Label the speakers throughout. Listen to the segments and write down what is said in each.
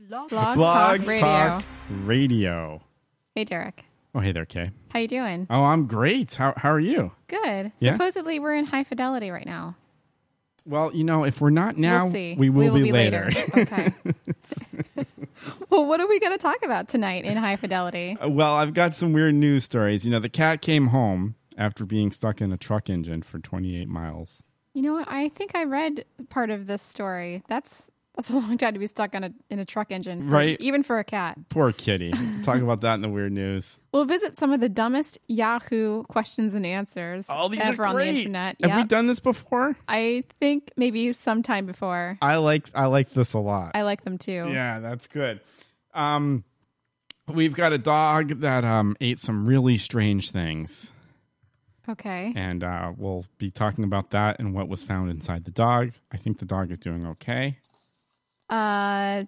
Speaker 1: Blog,
Speaker 2: Blog
Speaker 1: Talk Radio.
Speaker 2: Talk Radio.
Speaker 1: Hey, Derek.
Speaker 2: Oh, hey there, Kay.
Speaker 1: How you doing?
Speaker 2: Oh, I'm great. How, how are you?
Speaker 1: Good.
Speaker 2: Yeah?
Speaker 1: Supposedly we're in high fidelity right now.
Speaker 2: Well, you know, if we're not now,
Speaker 1: we'll see.
Speaker 2: we will
Speaker 1: we
Speaker 2: be, later.
Speaker 1: okay. well, what are we going to talk about tonight in high fidelity?
Speaker 2: Uh, well, I've got some weird news stories. You know, the cat came home after being stuck in a truck engine for 28 miles.
Speaker 1: You know what? I think I read part of this story. That's that's a long time to be stuck on a in a truck engine, for-
Speaker 2: Right.
Speaker 1: Even for a cat.
Speaker 2: Poor kitty. Talk about that in the weird news.
Speaker 1: We'll visit some of the dumbest Yahoo questions and answers
Speaker 2: All these
Speaker 1: ever
Speaker 2: are great.
Speaker 1: on the internet.
Speaker 2: Have we
Speaker 1: Yep.
Speaker 2: done this before?
Speaker 1: I think maybe sometime before.
Speaker 2: I like I like this a lot.
Speaker 1: I like them too.
Speaker 2: Yeah, that's good. Um, we've got a dog that um, ate some really strange things,
Speaker 1: Okay.
Speaker 2: and uh, we'll be talking about that and what was found inside the dog. I think the dog is doing okay.
Speaker 1: uh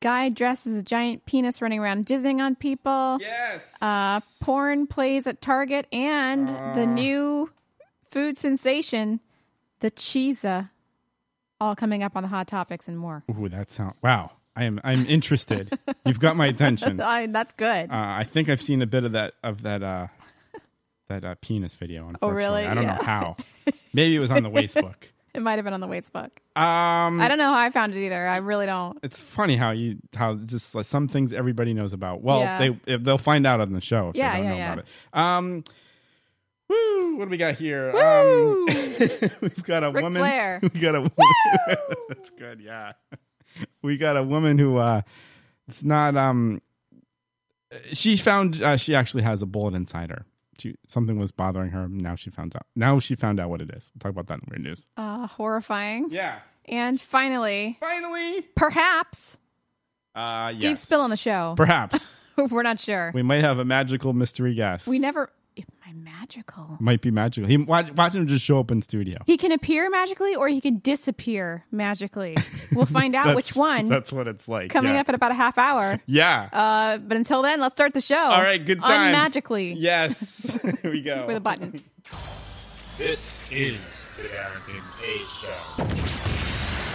Speaker 1: guy dressed as a giant penis running around jizzing on people
Speaker 2: Yes.
Speaker 1: uh porn plays at target and
Speaker 2: Uh.
Speaker 1: the new food sensation the cheesa all coming up on the hot topics and more
Speaker 2: Ooh, that sound. Wow. I am. I'm interested. You've got my attention. Uh,
Speaker 1: I, that's good
Speaker 2: I think I've seen a bit of that of that uh, that uh, penis video. Unfortunately,
Speaker 1: Oh, really?
Speaker 2: I don't know
Speaker 1: Yeah.
Speaker 2: how. Maybe it was on the Wastebook.
Speaker 1: it might have been on the weights book
Speaker 2: Um,
Speaker 1: i don't know how i found it either i really don't
Speaker 2: It's funny how you how just like some things everybody knows about. Well,
Speaker 1: Yeah.
Speaker 2: they if they'll find out on the show if
Speaker 1: Yeah,
Speaker 2: they don't
Speaker 1: yeah,
Speaker 2: know
Speaker 1: yeah.
Speaker 2: about it. Um, woo! What do we got here?
Speaker 1: Woo!
Speaker 2: Um, we've got a
Speaker 1: Ric
Speaker 2: woman.
Speaker 1: Flair.
Speaker 2: We got a woman. That's good. Yeah, we got a woman who uh, it's not um. She found uh, she actually has a bullet inside her. She something was bothering her. Now she found out. Now she found out what it is. We'll talk about that in the weird news.
Speaker 1: uh horrifying
Speaker 2: Yeah.
Speaker 1: and finally
Speaker 2: Finally.
Speaker 1: perhaps
Speaker 2: Uh,
Speaker 1: steve spill on the show
Speaker 2: Perhaps.
Speaker 1: we're not sure we,
Speaker 2: We might have a magical mystery guest.
Speaker 1: never if my magical
Speaker 2: might be magical. He watch, watch him just show up in studio.
Speaker 1: He can appear magically or he can disappear magically. We'll find out
Speaker 2: That's-
Speaker 1: which one
Speaker 2: That's what it's like.
Speaker 1: coming
Speaker 2: yeah.
Speaker 1: up in about a half hour.
Speaker 2: Yeah.
Speaker 1: Uh, but until then, let's start the show.
Speaker 2: All right. Good
Speaker 1: On
Speaker 2: times.
Speaker 1: magically
Speaker 2: Yes. Here we go.
Speaker 1: with a button.
Speaker 3: This is the Darrington A Show.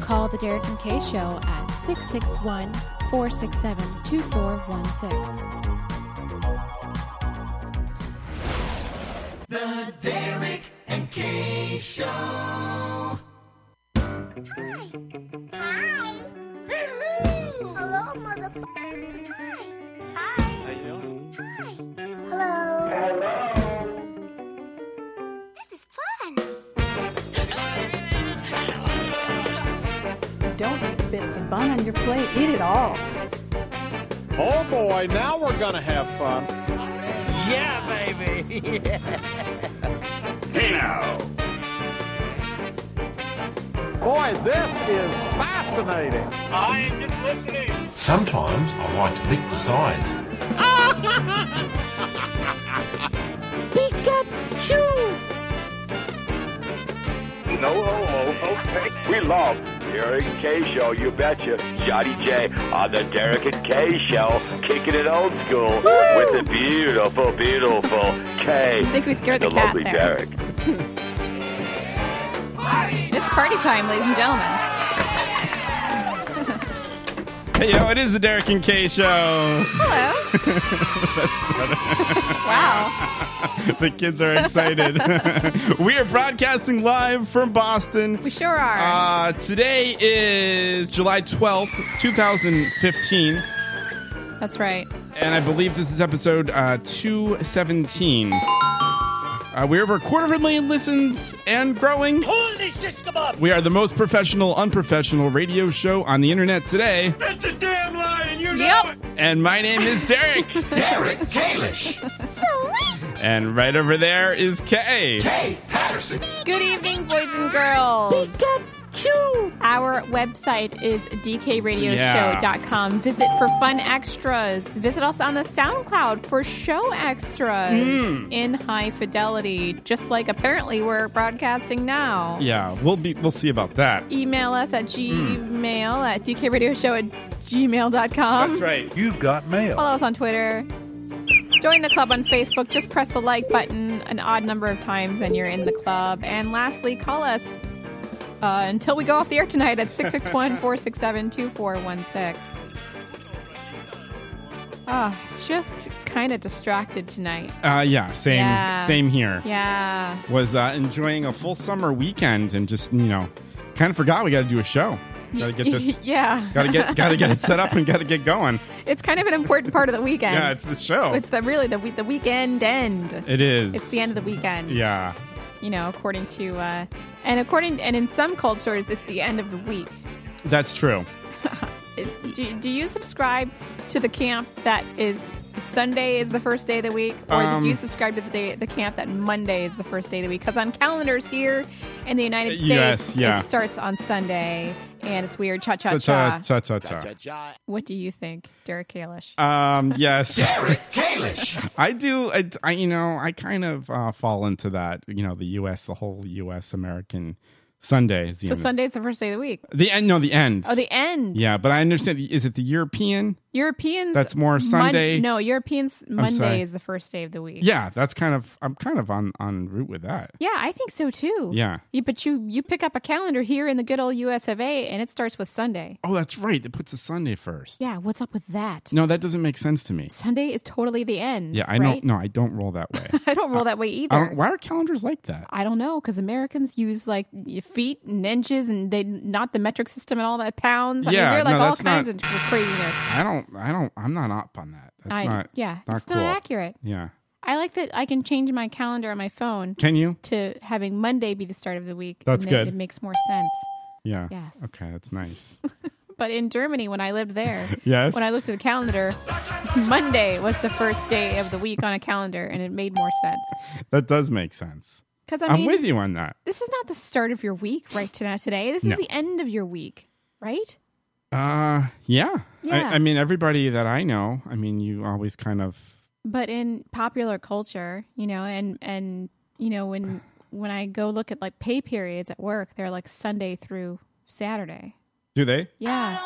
Speaker 4: Call the Derek and Kay Show at 661 467 2416.
Speaker 5: Hi. Hi. Hello. Hello, motherfucker. Hi. Hi. How you doing? Hi. Hello. Hello. This is fun.
Speaker 6: Don't eat bits of bun on your plate. Eat it all.
Speaker 7: Oh boy, now we're gonna have fun.
Speaker 3: Hey now!
Speaker 7: Boy, this is fascinating.
Speaker 3: I am just listening!
Speaker 8: Sometimes I like to lick the sides.
Speaker 3: No homo, okay. We love Derek and K Show, you betcha. Johnny J on the Derek and K Show, kicking it old school with the beautiful, beautiful K.
Speaker 1: I think we scared the,
Speaker 3: the
Speaker 1: cat
Speaker 3: lovely
Speaker 1: there.
Speaker 3: Derek.
Speaker 1: It's party time, ladies and gentlemen.
Speaker 2: hey, yo, it is the Derek and Kay show.
Speaker 1: Hello. wow.
Speaker 2: the kids are excited. we are broadcasting live from Boston.
Speaker 1: We sure are.
Speaker 2: Uh, today is July 12th, 2015.
Speaker 1: That's right.
Speaker 2: And I believe this is episode uh, 217. Uh, we're over a quarter of a million listens and growing. Holy shish We are the most professional, unprofessional radio show on the internet today.
Speaker 1: Yep.
Speaker 2: And my name is Derek.
Speaker 8: Derek Kalish.
Speaker 2: and right over there is Kay.
Speaker 8: Hey, Patterson.
Speaker 1: Good evening, boys and girls. Our website is dkradioshow.com. Visit for fun extras. Visit us on the SoundCloud for show extras in high fidelity, just like apparently we're broadcasting now.
Speaker 2: Yeah, we'll be we'll see about that.
Speaker 1: Email us at gmail at dkradioshow at gmail.com.
Speaker 2: right.
Speaker 3: You got mail.
Speaker 1: Follow us on Twitter. Join the club on Facebook. Just press the like button an odd number of times and you're in the club. And lastly, call us uh, until we go off the air tonight at 661 467 2416. Ah, just kind of distracted tonight.
Speaker 2: Uh, yeah, same,
Speaker 1: Yeah.
Speaker 2: same here.
Speaker 1: Yeah.
Speaker 2: Was uh, enjoying a full summer weekend and just you know, kind of forgot we got to do a show. Got to get this.
Speaker 1: yeah.
Speaker 2: Got to get. Got to get it set up and got to get going.
Speaker 1: It's kind of an important part of the weekend.
Speaker 2: Yeah, it's the show.
Speaker 1: It's the really the we- the weekend end.
Speaker 2: it is.
Speaker 1: It's the end of the weekend.
Speaker 2: Yeah.
Speaker 1: You know, according to uh, and according and in some cultures, it's the end of the week.
Speaker 2: That's true.
Speaker 1: It's, do, do you subscribe to the camp that is Sunday is the first day of the week, or
Speaker 2: Um,
Speaker 1: do you subscribe to the day the camp that Monday is the first day of the week? Because on calendars here in the United States,
Speaker 2: Yes, yeah.
Speaker 1: it starts on Sunday, and it's weird. Cha cha
Speaker 2: Cha
Speaker 1: cha.
Speaker 2: cha cha cha.
Speaker 1: What do you think, Derek Kalish?
Speaker 2: Um. Yes.
Speaker 8: Eric Kalish.
Speaker 2: I do. I, I- you know, I kind of uh, fall into that. You know, the U.S., the whole U.S. American Sunday is the
Speaker 1: so
Speaker 2: end.
Speaker 1: Sunday's the first day of the week.
Speaker 2: the end. No, the end.
Speaker 1: Oh, the end.
Speaker 2: yeah, but I understand. Is it the European?
Speaker 1: Europeans.
Speaker 2: That's more Sunday.
Speaker 1: no, Europeans.
Speaker 2: sorry.
Speaker 1: Monday is the first day of the week.
Speaker 2: Yeah, that's kind of. I'm kind of on on route with that.
Speaker 1: Yeah, I think so too.
Speaker 2: Yeah.
Speaker 1: You- but you you pick up a calendar here in the good old U.S. of A. and it starts with Sunday.
Speaker 2: Oh, that's right. It puts the Sunday first.
Speaker 1: Yeah, what's up with that?
Speaker 2: No, that doesn't make sense to me.
Speaker 1: Sunday is totally the end.
Speaker 2: Yeah, I
Speaker 1: right?
Speaker 2: don't. No, I don't roll that way.
Speaker 1: I don't roll that way either.
Speaker 2: I don't, why are calendars like that?
Speaker 1: I don't know because Americans use like y- feet and inches and they not the metric system and all that pounds. I
Speaker 2: Yeah,
Speaker 1: mean, they're like
Speaker 2: no,
Speaker 1: all
Speaker 2: that's not-
Speaker 1: kinds of craziness.
Speaker 2: I don't. I don't. I'm not up on that. That's
Speaker 1: I,
Speaker 2: not.
Speaker 1: yeah,
Speaker 2: not
Speaker 1: it's
Speaker 2: cool.
Speaker 1: not accurate.
Speaker 2: Yeah.
Speaker 1: I like that I can change my calendar on my phone
Speaker 2: Can you?
Speaker 1: to having Monday be the start of the week.
Speaker 2: That's
Speaker 1: and then
Speaker 2: good.
Speaker 1: It makes more sense.
Speaker 2: Yeah.
Speaker 1: Yes.
Speaker 2: Okay, that's nice.
Speaker 1: But in Germany, when I lived there,
Speaker 2: Yes.
Speaker 1: when I looked at the calendar, Monday was the first day of the week on a calendar, and it made more sense.
Speaker 2: that does make sense.
Speaker 1: Because I
Speaker 2: I'm
Speaker 1: mean,
Speaker 2: with you on that.
Speaker 1: this is not the start of your week, right? To now today, this
Speaker 2: No.
Speaker 1: is the end of your week, right?
Speaker 2: Uh, yeah.
Speaker 1: Yeah.
Speaker 2: I, I mean, everybody that I know, I mean, you always kind of.
Speaker 1: But in popular culture, you know, and and you know when when I go look at like pay periods at work, they're like Sunday through Saturday.
Speaker 2: Do they?
Speaker 1: Yeah.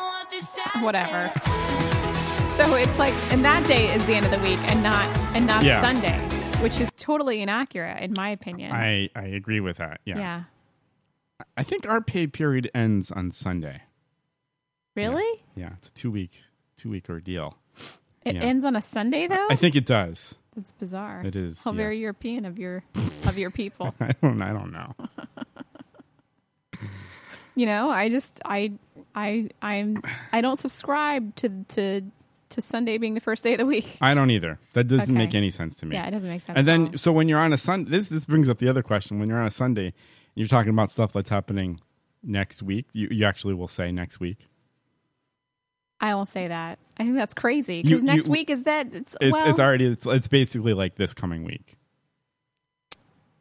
Speaker 1: Whatever. So it's like, and that day is the end of the week, and not and not
Speaker 2: Yeah.
Speaker 1: Sunday, which is totally inaccurate in my opinion.
Speaker 2: I, I agree with that. Yeah.
Speaker 1: yeah.
Speaker 2: I think our pay period ends on Sunday.
Speaker 1: Really?
Speaker 2: Yeah. It's a two week two week ordeal.
Speaker 1: It
Speaker 2: Yeah.
Speaker 1: ends on a Sunday though.
Speaker 2: I think it does.
Speaker 1: That's bizarre.
Speaker 2: It is,
Speaker 1: How
Speaker 2: yeah.
Speaker 1: very European of your of your people.
Speaker 2: I don't. I don't know.
Speaker 1: you know, I just I I I'm I don't subscribe to to to Sunday being the first day of the week.
Speaker 2: I don't either. That doesn't
Speaker 1: Okay.
Speaker 2: make any sense to me.
Speaker 1: Yeah, it doesn't make sense. at
Speaker 2: And then,
Speaker 1: all.
Speaker 2: so when you're on a Sunday, this this brings up the other question. When you're on a Sunday, you're talking about stuff that's happening next week. You you actually will say next week.
Speaker 1: I won't say that. I think that's crazy
Speaker 2: You-
Speaker 1: because next
Speaker 2: you-
Speaker 1: week is that it's,
Speaker 2: It's
Speaker 1: well,
Speaker 2: it's already it's it's basically like this coming week.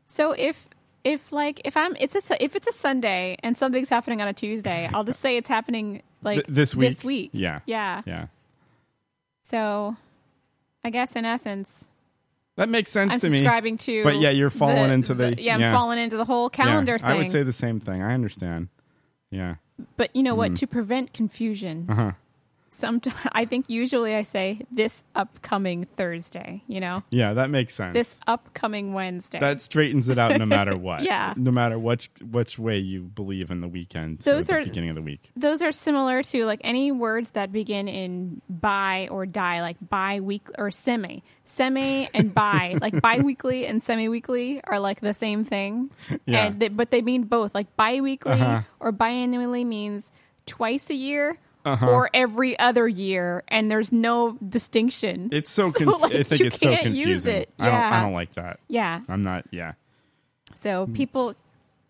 Speaker 1: So if if like if I'm it's a su- if it's a Sunday and something's happening on a Tuesday, I'll just say it's happening like
Speaker 2: Th- this week.
Speaker 1: This week.
Speaker 2: Yeah.
Speaker 1: Yeah.
Speaker 2: Yeah.
Speaker 1: So I guess in essence,
Speaker 2: That makes sense
Speaker 1: I'm
Speaker 2: to me.
Speaker 1: subscribing to.
Speaker 2: But yeah, you're falling into the-
Speaker 1: yeah, I'm
Speaker 2: yeah.
Speaker 1: falling into the whole calendar
Speaker 2: yeah,
Speaker 1: thing.
Speaker 2: I would say the same thing. I understand. Yeah.
Speaker 1: but you know what?
Speaker 2: Mm.
Speaker 1: To prevent confusion,
Speaker 2: Uh-huh.
Speaker 1: sometimes I think usually I say this upcoming Thursday. You know,
Speaker 2: Yeah, that makes sense.
Speaker 1: this upcoming Wednesday.
Speaker 2: that straightens it out no matter what.
Speaker 1: Yeah.
Speaker 2: No matter which which way you believe in the weekend.
Speaker 1: Those
Speaker 2: or the
Speaker 1: are-
Speaker 2: beginning of the week.
Speaker 1: those are similar to like any words that begin in bi or die, like bi week or semi. Semi and bi, like bi weekly and semi weekly are like the same thing.
Speaker 2: Yeah.
Speaker 1: And they, but they mean both. Like bi weekly
Speaker 2: Uh-huh.
Speaker 1: or biannually means twice a year
Speaker 2: Uh-huh.
Speaker 1: or every other year. And there's no distinction.
Speaker 2: It's so,
Speaker 1: so
Speaker 2: conf-
Speaker 1: like,
Speaker 2: I think
Speaker 1: you
Speaker 2: it's so
Speaker 1: can't
Speaker 2: confusing.
Speaker 1: use it.
Speaker 2: I don't
Speaker 1: Yeah.
Speaker 2: I don't like that.
Speaker 1: Yeah.
Speaker 2: I'm not yeah.
Speaker 1: So
Speaker 2: Hmm.
Speaker 1: people,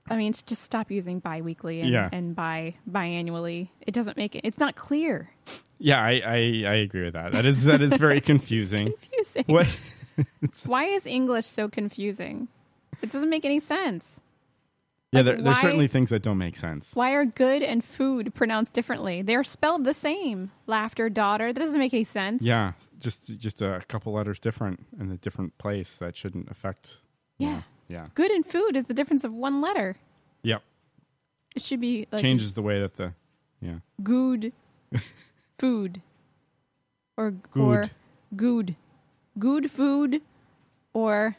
Speaker 1: I mean, it's just stop using bi weekly and,
Speaker 2: Yeah.
Speaker 1: and bi biannually. It doesn't make it, it's not clear.
Speaker 2: Yeah, I, I, I agree with that. That is that is very confusing.
Speaker 1: Confusing.
Speaker 2: what
Speaker 1: Why is English so confusing? It doesn't make any sense.
Speaker 2: Yeah, there, there's
Speaker 1: why-
Speaker 2: certainly things that don't make sense.
Speaker 1: Why are good and food pronounced differently? They're spelled the same. Laughter, daughter. That doesn't make any sense.
Speaker 2: Yeah, just just a couple letters different in a different place that shouldn't affect.
Speaker 1: Yeah.
Speaker 2: Yeah.
Speaker 1: Good and food is the difference of one letter.
Speaker 2: Yep.
Speaker 1: It should be like
Speaker 2: Changes the way that the yeah.
Speaker 1: good food or or good good food or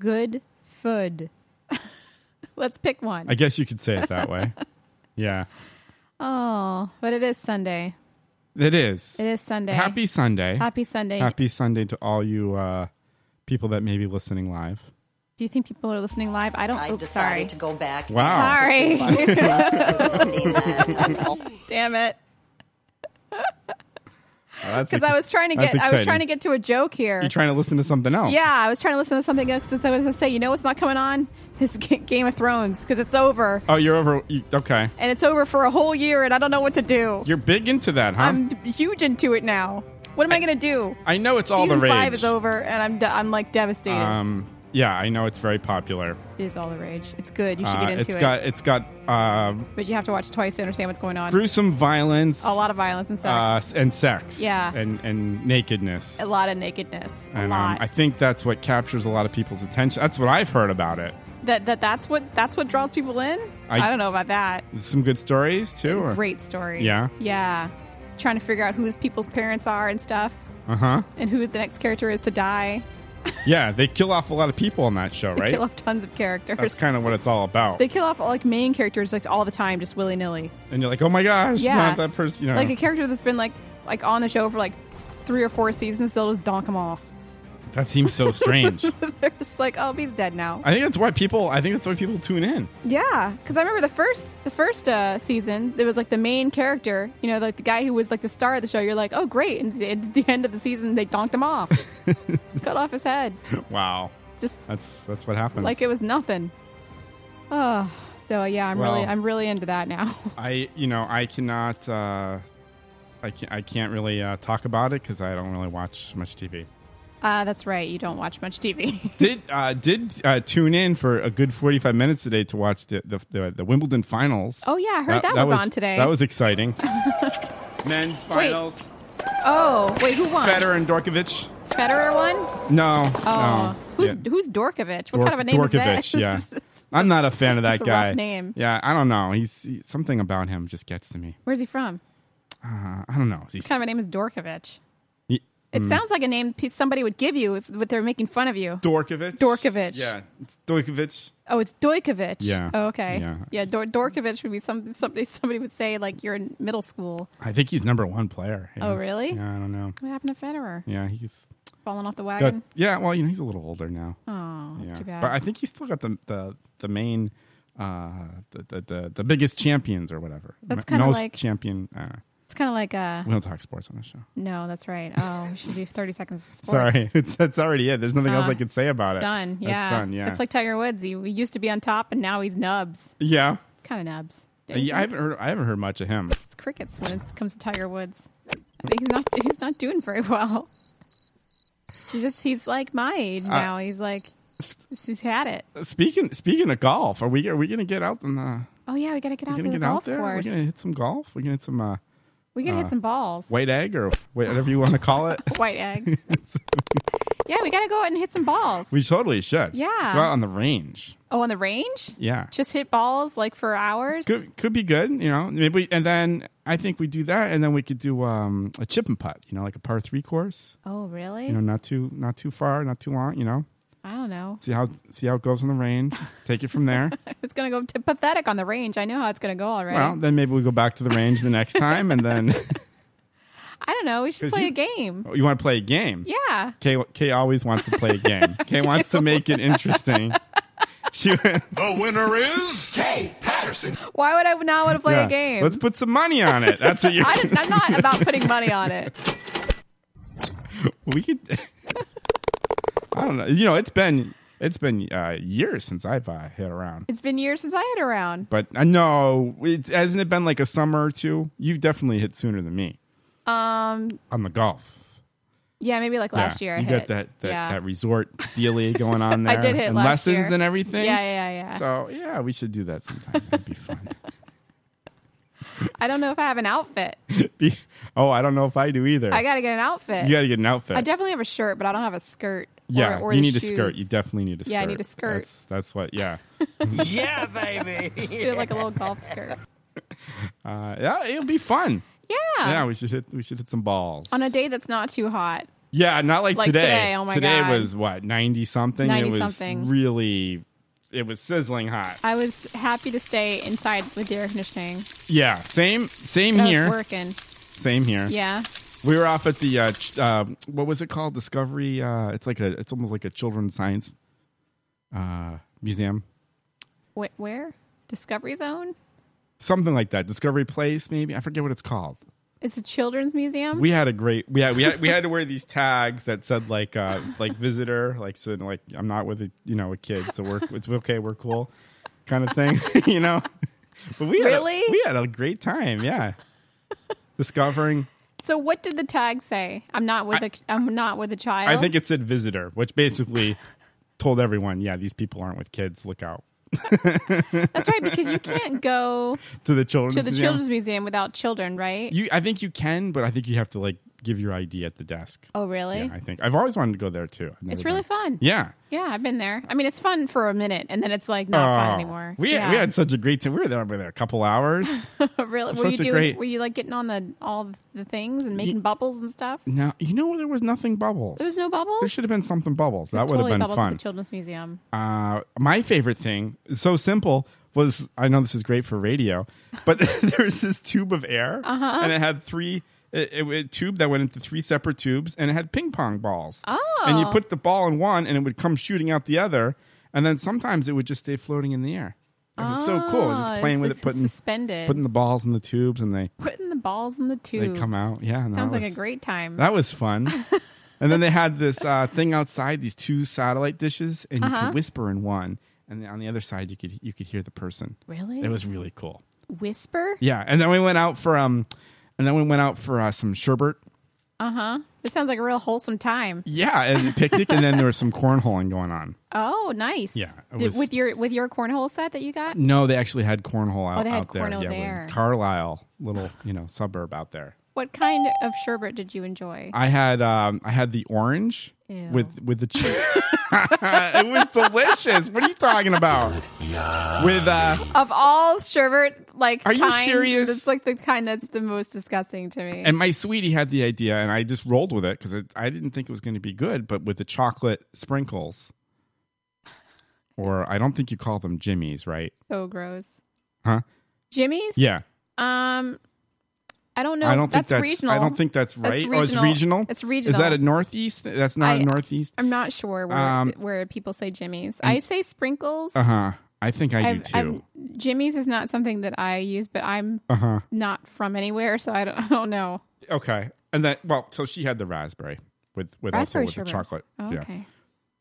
Speaker 1: good food? Let's pick one.
Speaker 2: I guess you could say it that way. yeah,
Speaker 1: oh, but it is Sunday.
Speaker 2: it is.
Speaker 1: It is Sunday.
Speaker 2: Happy Sunday.
Speaker 1: Happy Sunday.
Speaker 2: Happy Sunday to all you uh, people that may be listening live.
Speaker 1: Do you think people are listening live? I don't.
Speaker 9: I
Speaker 1: oops,
Speaker 9: decided
Speaker 1: sorry.
Speaker 9: to go back.
Speaker 2: Wow.
Speaker 1: Sorry.
Speaker 9: Sunday night.
Speaker 1: Damn it.
Speaker 2: Because
Speaker 1: Because I was trying to get. I was trying to get to a joke here.
Speaker 2: You're trying to listen to something else.
Speaker 1: Yeah, I was trying to listen to something else since I was going to say, you know what's not coming on? This G- Game of Thrones, because it's over.
Speaker 2: Oh, you're over. You, okay.
Speaker 1: And it's over for a whole year, and I don't know what to do.
Speaker 2: You're big into that, huh?
Speaker 1: I'm d- huge into it now. What am I, going to do?
Speaker 2: I know it's all
Speaker 1: Season
Speaker 2: the rage.
Speaker 1: five is over, and I'm, d- I'm like devastated.
Speaker 2: Um, yeah, I know it's very popular.
Speaker 1: it is all the rage. It's good. You should
Speaker 2: Uh,
Speaker 1: get into
Speaker 2: it's
Speaker 1: it.
Speaker 2: got it's got uh,
Speaker 1: but you have to watch it twice to understand what's going on.
Speaker 2: gruesome violence,
Speaker 1: a lot of violence and sex.
Speaker 2: uh, and sex,
Speaker 1: Yeah.
Speaker 2: and and nakedness,
Speaker 1: a lot of nakedness. A
Speaker 2: and um,
Speaker 1: lot.
Speaker 2: I think that's what captures a lot of people's attention. That's what I've heard about it.
Speaker 1: that, that that's what that's what draws people in.
Speaker 2: I-
Speaker 1: I, don't know about that.
Speaker 2: Some good stories too. Or?
Speaker 1: Great stories.
Speaker 2: Yeah?
Speaker 1: yeah. Trying to figure out who people's parents are and stuff.
Speaker 2: Uh huh.
Speaker 1: and who the next character is to die.
Speaker 2: Yeah, they kill off a lot of people on that show,
Speaker 1: They
Speaker 2: right?
Speaker 1: kill off tons of characters.
Speaker 2: that's kind of what it's all about.
Speaker 1: they kill off like main characters like all the time, just willy nilly.
Speaker 2: and you're like, oh my gosh,
Speaker 1: Yeah,
Speaker 2: not that person. You know,
Speaker 1: Like a character that's been like like on the show for like three or four seasons, they'll just donk him off.
Speaker 2: that seems so strange.
Speaker 1: They're just like, oh, he's dead now.
Speaker 2: I think that's why people. I think that's why people tune in.
Speaker 1: Yeah, because I remember the first the first uh, season, there was like the main character, you know, like the guy who was like the star of the show. You're like, oh, great! And at the end of the season, they donked him off, cut off his head,
Speaker 2: Wow,
Speaker 1: just
Speaker 2: that's that's what happens.
Speaker 1: like it was nothing. Oh, so yeah, I'm
Speaker 2: Well-
Speaker 1: really I'm really into that now.
Speaker 2: I you know I cannot uh, I can't I can't really uh, talk about it because I don't really watch much TV.
Speaker 1: Uh, that's right. You don't watch much TV.
Speaker 2: Did uh, did uh, tune in for a good forty five minutes today to watch the the, the, the Wimbledon finals.
Speaker 1: Oh, yeah, I heard that was on today.
Speaker 2: That was exciting. Men's finals.
Speaker 1: oh, wait, who won?
Speaker 2: Federer and Dorkovic.
Speaker 1: Federer won?
Speaker 2: No,
Speaker 1: Oh.
Speaker 2: no.
Speaker 1: who's
Speaker 2: Yeah.
Speaker 1: who's Dorkovich? What
Speaker 2: Dork-
Speaker 1: kind of a name
Speaker 2: Dorkovich,
Speaker 1: is that?
Speaker 2: yeah. I'm not a fan of that
Speaker 1: That's a
Speaker 2: guy.
Speaker 1: rough name.
Speaker 2: Yeah, I don't know. He's he, something about him just gets to me.
Speaker 1: Where's he from?
Speaker 2: Uh, I don't know. He's,
Speaker 1: What kind of a name is Dorkovich?
Speaker 2: he,
Speaker 1: It sounds like a name pe- somebody would give you if but they're making fun of you.
Speaker 2: Dorkovic.
Speaker 1: Dorkovich.
Speaker 2: Yeah, it's Dorkovic.
Speaker 1: oh, it's Doikovich.
Speaker 2: Yeah.
Speaker 1: Oh, okay.
Speaker 2: Yeah.
Speaker 1: Yeah. Dor- Dorkovich would be something somebody somebody would say like you're in middle school.
Speaker 2: I think he's number one player.
Speaker 1: Oh, really?
Speaker 2: Yeah, I don't know.
Speaker 1: What happened to Federer?
Speaker 2: Yeah, he's
Speaker 1: Falling off the
Speaker 2: got.
Speaker 1: wagon.
Speaker 2: Yeah, well, you know, he's a little older now.
Speaker 1: Oh, that's
Speaker 2: yeah.
Speaker 1: too bad.
Speaker 2: But I think he's still got the the the main. Uh, the, the the the biggest champions or whatever.
Speaker 1: That's
Speaker 2: M-
Speaker 1: kinda
Speaker 2: most
Speaker 1: like-
Speaker 2: champion. Uh,
Speaker 1: it's kind of like uh
Speaker 2: we don't talk sports on the show.
Speaker 1: no, that's right. Oh, we should do thirty seconds. Of sports.
Speaker 2: Sorry, it's that's already it. There's nothing else
Speaker 1: Uh,
Speaker 2: I could say about
Speaker 1: it's
Speaker 2: it.
Speaker 1: Done.
Speaker 2: It's
Speaker 1: Yeah.
Speaker 2: done. Yeah.
Speaker 1: It's like Tiger Woods. He, he used to be on top, and now he's nubs.
Speaker 2: yeah.
Speaker 1: Kind of nubs.
Speaker 2: Yeah, I haven't heard. I haven't heard much of him.
Speaker 1: It's crickets when it comes to Tiger Woods. I think he's not. He's not doing very well. He's just. He's like my age
Speaker 2: Uh,
Speaker 1: now. he's like. He's had it.
Speaker 2: Speaking speaking of golf, are we are we gonna get out on the?
Speaker 1: Oh yeah, we gotta get
Speaker 2: We
Speaker 1: out to
Speaker 2: gonna
Speaker 1: the
Speaker 2: get
Speaker 1: golf
Speaker 2: out there?
Speaker 1: course.
Speaker 2: We're gonna hit some golf. We're gonna hit some uh,
Speaker 1: We gotta
Speaker 2: uh,
Speaker 1: hit some balls.
Speaker 2: white egg or whatever you want to call it.
Speaker 1: White eggs. yeah, we gotta go out and hit some balls.
Speaker 2: we totally should.
Speaker 1: Yeah.
Speaker 2: Go out on the range.
Speaker 1: oh, on the range.
Speaker 2: Yeah.
Speaker 1: Just hit balls like for hours.
Speaker 2: Could could be good. You know, maybe. And then I think we do that, and then we could do um a chip and putt. You know, like a par three course.
Speaker 1: Oh really?
Speaker 2: You know, not too not too far, not too long. You know,
Speaker 1: I don't know.
Speaker 2: see how see how it goes on the range. Take it from there.
Speaker 1: It's gonna go t- pathetic on the range. I know how it's gonna go already.
Speaker 2: Well, then maybe we go back to the range the next time, and then
Speaker 1: I don't know. We should
Speaker 2: 'Cause
Speaker 1: play
Speaker 2: you- Oh.
Speaker 1: a game.
Speaker 2: you want to play a game.
Speaker 1: Yeah.
Speaker 2: Kay, Kay always wants to play a game. Kay wants to make it interesting. She
Speaker 8: The winner is Kay Patterson.
Speaker 1: Why would I not want to play
Speaker 2: Yeah.
Speaker 1: a game?
Speaker 2: Let's put some money on it. That's what you.
Speaker 1: I didn't, I'm not about putting money on it.
Speaker 2: we could. I don't know. You know, it's been it's been uh, years since I've uh, hit around.
Speaker 1: It's been years since I hit around.
Speaker 2: But I know it hasn't it been like a summer or two. You definitely hit sooner than me
Speaker 1: Um,
Speaker 2: on the golf.
Speaker 1: yeah, maybe like
Speaker 2: Yeah.
Speaker 1: last year. I
Speaker 2: you
Speaker 1: hit.
Speaker 2: got that that,
Speaker 1: yeah.
Speaker 2: that resort dealy going on there.
Speaker 1: I did hit
Speaker 2: and
Speaker 1: last
Speaker 2: lessons
Speaker 1: year.
Speaker 2: and everything.
Speaker 1: Yeah, yeah, yeah.
Speaker 2: So yeah, we should do that sometime. That'd be fun.
Speaker 1: I don't know if I have an outfit.
Speaker 2: Be- oh, I don't know if I do either.
Speaker 1: I got to get an outfit.
Speaker 2: you got to get an outfit.
Speaker 1: I definitely have a shirt, but I don't have a skirt.
Speaker 2: yeah,
Speaker 1: or, or
Speaker 2: you
Speaker 1: the
Speaker 2: need a skirt.
Speaker 1: shoes.
Speaker 2: You definitely need a skirt.
Speaker 1: Yeah, I need a skirt.
Speaker 2: That's, that's what. Yeah,
Speaker 1: Do like a little golf skirt.
Speaker 2: uh, yeah, it'll be fun.
Speaker 1: Yeah.
Speaker 2: Yeah, we should hit. We should hit some balls
Speaker 1: On a day that's not too hot.
Speaker 2: Yeah, not like,
Speaker 1: Like
Speaker 2: today.
Speaker 1: today, oh my God.
Speaker 2: was what ninety something. it
Speaker 1: 90
Speaker 2: was
Speaker 1: something.
Speaker 2: really, it was sizzling hot.
Speaker 1: I was happy to stay inside with the air conditioning.
Speaker 2: yeah, same same
Speaker 1: That was
Speaker 2: here.
Speaker 1: working.
Speaker 2: Same here.
Speaker 1: Yeah.
Speaker 2: we were off at the uh, ch- uh, what was it called? Discovery. Uh, it's like a. It's almost like a children's science uh, museum,
Speaker 1: Wait, where? Discovery Zone?
Speaker 2: something like that. Discovery Place, maybe. I forget what it's called.
Speaker 1: It's a children's museum.
Speaker 2: We had a great. We had we had, we had to wear these tags that said like uh, like visitor, like so like I'm not with a you know a kid, so we're it's okay, we're cool, kind of thing, you know. But we had a-
Speaker 1: Really?
Speaker 2: we had a great time, yeah. Discovering,
Speaker 1: so what did the tag say? I'm not with a I'm not with a child.
Speaker 2: I think it said visitor, which basically told everyone, yeah, these people aren't with kids. Look out
Speaker 1: That's right because you can't go
Speaker 2: to the children's
Speaker 1: to the
Speaker 2: museum.
Speaker 1: children's museum without children, right?
Speaker 2: You, I think you can, but I think you have to like give your ID at the desk.
Speaker 1: oh, really?
Speaker 2: Yeah, I think I've always wanted to go there too. I've
Speaker 1: it's
Speaker 2: never
Speaker 1: really
Speaker 2: been.
Speaker 1: fun.
Speaker 2: Yeah.
Speaker 1: Yeah, I've been there. I mean, it's fun for a minute, and then it's like not
Speaker 2: Oh,
Speaker 1: fun anymore.
Speaker 2: We
Speaker 1: yeah.
Speaker 2: we had such a great time. We were there for a couple hours.
Speaker 1: really.
Speaker 2: so
Speaker 1: Were you
Speaker 2: it's a
Speaker 1: doing?
Speaker 2: great-
Speaker 1: Were you like getting on the all the things and making bubbles and stuff?
Speaker 2: now you know there was nothing bubbles.
Speaker 1: There was no bubbles.
Speaker 2: There should have been something bubbles. That
Speaker 1: There's
Speaker 2: would
Speaker 1: totally
Speaker 2: have been
Speaker 1: bubbles At
Speaker 2: fun.
Speaker 1: the Children's Museum.
Speaker 2: Uh, my favorite thing, so simple, was I know this is great for radio, but there was this tube of air,
Speaker 1: Uh-huh.
Speaker 2: and it had three. It, it, it tube that went into three separate tubes, and it had ping pong balls.
Speaker 1: Oh.
Speaker 2: and you put the ball in one, and it would come shooting out the other, and then sometimes it would just stay floating in the air. It was so cool,
Speaker 1: Oh,
Speaker 2: just playing
Speaker 1: it's-
Speaker 2: with
Speaker 1: it's
Speaker 2: it, putting
Speaker 1: suspended.
Speaker 2: putting the balls in the tubes, and they
Speaker 1: Putting the balls in the tubes.
Speaker 2: they come out. Yeah, no,
Speaker 1: Sounds
Speaker 2: it
Speaker 1: like a
Speaker 2: was-
Speaker 1: great time.
Speaker 2: that was fun. and then they had this uh, thing outside, these two satellite dishes, and you
Speaker 1: Uh-huh.
Speaker 2: could whisper in one, and then on the other side you could you could hear the person.
Speaker 1: Really?
Speaker 2: It was really cool.
Speaker 1: Whisper.
Speaker 2: Yeah, and then we went out for um, and then we went out for uh, some sherbet.
Speaker 1: Uh huh. This sounds like a real wholesome time.
Speaker 2: Yeah, and picnic, and then there was some cornholing going on.
Speaker 1: Oh, nice.
Speaker 2: Yeah, it
Speaker 1: Did-
Speaker 2: was-
Speaker 1: with your with your cornhole set that you got.
Speaker 2: No, they actually had cornhole out,
Speaker 1: Oh, they had
Speaker 2: out there.
Speaker 1: cornhole
Speaker 2: yeah, we're
Speaker 1: there.
Speaker 2: in Carlisle, little you know suburb out there.
Speaker 1: What kind of sherbet did you enjoy?
Speaker 2: I had um, I had the orange
Speaker 1: Ew.
Speaker 2: with with the cherry. it was delicious. What are you talking about? With uh,
Speaker 1: of all sherbet, like
Speaker 2: Are you
Speaker 1: kinds,
Speaker 2: serious?
Speaker 1: That's like the kind that's the most disgusting to me.
Speaker 2: and my sweetie had the idea, and I just rolled with it because I didn't think it was going to be good. But with the chocolate sprinkles, or I don't think you call them jimmies, right?
Speaker 1: so gross.
Speaker 2: Huh?
Speaker 1: Jimmy's?
Speaker 2: Yeah,
Speaker 1: Um, I don't know.
Speaker 2: I don't
Speaker 1: that's
Speaker 2: think that's
Speaker 1: regional.
Speaker 2: I don't think that's right.
Speaker 1: That's
Speaker 2: Oh, it's
Speaker 1: regional.
Speaker 2: regional.
Speaker 1: It's regional.
Speaker 2: Is that a northeast? thi- That's not
Speaker 1: I-
Speaker 2: a northeast.
Speaker 1: I'm not sure where
Speaker 2: Um,
Speaker 1: where people say Jimmy's. I say sprinkles.
Speaker 2: Uh huh. I think I do
Speaker 1: I've-
Speaker 2: too.
Speaker 1: I've- Jimmy's is not something that I use, but I'm
Speaker 2: Uh-huh.
Speaker 1: not from anywhere, so I don't, I don't know.
Speaker 2: Okay. And that well, so she had the raspberry with with
Speaker 1: Raspberry
Speaker 2: also with
Speaker 1: sherbet.
Speaker 2: the chocolate.
Speaker 1: Oh,
Speaker 2: Yeah.
Speaker 1: okay.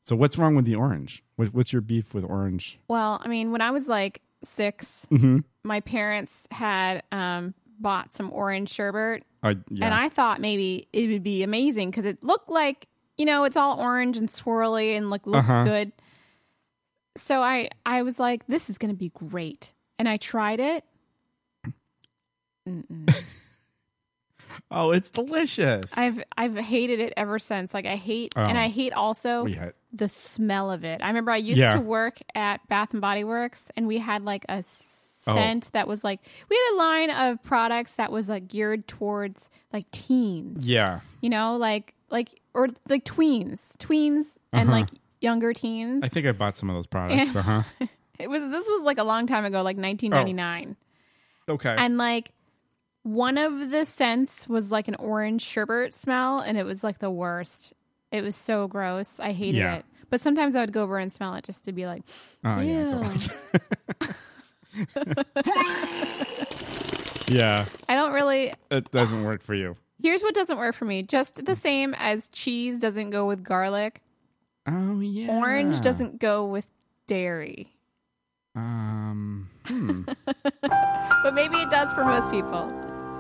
Speaker 2: So what's wrong with the orange? What, what's your beef with orange?
Speaker 1: Well, I mean, when I was like 6
Speaker 2: Mm-hmm.
Speaker 1: my parents had um, bought some orange sherbet
Speaker 2: Uh, yeah.
Speaker 1: And I thought maybe it would be amazing because it looked like, you know, it's all orange and swirly and like looks
Speaker 2: Uh-huh.
Speaker 1: good. So I I was like, this is going to be great. And I tried it.
Speaker 2: oh, it's delicious.
Speaker 1: I've I've hated it ever since. Like I hate and
Speaker 2: Oh.
Speaker 1: I hate also
Speaker 2: we had
Speaker 1: the smell of it. I remember I used
Speaker 2: Yeah.
Speaker 1: to work at Bath and Body Works and we had like a
Speaker 2: Oh.
Speaker 1: scent that was like we had a line of products that was like geared towards like teens.
Speaker 2: yeah.
Speaker 1: you know like like or like tweens tweens and like younger teens
Speaker 2: Uh-huh. I think I bought some of those products. Uh huh.
Speaker 1: it was this was like a long time ago like 1999
Speaker 2: Oh, Okay.
Speaker 1: and like one of the scents was like an orange sherbet smell and it was like the worst it was so gross i hated
Speaker 2: Yeah.
Speaker 1: it but sometimes i would go over and smell it just to be like
Speaker 2: Oh,
Speaker 1: ew
Speaker 2: yeah. don't- yeah.
Speaker 1: i don't really
Speaker 2: It doesn't work for you.
Speaker 1: here's what doesn't work for me just the same as cheese doesn't go with garlic
Speaker 2: Oh yeah.
Speaker 1: orange doesn't go with dairy
Speaker 2: Um. hmm.
Speaker 1: but maybe it does for most people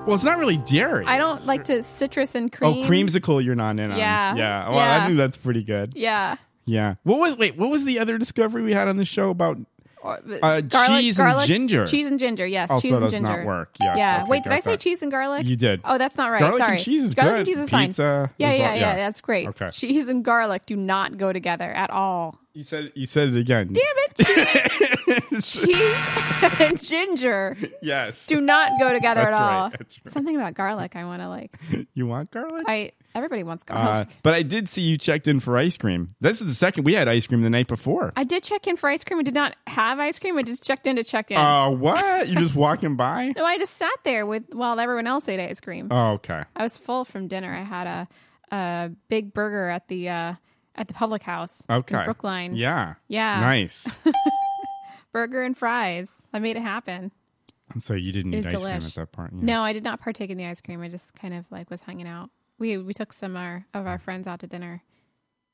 Speaker 2: well, it's not really dairy.
Speaker 1: I don't like to citrus and cream.
Speaker 2: Oh, creamsicle, you're not in on.
Speaker 1: Yeah.
Speaker 2: Yeah. Well,
Speaker 1: Yeah.
Speaker 2: I think that's pretty good.
Speaker 1: Yeah.
Speaker 2: Yeah. What was wait? What was the other discovery we had on the show about?
Speaker 1: Or,
Speaker 2: Uh, cheese and ginger.
Speaker 1: Cheese and ginger. Yes.
Speaker 2: Also
Speaker 1: cheese and
Speaker 2: does
Speaker 1: ginger.
Speaker 2: not work. Yes,
Speaker 1: yeah.
Speaker 2: okay,
Speaker 1: Wait, did
Speaker 2: got
Speaker 1: I say
Speaker 2: that.
Speaker 1: cheese and garlic?
Speaker 2: You did.
Speaker 1: Oh, that's not right.
Speaker 2: Garlic
Speaker 1: Sorry.
Speaker 2: and cheese is
Speaker 1: garlic
Speaker 2: good.
Speaker 1: and cheese is
Speaker 2: Pizza
Speaker 1: fine. Yeah,
Speaker 2: is
Speaker 1: yeah,
Speaker 2: all-
Speaker 1: yeah,
Speaker 2: yeah.
Speaker 1: That's great.
Speaker 2: Okay.
Speaker 1: Cheese and garlic do not go together at all.
Speaker 2: You said you said it again. Damn
Speaker 1: Damn it, cheese, cheese and ginger
Speaker 2: Yes.
Speaker 1: do not go together
Speaker 2: That's
Speaker 1: at all.
Speaker 2: right, that's right.
Speaker 1: Something about garlic I want to like.
Speaker 2: you want garlic?
Speaker 1: I Everybody wants
Speaker 2: Uh,
Speaker 1: garlic.
Speaker 2: but I did see you checked in for ice cream. This is the second we had ice cream the night before.
Speaker 1: I did check in for ice cream. I did not have ice cream. I just checked in to check in.
Speaker 2: Uh, what? You're just walking by?
Speaker 1: no, I just sat there with while everyone else ate ice cream.
Speaker 2: Oh, okay.
Speaker 1: I was full from dinner. I had a, a big burger at the uh, at the public house.
Speaker 2: Okay.
Speaker 1: in Brookline.
Speaker 2: Yeah.
Speaker 1: Yeah.
Speaker 2: Nice.
Speaker 1: burger and fries. I made it happen.
Speaker 2: And so you didn't
Speaker 1: It was
Speaker 2: eat ice
Speaker 1: delish.
Speaker 2: cream at that part. yeah.
Speaker 1: No, I did not partake in the ice cream. I just kind of like was hanging out. We we took some our, of our friends out to dinner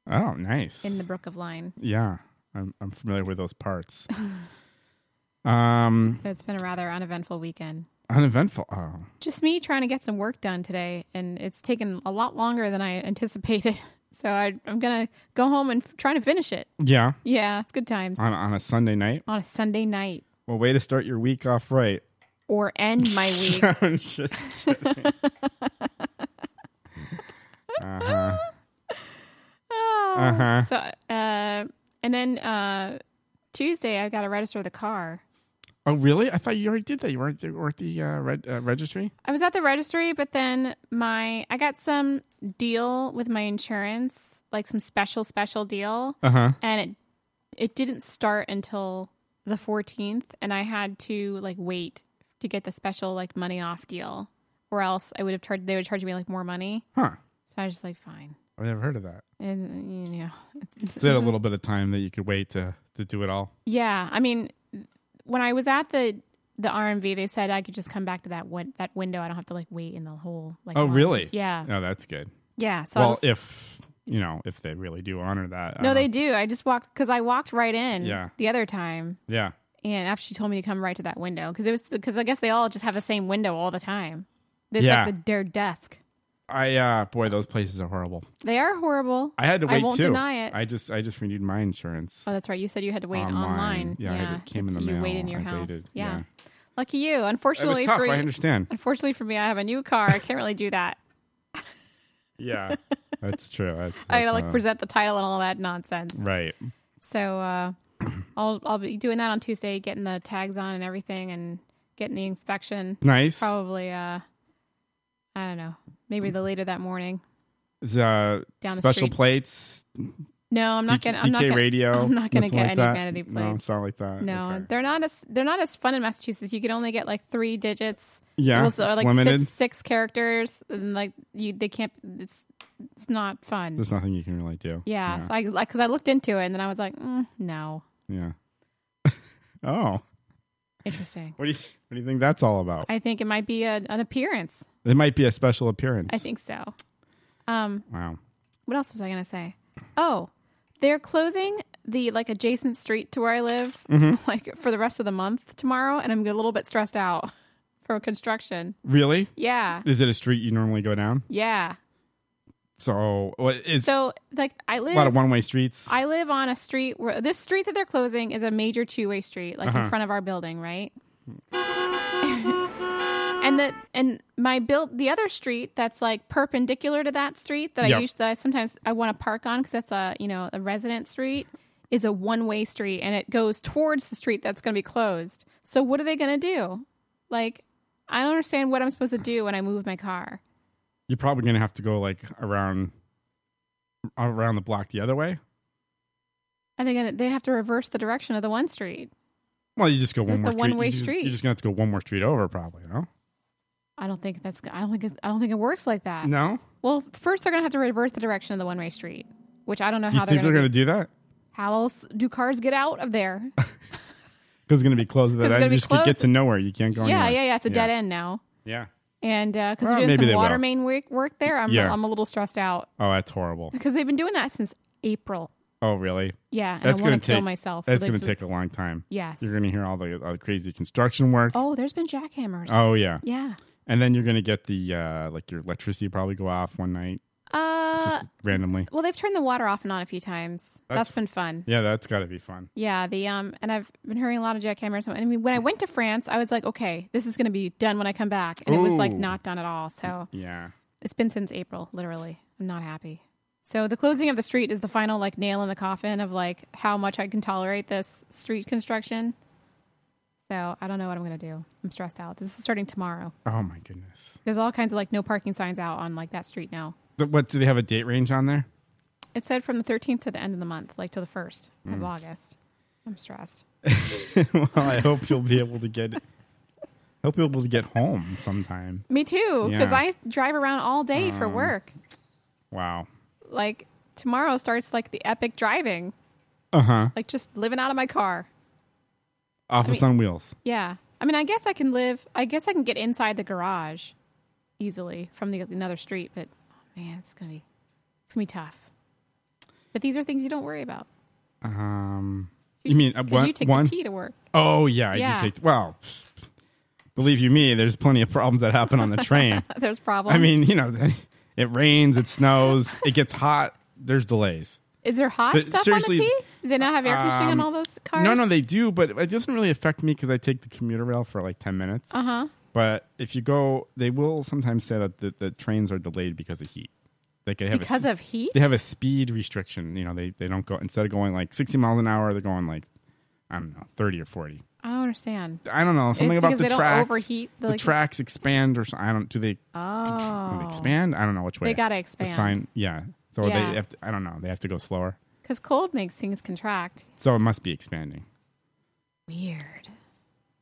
Speaker 2: Oh, nice.
Speaker 1: in the Brook of Line.
Speaker 2: yeah, I'm I'm familiar with those parts. um,
Speaker 1: So it's been a rather uneventful weekend.
Speaker 2: uneventful. Oh,
Speaker 1: Just me trying to get some work done today, and it's taken a lot longer than I anticipated. So I, I'm gonna go home and f- try to finish it.
Speaker 2: yeah.
Speaker 1: Yeah, it's good times
Speaker 2: On on a Sunday night.
Speaker 1: on a Sunday night
Speaker 2: Well, way to start your week off right.
Speaker 1: or end my week.
Speaker 2: I'm just kidding. uh-huh.
Speaker 1: Oh,
Speaker 2: Uh-huh.
Speaker 1: So, uh, and then uh, Tuesday, I got to register the car.
Speaker 2: Oh, really? I thought you already did that. You weren't, you were at the uh, reg- uh, registry.
Speaker 1: I was at the registry, but then my I got some deal with my insurance, like some special special deal,
Speaker 2: Uh huh.
Speaker 1: and it it didn't start until the 14th, and I had to like wait to get the special like money off deal, or else I would have charged they would charge me like more money.
Speaker 2: Huh.
Speaker 1: So I was just like, fine,
Speaker 2: I've never heard of that.
Speaker 1: and you know, it's, it's,
Speaker 2: So you had a little bit of time that you could wait to to do it all.
Speaker 1: Yeah, I mean, when I was at the the RMV, they said I could just come back to that win- that window. I don't have to like wait in the whole like.
Speaker 2: Oh,
Speaker 1: line.
Speaker 2: really?
Speaker 1: Yeah,
Speaker 2: Oh, that's good.
Speaker 1: yeah. So I
Speaker 2: well,
Speaker 1: was,
Speaker 2: if you know, if they really do honor that. uh, I
Speaker 1: no,
Speaker 2: don't
Speaker 1: they
Speaker 2: know.
Speaker 1: do. I just walked because I walked right in.
Speaker 2: Yeah.
Speaker 1: The other time,
Speaker 2: Yeah.
Speaker 1: and after she told me to come right to that window because it was because I guess they all just have the same window all the time. It's
Speaker 2: Yeah.
Speaker 1: like the, their desk.
Speaker 2: I uh boy, those places are horrible.
Speaker 1: They are horrible.
Speaker 2: I had to wait
Speaker 1: I won't
Speaker 2: too.
Speaker 1: deny it.
Speaker 2: I just I just renewed my insurance.
Speaker 1: oh, that's right. You said you had to wait online.
Speaker 2: Online. Yeah, I- it came in
Speaker 1: It's-
Speaker 2: the
Speaker 1: You
Speaker 2: mail.
Speaker 1: waited in your
Speaker 2: I
Speaker 1: house.
Speaker 2: waited.
Speaker 1: Yeah.
Speaker 2: Yeah.
Speaker 1: Lucky you.
Speaker 2: it was
Speaker 1: Unfortunately
Speaker 2: tough.
Speaker 1: for
Speaker 2: I understand.
Speaker 1: unfortunately for me, I have a new car. I can't really do that.
Speaker 2: yeah, that's true. That's,
Speaker 1: I
Speaker 2: that's uh,
Speaker 1: gotta like
Speaker 2: not-
Speaker 1: present the title and all that nonsense.
Speaker 2: Right.
Speaker 1: So uh, I'll I'll be doing that on Tuesday, getting the tags on and everything, and getting the inspection.
Speaker 2: Nice.
Speaker 1: Probably uh, I don't know, maybe the later that morning.
Speaker 2: Is, uh,
Speaker 1: Down the
Speaker 2: special
Speaker 1: street.
Speaker 2: plates.
Speaker 1: No, I'm not
Speaker 2: DK,
Speaker 1: gonna. I'm not gonna,
Speaker 2: radio.
Speaker 1: I'm not gonna
Speaker 2: nothing
Speaker 1: get
Speaker 2: like
Speaker 1: any
Speaker 2: that?
Speaker 1: vanity
Speaker 2: No,
Speaker 1: plates.
Speaker 2: it's not like that.
Speaker 1: No,
Speaker 2: Okay.
Speaker 1: they're not as they're not as fun in Massachusetts. You can only get like three digits.
Speaker 2: Yeah,
Speaker 1: Those are
Speaker 2: it's
Speaker 1: like
Speaker 2: limited.
Speaker 1: six six characters, and like you they can't. It's it's not fun.
Speaker 2: There's nothing you can really do.
Speaker 1: yeah, so I like because I looked into it and then I was like, mm, no,
Speaker 2: Yeah. yeah. oh,
Speaker 1: interesting.
Speaker 2: what do you what do you think that's all about?
Speaker 1: I think it might be a, an appearance.
Speaker 2: it might be a special appearance.
Speaker 1: I think so. Um,
Speaker 2: Wow.
Speaker 1: what else was I going to say? Oh, they're closing the like adjacent street to where I live
Speaker 2: Mm-hmm.
Speaker 1: like for the rest of the month tomorrow and I'm a little bit stressed out from construction.
Speaker 2: Really?
Speaker 1: Yeah.
Speaker 2: Is it a street you normally go down?
Speaker 1: Yeah.
Speaker 2: So what is
Speaker 1: So like I
Speaker 2: a
Speaker 1: live
Speaker 2: lot of one way streets?
Speaker 1: I live on a street where this street that they're closing is a major two way street, like in
Speaker 2: Uh-huh.
Speaker 1: front of our building, right? and that and my build the other street that's like perpendicular to that street that I
Speaker 2: Yep.
Speaker 1: use that I sometimes I want to park on because that's a you know a resident street is a one way street and it goes towards the street that's going to be closed. So what are they going to do? Like I don't understand what I'm supposed to do when I move my car.
Speaker 2: You're probably gonna have to go like around around the block the other way.
Speaker 1: Are they gonna they have to reverse the direction of the one street?
Speaker 2: Well, you just go one
Speaker 1: It's
Speaker 2: more
Speaker 1: a one-way
Speaker 2: You just-
Speaker 1: street.
Speaker 2: You're just gonna have to go one more street over, probably. No.
Speaker 1: I don't think that's. I don't think. It's, I don't think it works like that.
Speaker 2: No.
Speaker 1: Well, first they're gonna have to reverse the direction of the one way street, which I don't know
Speaker 2: You
Speaker 1: how
Speaker 2: think
Speaker 1: they're gonna. do.
Speaker 2: do that?
Speaker 1: How else do cars get out of there?
Speaker 2: Because it's gonna be closed. That
Speaker 1: it's gonna
Speaker 2: I
Speaker 1: be
Speaker 2: just could get
Speaker 1: closed.
Speaker 2: to nowhere. You can't go.
Speaker 1: yeah,
Speaker 2: anywhere.
Speaker 1: yeah, yeah. It's a dead end now,
Speaker 2: Yeah.
Speaker 1: and because
Speaker 2: Well,
Speaker 1: we're doing
Speaker 2: maybe
Speaker 1: some
Speaker 2: they
Speaker 1: water
Speaker 2: will.
Speaker 1: main work, work there, I'm
Speaker 2: Yeah.
Speaker 1: I'm a little stressed out
Speaker 2: Oh, that's horrible.
Speaker 1: because they've been doing that since April.
Speaker 2: Oh, really?
Speaker 1: Yeah, and
Speaker 2: that's
Speaker 1: I
Speaker 2: gonna
Speaker 1: want to kill
Speaker 2: take-
Speaker 1: myself.
Speaker 2: That's
Speaker 1: Like,
Speaker 2: gonna
Speaker 1: to-
Speaker 2: take a long time.
Speaker 1: Yes.
Speaker 2: You're gonna hear all the, all the crazy construction work.
Speaker 1: Oh, there's been jackhammers.
Speaker 2: Oh, yeah.
Speaker 1: Yeah.
Speaker 2: And then you're gonna get the uh like your electricity probably go off one night
Speaker 1: Uh.
Speaker 2: just randomly.
Speaker 1: Well, they've turned the water off and on a few times.
Speaker 2: That's-
Speaker 1: that's been fun.
Speaker 2: Yeah, that's got to be fun.
Speaker 1: Yeah, the um, and I've been hearing a lot of jackhammers. I mean, when I went to France, I was like, okay, this is going to be done when I come back, and it was like
Speaker 2: Ooh.
Speaker 1: not done at all. So
Speaker 2: Yeah.
Speaker 1: it's been since April, literally. I'm not happy. So the closing of the street is the final like nail in the coffin of like how much I can tolerate this street construction. So I don't know what I'm going to do. I'm stressed out. This is starting tomorrow.
Speaker 2: Oh my goodness.
Speaker 1: There's all kinds of like no parking signs out on like that street now.
Speaker 2: The- What do they have a date range on there?
Speaker 1: It said from the 13th to the end of the month, like to the 1st of August. I'm stressed.
Speaker 2: well, I hope you'll be able to get. Hope you'll be able to get home sometime.
Speaker 1: Me too, because
Speaker 2: Yeah. Um.
Speaker 1: I drive around all day for work.
Speaker 2: Wow.
Speaker 1: Like tomorrow starts like the epic driving,
Speaker 2: Uh huh.
Speaker 1: like just living out of my car.
Speaker 2: Office on wheels.
Speaker 1: Yeah. I mean, I guess I can live, I guess I can get inside the garage easily from the another street, but oh man, it's going to be it's going to be tough. But these are things you don't worry about.
Speaker 2: Um, you mean uh,
Speaker 1: 'cause
Speaker 2: one?
Speaker 1: you take
Speaker 2: one?
Speaker 1: the tea to work.
Speaker 2: Oh yeah, I
Speaker 1: Yeah.
Speaker 2: do take. Well, believe you me, there's plenty of problems that happen on the train.
Speaker 1: There's problems.
Speaker 2: I mean, you know, it rains, it snows, it gets hot. There's delays.
Speaker 1: is there hot
Speaker 2: but
Speaker 1: stuff on the
Speaker 2: seriously,
Speaker 1: tea? Do they not have air conditioning on
Speaker 2: um,
Speaker 1: all those cars?
Speaker 2: No, no, they do, but it doesn't really affect me because I take the commuter rail for like ten minutes.
Speaker 1: Uh huh.
Speaker 2: But if you go, they will sometimes say that the, the trains are delayed because of heat. Like they have
Speaker 1: Because
Speaker 2: a, s-
Speaker 1: of heat?
Speaker 2: they have a speed restriction. You know, they they don't go instead of going like sixty miles an hour, they're going like I don't know, thirty or forty.
Speaker 1: I don't understand.
Speaker 2: I don't know something
Speaker 1: It's
Speaker 2: about
Speaker 1: because
Speaker 2: the
Speaker 1: they don't
Speaker 2: tracks.
Speaker 1: overheat the,
Speaker 2: the
Speaker 1: like-
Speaker 2: tracks expand or so, I don't. Do they, do they
Speaker 1: Oh.
Speaker 2: expand? I don't know which way.
Speaker 1: They gotta
Speaker 2: The
Speaker 1: expand.
Speaker 2: sign, yeah. So
Speaker 1: Yeah.
Speaker 2: they have to, I don't know. They have to go slower.
Speaker 1: Because cold makes things contract.
Speaker 2: So it must be expanding.
Speaker 1: Weird.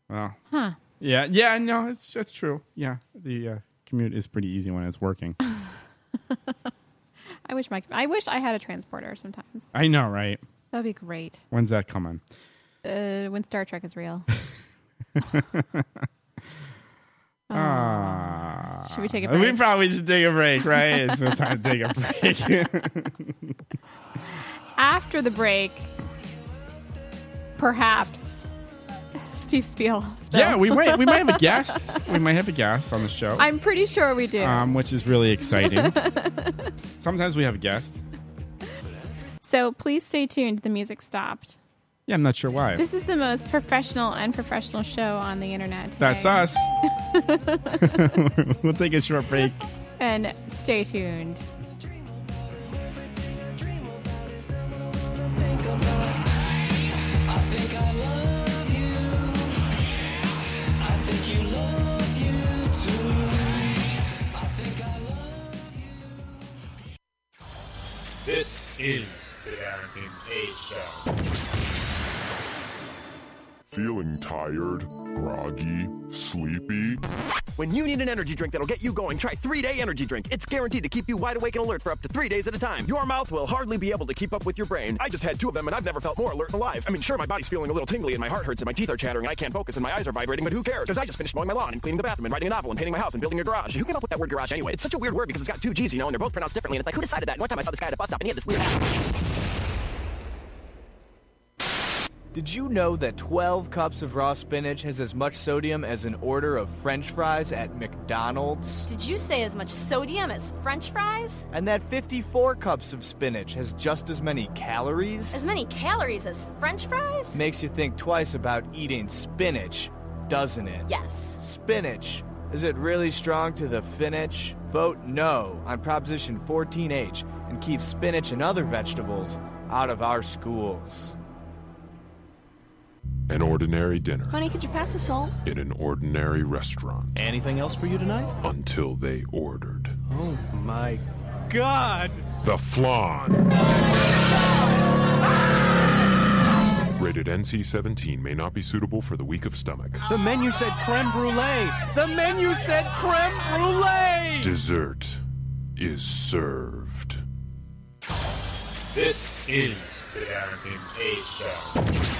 Speaker 2: Well,
Speaker 1: Huh.
Speaker 2: yeah, yeah. No, it's that's true. Yeah, the uh, commute is pretty easy when it's working.
Speaker 1: I wish my I wish I had a transporter sometimes.
Speaker 2: I know, right?
Speaker 1: That'd be great.
Speaker 2: When's that coming?
Speaker 1: Uh, when Star Trek is real.
Speaker 2: Ah,
Speaker 1: Should we take a
Speaker 2: We
Speaker 1: break?
Speaker 2: probably should take a break, right? it's time to take a break.
Speaker 1: After the break, perhaps Steve Spiel. Spiel.
Speaker 2: yeah, we might we might have a guest. We might have a guest on the show.
Speaker 1: I'm pretty sure we do.
Speaker 2: um, which is really exciting. Sometimes we have a guest.
Speaker 1: so please stay tuned. The music stopped.
Speaker 2: Yeah, I'm not sure why.
Speaker 1: This is the most professional and professional show on the internet. Today.
Speaker 2: That's us. we'll take a short break.
Speaker 1: And stay tuned.
Speaker 10: This is the Darren and Kay Show.
Speaker 11: Feeling tired, groggy, sleepy?
Speaker 12: When you need an energy drink that'll get you going, try 3-Day Energy Drink. It's guaranteed to keep you wide awake and alert for up to 3 days at a time. Your mouth will hardly be able to keep up with your brain. I just had two of them and I've never felt more alert and alive. I mean, sure, my body's feeling a little tingly and my heart hurts and my teeth are chattering and I can't focus and my eyes are vibrating, but who cares? Because I just finished mowing my lawn and cleaning the bathroom and writing a novel and painting my house and building a garage. Who came up with that word garage anyway? It's such a weird word because it's got two G's, you know, and they're both pronounced differently. And it's like, who decided that? And one time I saw this guy at a bus stop and he had this weird hat.
Speaker 13: Did you know that 12 cups of raw spinach has as much sodium as an order of french fries at McDonald's?
Speaker 5: Did you say as much sodium as french fries?
Speaker 13: And that 54 cups of spinach has just as many calories?
Speaker 5: As many calories as french fries?
Speaker 13: Makes you think twice about eating spinach, doesn't it?
Speaker 5: Yes.
Speaker 13: Spinach. Is it really strong to the finish? Vote no on Proposition 14H and keep spinach and other vegetables out of our schools.
Speaker 14: An ordinary dinner
Speaker 15: Honey, could you pass us salt?
Speaker 14: in an ordinary restaurant. Anything else for you tonight? Until they ordered.
Speaker 15: Oh my
Speaker 14: God! The Flan. Rated NC 17 may not be suitable for the weak of stomach.
Speaker 15: The menu said creme brulee. The menu said creme brulee.
Speaker 14: Dessert is served.
Speaker 10: This is the Darren and Kay Show.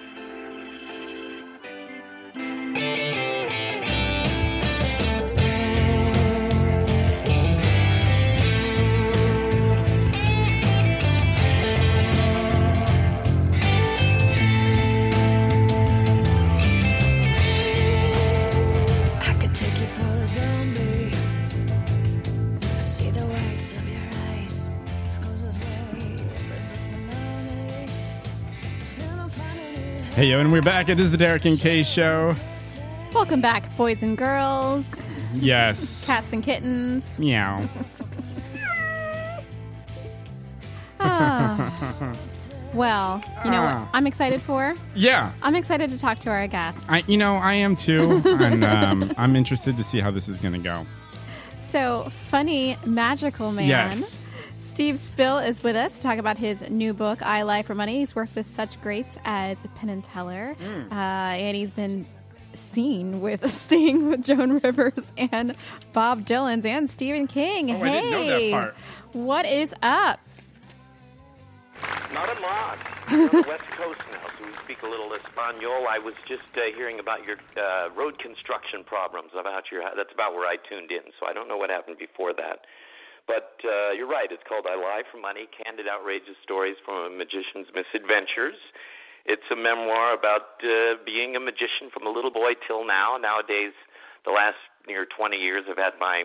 Speaker 16: I could take you for a zombie. I see the whites of your eyes.
Speaker 2: Hey, yo, and we're back. It is the Derek and Kay show.
Speaker 1: Welcome back, boys and girls,
Speaker 2: Yes.
Speaker 1: cats and kittens.
Speaker 2: Meow.
Speaker 1: Ah. well, you know what
Speaker 2: Ah.
Speaker 1: I'm excited for?
Speaker 2: yeah.
Speaker 1: I'm excited to talk to our guest.
Speaker 2: I, you know, I am too. And um, I'm interested to see how this is going to go.
Speaker 1: So, funny, magical man.
Speaker 2: Yes.
Speaker 1: Steve Spill is with us to talk about his new book, I Lie for Money. He's worked with such greats as Penn and Teller,
Speaker 13: Mm.
Speaker 1: uh, and he's been seen with Sting, with Joan Rivers, and Bob Dylan's, and Stephen King.
Speaker 13: Oh,
Speaker 1: hey,
Speaker 13: I didn't know that part.
Speaker 1: what is up?
Speaker 13: Not a lot. We're on the West Coast now, so we speak a little Espanol. I was just uh, hearing about your uh, road construction problems. About your that's about where I tuned in. So I don't know what happened before that. But uh, you're right. It's called I Lie for Money: Candid, Outrageous Stories from a Magician's Misadventures. It's a memoir about uh, being a magician from a little boy till now. Nowadays, the last near 20 years, I've had my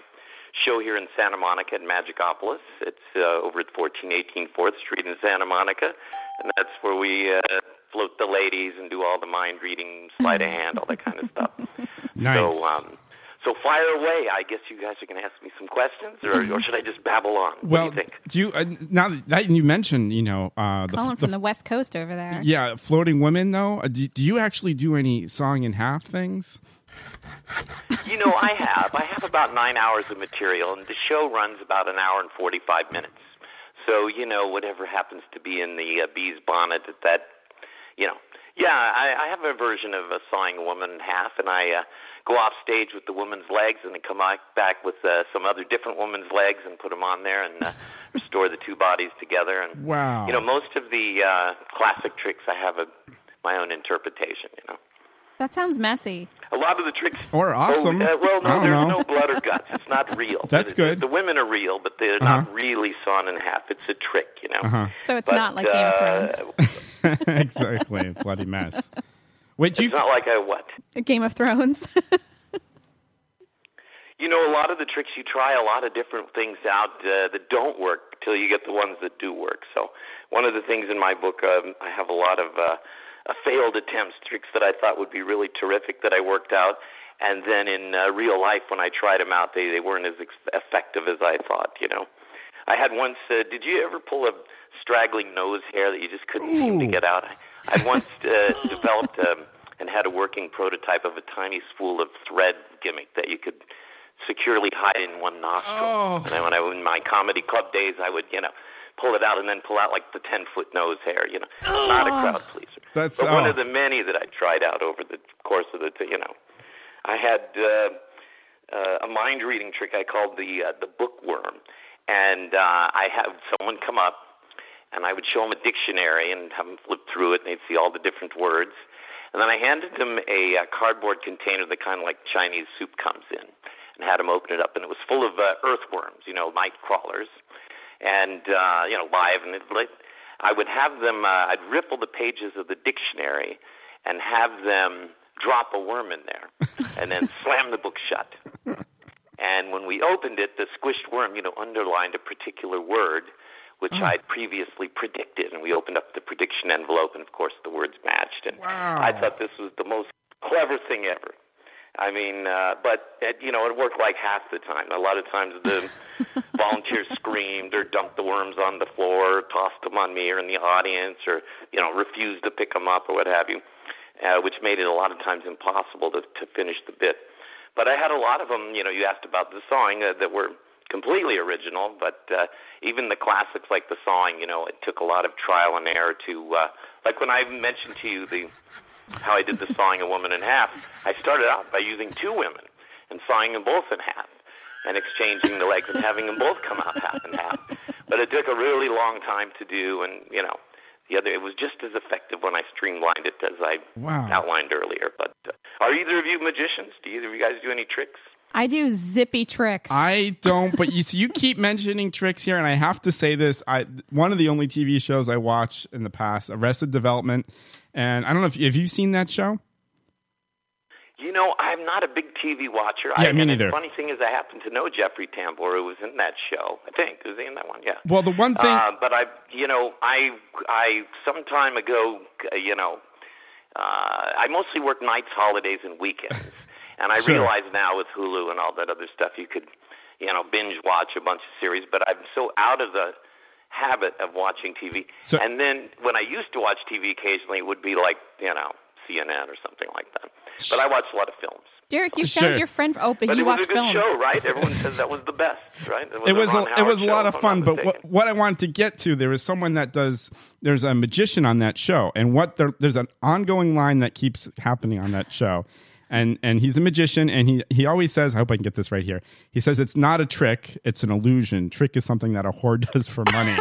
Speaker 13: show here in Santa Monica at Magicopolis. It's uh, over at 1418 4th Street in Santa Monica, and that's where we uh, float the ladies and do all the mind reading, sleight of hand, all that kind of stuff.
Speaker 2: Nice.
Speaker 13: So, um, so fire away. I guess you guys are going to ask me some questions, or, or should I just babble on?
Speaker 2: well,
Speaker 13: what do you think?
Speaker 2: do you, uh, now that you mentioned, you know, uh,
Speaker 1: Calling
Speaker 2: the,
Speaker 1: from the West Coast over there.
Speaker 2: yeah, floating women though. Uh, do, do you actually do any song and half things?
Speaker 13: You know, I have. I have about nine hours of material, and the show runs about an hour and 45 minutes. So, you know, whatever happens to be in the uh, bee's bonnet at that, you know. Yeah, I, I have a version of a sawing a woman in half, and I uh, go off stage with the woman's legs, and then come back back with uh, some other different woman's legs and put them on there and uh, restore the two bodies together. And
Speaker 2: Wow.
Speaker 13: you know, most of the uh, classic tricks I have a, my own interpretation. You know.
Speaker 1: That sounds messy.
Speaker 13: A lot of the tricks
Speaker 2: Or awesome.
Speaker 13: Oh, uh, well,
Speaker 2: I
Speaker 13: no,
Speaker 2: don't
Speaker 13: there's
Speaker 2: know.
Speaker 13: no blood or guts. It's not real.
Speaker 2: That's
Speaker 13: The- the-
Speaker 2: good.
Speaker 13: The, women are real, but they're not really sawn in half. It's a trick, you know.
Speaker 2: Uh-huh.
Speaker 1: So it's
Speaker 13: But,
Speaker 1: not like Game of
Speaker 13: uh,
Speaker 1: Thrones.
Speaker 2: exactly, bloody mess. Wait, do you?
Speaker 13: It's not like I what?
Speaker 1: Game of Thrones.
Speaker 13: You know, a lot of the tricks you try, a lot of different things out uh, that don't work till you get the ones that do work. So, one of the things in my book, um, I have a lot of uh, uh, failed attempts, tricks that I thought would be really terrific that I worked out, and then in uh, real life when I tried them out, they they weren't as ex- effective as I thought. You know, I had once. Uh, did you ever pull a straggling nose hair that you just couldn't seem
Speaker 17: Ooh.
Speaker 13: to get out? I, I once uh, developed um, and had a working prototype of a tiny spool of thread gimmick that you could securely hide in one nostril.
Speaker 2: Oh.
Speaker 13: And then when I was in my comedy club days, I would, you know, pull it out and then pull out like the 10 foot nose hair, you know. Not a
Speaker 2: Oh.
Speaker 13: crowd pleaser.
Speaker 2: That's
Speaker 13: but one
Speaker 2: oh.
Speaker 13: of the many that I tried out over the course of the, t- you know. I had uh, uh, a mind reading trick I called the uh, the bookworm. And uh, I had someone come up and I would show them a dictionary and have them flip through it, and they'd see all the different words. And then I handed them a, uh cardboard container that kind of like Chinese soup comes in, and had them open it up, and it was full of uh, earthworms, you know, night crawlers, and uh, you know, live. And it, like, I would have them, uh, I'd ripple the pages of the dictionary, and have them drop a worm in there, and then slam the book shut. And when we opened it, the squished worm, you know, underlined a particular word, which I'd previously predicted. And we opened up the prediction envelope, and of course, the words matched. And
Speaker 2: Wow.
Speaker 13: I thought this was the most clever thing ever. I mean, uh, but it, you know, it worked like half the time. A lot of times, the volunteers screamed or dumped the worms on the floor, or tossed them on me or in the audience, or you know, refused to pick them up or what have you, uh, which made it a lot of times impossible to, to finish the bit. But I had a lot of them. You know, you asked about the sawing uh, that were completely original, but uh, even the classics like the sawing, you know, it took a lot of trial and error to. Uh, like when I mentioned to you the how I did the sawing a woman in half, I started out by using two women and sawing them both in half and exchanging the legs and having them both come out half and half. But it took a really long time to do, and you know, the other it was just as effective when I streamlined it as I
Speaker 2: Wow.
Speaker 13: outlined earlier. But uh, are either of you magicians? Do either of you guys do any tricks?
Speaker 1: I do zippy tricks.
Speaker 2: I don't, but you so you keep mentioning tricks here, and I have to say this: I one of the only TV shows I watch in the past, Arrested Development, and I don't know if have you seen that show?
Speaker 13: You know, I'm not a big TV watcher.
Speaker 2: Yeah,
Speaker 13: I,
Speaker 2: me
Speaker 13: and
Speaker 2: neither.
Speaker 13: The funny thing is, I happen to know Jeffrey Tambor, who was in that show. I think was he in that one? Yeah.
Speaker 2: Well, the one thing-
Speaker 13: Uh, but I, you know, I, I, some time ago, uh, you know, Uh, I mostly work nights, holidays, and weekends. And I
Speaker 2: Sure.
Speaker 13: realize now with Hulu and all that other stuff, you could, you know, binge watch a bunch of series. But I'm so out of the habit of watching TV.
Speaker 2: So-
Speaker 13: and then when I used to watch TV occasionally, it would be like, you know, CNN or something like that. But I watched a lot of films.
Speaker 1: Derek, you
Speaker 2: Sure.
Speaker 1: found your friend. Oh, but,
Speaker 13: But
Speaker 1: he
Speaker 13: it was
Speaker 1: watched
Speaker 13: a good
Speaker 1: films.
Speaker 13: show, right? Everyone says that was the best, right?
Speaker 2: it was
Speaker 13: a, Ron
Speaker 2: it
Speaker 13: Howard
Speaker 2: was a
Speaker 13: show,
Speaker 2: lot of
Speaker 13: if I'm
Speaker 2: fun
Speaker 13: not
Speaker 2: but
Speaker 13: mistaken.
Speaker 2: what, what i wanted to get to there is someone that does there's a magician on that show and what there, there's an ongoing line that keeps happening on that show and and he's a magician and he he always says i hope i can get this right here he says it's not a trick it's an illusion trick is something that a whore does for money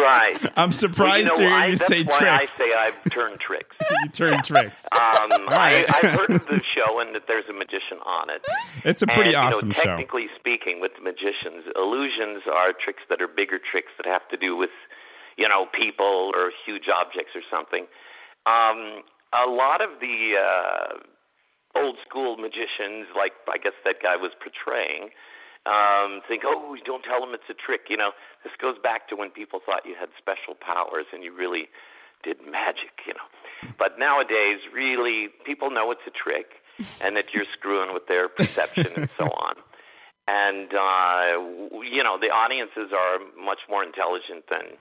Speaker 13: right?
Speaker 2: i'm surprised
Speaker 13: well,
Speaker 2: to
Speaker 13: you know,
Speaker 2: hear
Speaker 13: I,
Speaker 2: you
Speaker 13: that's
Speaker 2: say
Speaker 13: why
Speaker 2: trick
Speaker 13: I say I've turned tricks.
Speaker 2: you turn tricks
Speaker 13: Um,
Speaker 2: right.
Speaker 13: I, I've heard of the show and that there's a magician on it.
Speaker 2: It's a pretty
Speaker 13: And, you
Speaker 2: awesome
Speaker 13: know,
Speaker 2: show.
Speaker 13: Technically speaking, with magicians, illusions are tricks that are bigger tricks that have to do with, you know, people or huge objects or something. Um, a lot of the uh, old school magicians, like I guess that guy was portraying, um, think, oh, don't tell them it's a trick. You know, this goes back to when people thought you had special powers and you really did magic. You know. But nowadays, really, people know it's a trick and that you're screwing with their perception and so on. And, uh, w- you know, the audiences are much more intelligent than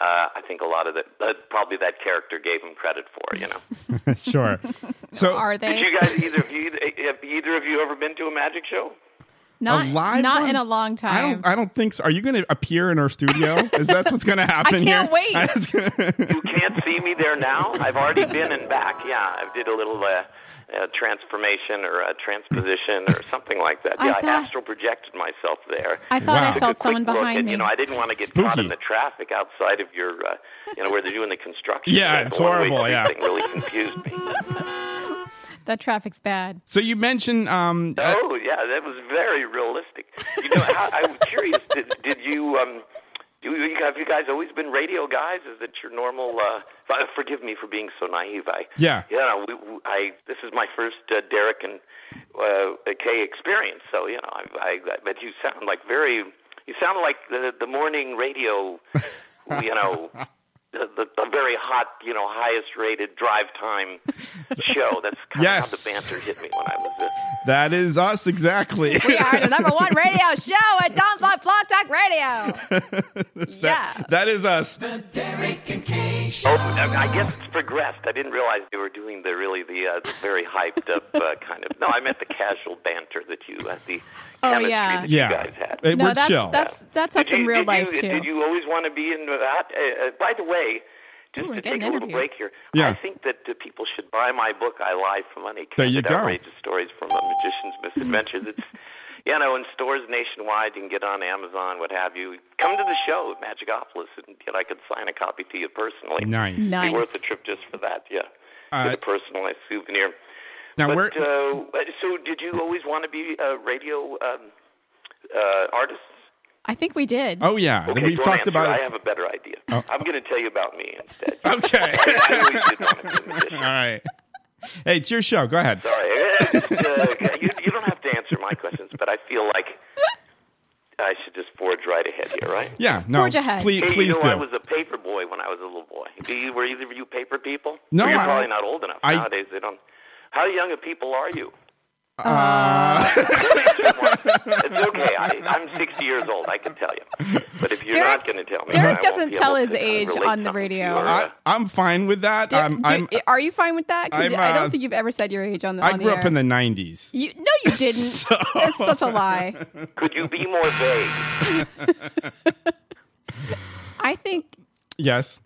Speaker 13: uh, I think a lot of that, uh, probably that character gave him credit for, you know.
Speaker 2: sure so
Speaker 1: Are they?
Speaker 13: Did you guys, either of you, have either of you ever been to a magic show?
Speaker 1: Not,
Speaker 2: A live
Speaker 1: not
Speaker 2: one?
Speaker 1: in a long
Speaker 2: I
Speaker 1: time.
Speaker 2: don't. I don't think so. Are you going to appear in our studio? Is that what's going to happen
Speaker 1: can't
Speaker 2: here?
Speaker 1: wait.
Speaker 13: You can't see me there now. I've already been and back. Yeah, I did a little uh, uh, transformation or a transposition or something like that.
Speaker 1: I
Speaker 13: Yeah, I,
Speaker 1: thought-
Speaker 13: astral projected myself there.
Speaker 1: I thought I
Speaker 13: Took a
Speaker 1: felt
Speaker 13: quick
Speaker 1: someone
Speaker 13: look
Speaker 1: behind
Speaker 13: and, You
Speaker 1: me.
Speaker 13: know, I didn't want to get caught in the traffic outside of your, uh, you know, where they're doing the construction.
Speaker 2: Yeah,
Speaker 13: The
Speaker 2: it's
Speaker 13: one-way
Speaker 2: horrible,
Speaker 13: street
Speaker 2: yeah.
Speaker 13: thing really confused me.
Speaker 1: That traffic's bad.
Speaker 2: So you mentioned. Um, uh,
Speaker 13: Oh yeah, that was very realistic. You know, I, I'm curious. Did, did you? Um, do you, have you guys always been radio guys? Is it your normal? Uh, f- forgive me for being so naive. I
Speaker 2: Yeah.
Speaker 13: yeah. We, we, I this is my first uh, Derek and uh, Kay experience. So you know, I, I, I but you sound like very. You sound like the the morning radio. You know. The, the, the very hot, you know, highest rated drive time show. That's kind
Speaker 2: Yes.
Speaker 13: of how the banter hit me when I was uh,
Speaker 2: that is us exactly.
Speaker 1: We are the number one radio show at Don Block Block Talk Radio.
Speaker 2: That's that- that is us.
Speaker 13: Oh, I I guess it's progressed. I didn't realize they were doing the really the, uh, the very hyped up uh, kind of. No, I meant the casual banter that you uh, the
Speaker 1: Oh
Speaker 13: chemistry
Speaker 1: yeah.
Speaker 13: that you guys had.
Speaker 2: It-
Speaker 1: no,
Speaker 2: we're
Speaker 1: that's,
Speaker 2: chill.
Speaker 1: That's that's us
Speaker 13: Did
Speaker 1: in
Speaker 13: you-
Speaker 1: real
Speaker 13: did
Speaker 1: life
Speaker 13: you,
Speaker 1: too.
Speaker 13: Did you always want to be in that? Uh, uh, by the way, just
Speaker 1: Ooh, we're
Speaker 13: to
Speaker 1: getting
Speaker 13: take a little
Speaker 1: interviewed.
Speaker 13: break here,
Speaker 2: Yeah.
Speaker 13: I think that uh, people should buy my book, I Lie for Money.
Speaker 2: There you
Speaker 13: Candid,
Speaker 2: go.
Speaker 13: Outrageous Stories from a Magician's Misadventures. it's, you know, in stores nationwide. You can get on Amazon, what have you. Come to the show at Magicopolis, and you know, I could sign a copy to you personally.
Speaker 2: Nice.
Speaker 13: It'd
Speaker 1: Nice.
Speaker 13: Be worth a trip just for that, yeah.
Speaker 2: Uh,
Speaker 13: Get a personalized souvenir.
Speaker 2: Now
Speaker 13: but,
Speaker 2: we're
Speaker 13: uh, so did you always want to be a radio um, uh, artist?
Speaker 1: I think we did.
Speaker 2: oh yeah,
Speaker 13: Okay,
Speaker 2: we've
Speaker 13: don't
Speaker 2: talked
Speaker 13: answer.
Speaker 2: about
Speaker 13: I
Speaker 2: it.
Speaker 13: have a better idea.
Speaker 2: Oh.
Speaker 13: I'm going to tell you about me instead.
Speaker 2: Okay.
Speaker 13: I always did want to be a
Speaker 2: All
Speaker 13: magician.
Speaker 2: right. Hey, it's your show. Go ahead.
Speaker 13: Sorry. Uh, just, uh, you, you don't have to answer my questions, but I feel like I should just forge right ahead here, right?
Speaker 2: Yeah. No.
Speaker 1: Forge ahead.
Speaker 2: Please,
Speaker 13: Hey, you
Speaker 2: please
Speaker 13: know,
Speaker 2: do.
Speaker 13: I was a paper boy when I was a little boy. Do you, were either of you paper people?
Speaker 2: No,
Speaker 13: you're
Speaker 2: I-
Speaker 13: probably not old enough.
Speaker 2: I-
Speaker 13: Nowadays, they don't. How young of people are you?
Speaker 2: Uh,
Speaker 1: Uh,
Speaker 13: it's okay. I, I'm 60 years old. I can tell you. But if you're
Speaker 1: Derek-
Speaker 13: not going to tell me, then I
Speaker 1: Derek
Speaker 13: won't
Speaker 1: doesn't
Speaker 13: be
Speaker 1: tell
Speaker 13: able
Speaker 1: his
Speaker 13: to
Speaker 1: age on
Speaker 13: relate
Speaker 1: the
Speaker 13: something to
Speaker 1: radio.
Speaker 13: your,
Speaker 2: I,
Speaker 13: uh,
Speaker 2: I'm fine with that.
Speaker 1: Derek, do-
Speaker 2: I'm. I'm.
Speaker 1: are you fine with that? 'Cause
Speaker 2: I'm,
Speaker 1: I
Speaker 2: uh,
Speaker 1: don't think you've ever said your age on the.
Speaker 2: I
Speaker 1: on
Speaker 2: grew
Speaker 1: the
Speaker 2: up in
Speaker 1: air.
Speaker 2: the '90s.
Speaker 1: You, no, you didn't. That's such a lie.
Speaker 13: could you be more vague?
Speaker 1: I think
Speaker 2: Yes.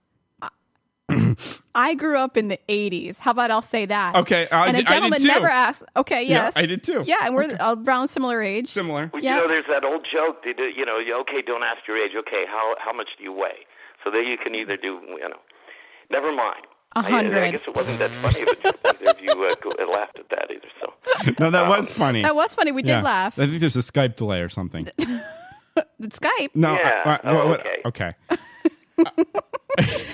Speaker 1: I grew up in the '80s. How about I'll say that?
Speaker 2: Okay, I-
Speaker 1: and
Speaker 2: I
Speaker 1: a
Speaker 2: did
Speaker 1: gentleman
Speaker 2: too.
Speaker 1: never asked. Okay,
Speaker 2: Yeah,
Speaker 1: yes,
Speaker 2: I did too.
Speaker 1: Yeah, and we're around similar age.
Speaker 2: Similar.
Speaker 13: Well,
Speaker 1: Yeah.
Speaker 13: You know, there's that old joke. They do, you know, you- okay, don't ask your age. Okay, how how much do you weigh? So there you can either do, you know, never mind.
Speaker 1: A
Speaker 13: I- I,
Speaker 1: hundred.
Speaker 13: guess it wasn't that funny of a joke either if you uh, go- laughed at that either. So
Speaker 2: No, that was funny.
Speaker 1: That was funny. We did
Speaker 2: Yeah.
Speaker 1: laugh.
Speaker 2: I think there's a Skype delay or something.
Speaker 1: It's Skype.
Speaker 2: No. I-
Speaker 13: Yeah.
Speaker 2: I-
Speaker 13: Oh,
Speaker 2: what- what-
Speaker 13: okay.
Speaker 2: okay.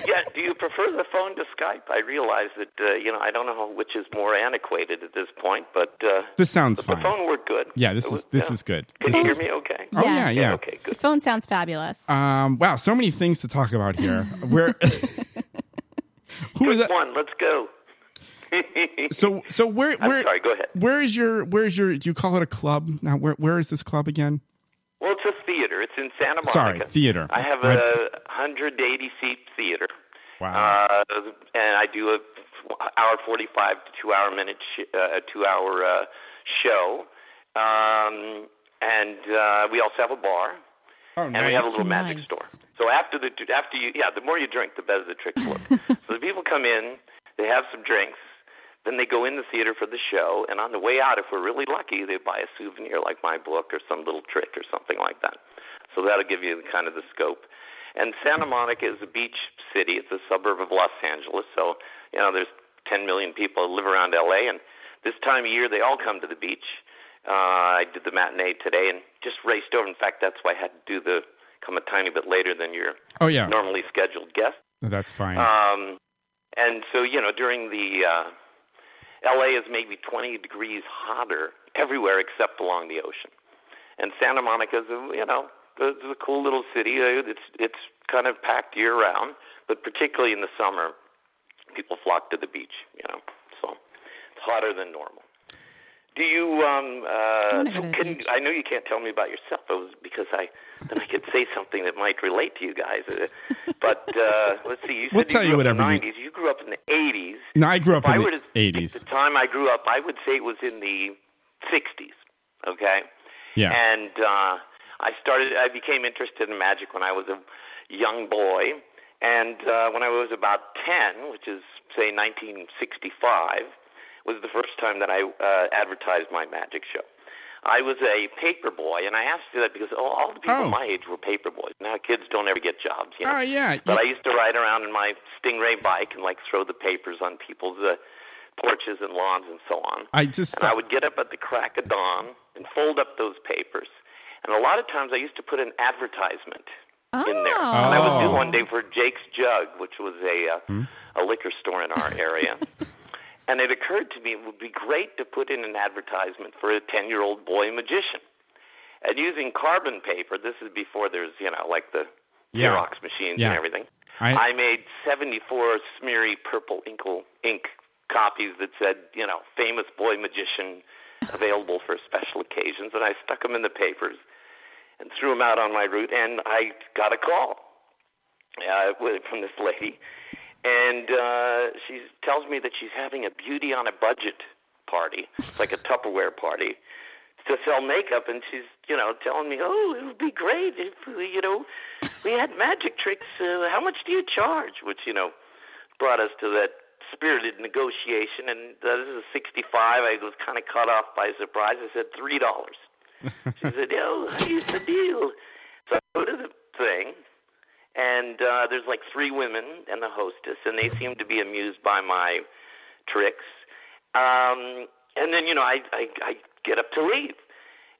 Speaker 13: yeah, do you prefer the phone to Skype? I realize that uh, you know I don't know how- which is more antiquated at this point, but uh,
Speaker 2: This sounds
Speaker 13: but the
Speaker 2: fine.
Speaker 13: phone worked good.
Speaker 2: Yeah. This
Speaker 13: It
Speaker 2: is
Speaker 13: was-
Speaker 2: this
Speaker 13: yeah.
Speaker 2: is good.
Speaker 13: Can you hear me? Okay.
Speaker 2: Oh yeah,
Speaker 1: Yes.
Speaker 2: yeah.
Speaker 13: Okay, good.
Speaker 1: The phone
Speaker 2: Uh,
Speaker 1: sounds fabulous.
Speaker 2: Um, wow, so many things to talk about here. We're Who is
Speaker 13: Pick
Speaker 2: that?
Speaker 13: One. Let's go.
Speaker 2: So so where
Speaker 13: I'm
Speaker 2: where
Speaker 13: sorry, go ahead.
Speaker 2: Where is your where is your do you call it a club? Now where where is this club again?
Speaker 13: Well, it's a theater. It's in Santa Monica.
Speaker 2: Sorry, theater.
Speaker 13: I have
Speaker 2: Right.
Speaker 13: a 180 seat theater.
Speaker 2: Wow.
Speaker 13: Uh, and I do a f- hour 45 to two hour minute sh- uh, two hour uh, show. Um, and uh, we also have a bar.
Speaker 2: Oh,
Speaker 13: and we have a little
Speaker 2: nice.
Speaker 13: magic store. So after the after you yeah, the more you drink, the better the tricks look. so the people come in, they have some drinks, then they go in the theater for the show, and on the way out, if we're really lucky, they buy a souvenir like my book or some little trick or something like that. So that'll give you the kind of the scope. And Santa Monica is a beach city. It's a suburb of Los Angeles. So you know, there's 10 million people who live around LA, and this time of year, they all come to the beach. Uh, I did the matinee today and just raced over. In fact, that's why I had to do the come a tiny bit later than your
Speaker 2: Oh, yeah.
Speaker 13: normally scheduled guest.
Speaker 2: Oh, That's fine.
Speaker 13: Um, and so you know, during the uh, LA is maybe 20 degrees hotter everywhere except along the ocean, and Santa Monica is a, you know it's a cool little city. Uh, It's it's kind of packed year round, but particularly in the summer, people flock to the beach. You know, so it's hotter than normal. Do you? Um, uh,
Speaker 17: wanna go to the
Speaker 13: can, I know you can't tell me about yourself. It was because I then I could say something that might relate to you guys. Uh, But uh, let's see. You said
Speaker 2: We'll tell you
Speaker 13: grew up in
Speaker 2: whatever
Speaker 13: the
Speaker 2: you-
Speaker 13: '90s. You... grew up in the '80s.
Speaker 2: No, I grew up
Speaker 13: if I
Speaker 2: in
Speaker 13: were
Speaker 2: the
Speaker 13: to
Speaker 2: eighties.
Speaker 13: the time I grew up, I would say it was in the 60s. Okay.
Speaker 2: Yeah.
Speaker 13: And uh, I started. I became interested in magic when I was a young boy, and uh, when I was about 10, which is say 1965, was the first time that I uh, advertised my magic show. I was a paper boy, and I asked you that because all, all the
Speaker 2: Oh.
Speaker 13: people my age were paper boys. Now kids don't ever get jobs. You
Speaker 2: Oh,
Speaker 13: know?
Speaker 2: yeah.
Speaker 13: But
Speaker 2: You-
Speaker 13: I used to ride around in my Stingray bike and like throw the papers on people's uh, porches and lawns and so on.
Speaker 2: I just
Speaker 13: And I would get up at the crack of dawn and fold up those papers. And a lot of times I used to put an advertisement in there.
Speaker 2: Oh.
Speaker 13: And I would do one day for Jake's Jug, which was a uh,
Speaker 2: Hmm?
Speaker 13: a liquor store in our area. and it occurred to me it would be great to put in an advertisement for a 10-year-old boy magician. And using carbon paper, this is before there's, you know, like the
Speaker 2: Yeah.
Speaker 13: Xerox machines
Speaker 2: Yeah.
Speaker 13: and everything.
Speaker 2: I-
Speaker 13: I, made 74 smeary purple inkle ink copies that said, you know, famous boy magician available for special occasions. And I stuck them in the papers and threw them out on my route. And I got a call uh, with- from this lady. And uh, she tells me that she's having a beauty on a budget party, It's like a Tupperware party to sell makeup, and she's you know telling me, oh, it would be great if we, you know we had magic tricks. Uh, how much do you charge? Which you know brought us to that spirited negotiation, and uh, this is '65. I was kind of caught off by surprise. I said three dollars. She said, oh, here's the deal. So I go to the thing, and uh, there's like three women and the hostess, and they seem to be amused by my tricks. Um, and then, you know, I, I, I get up to leave.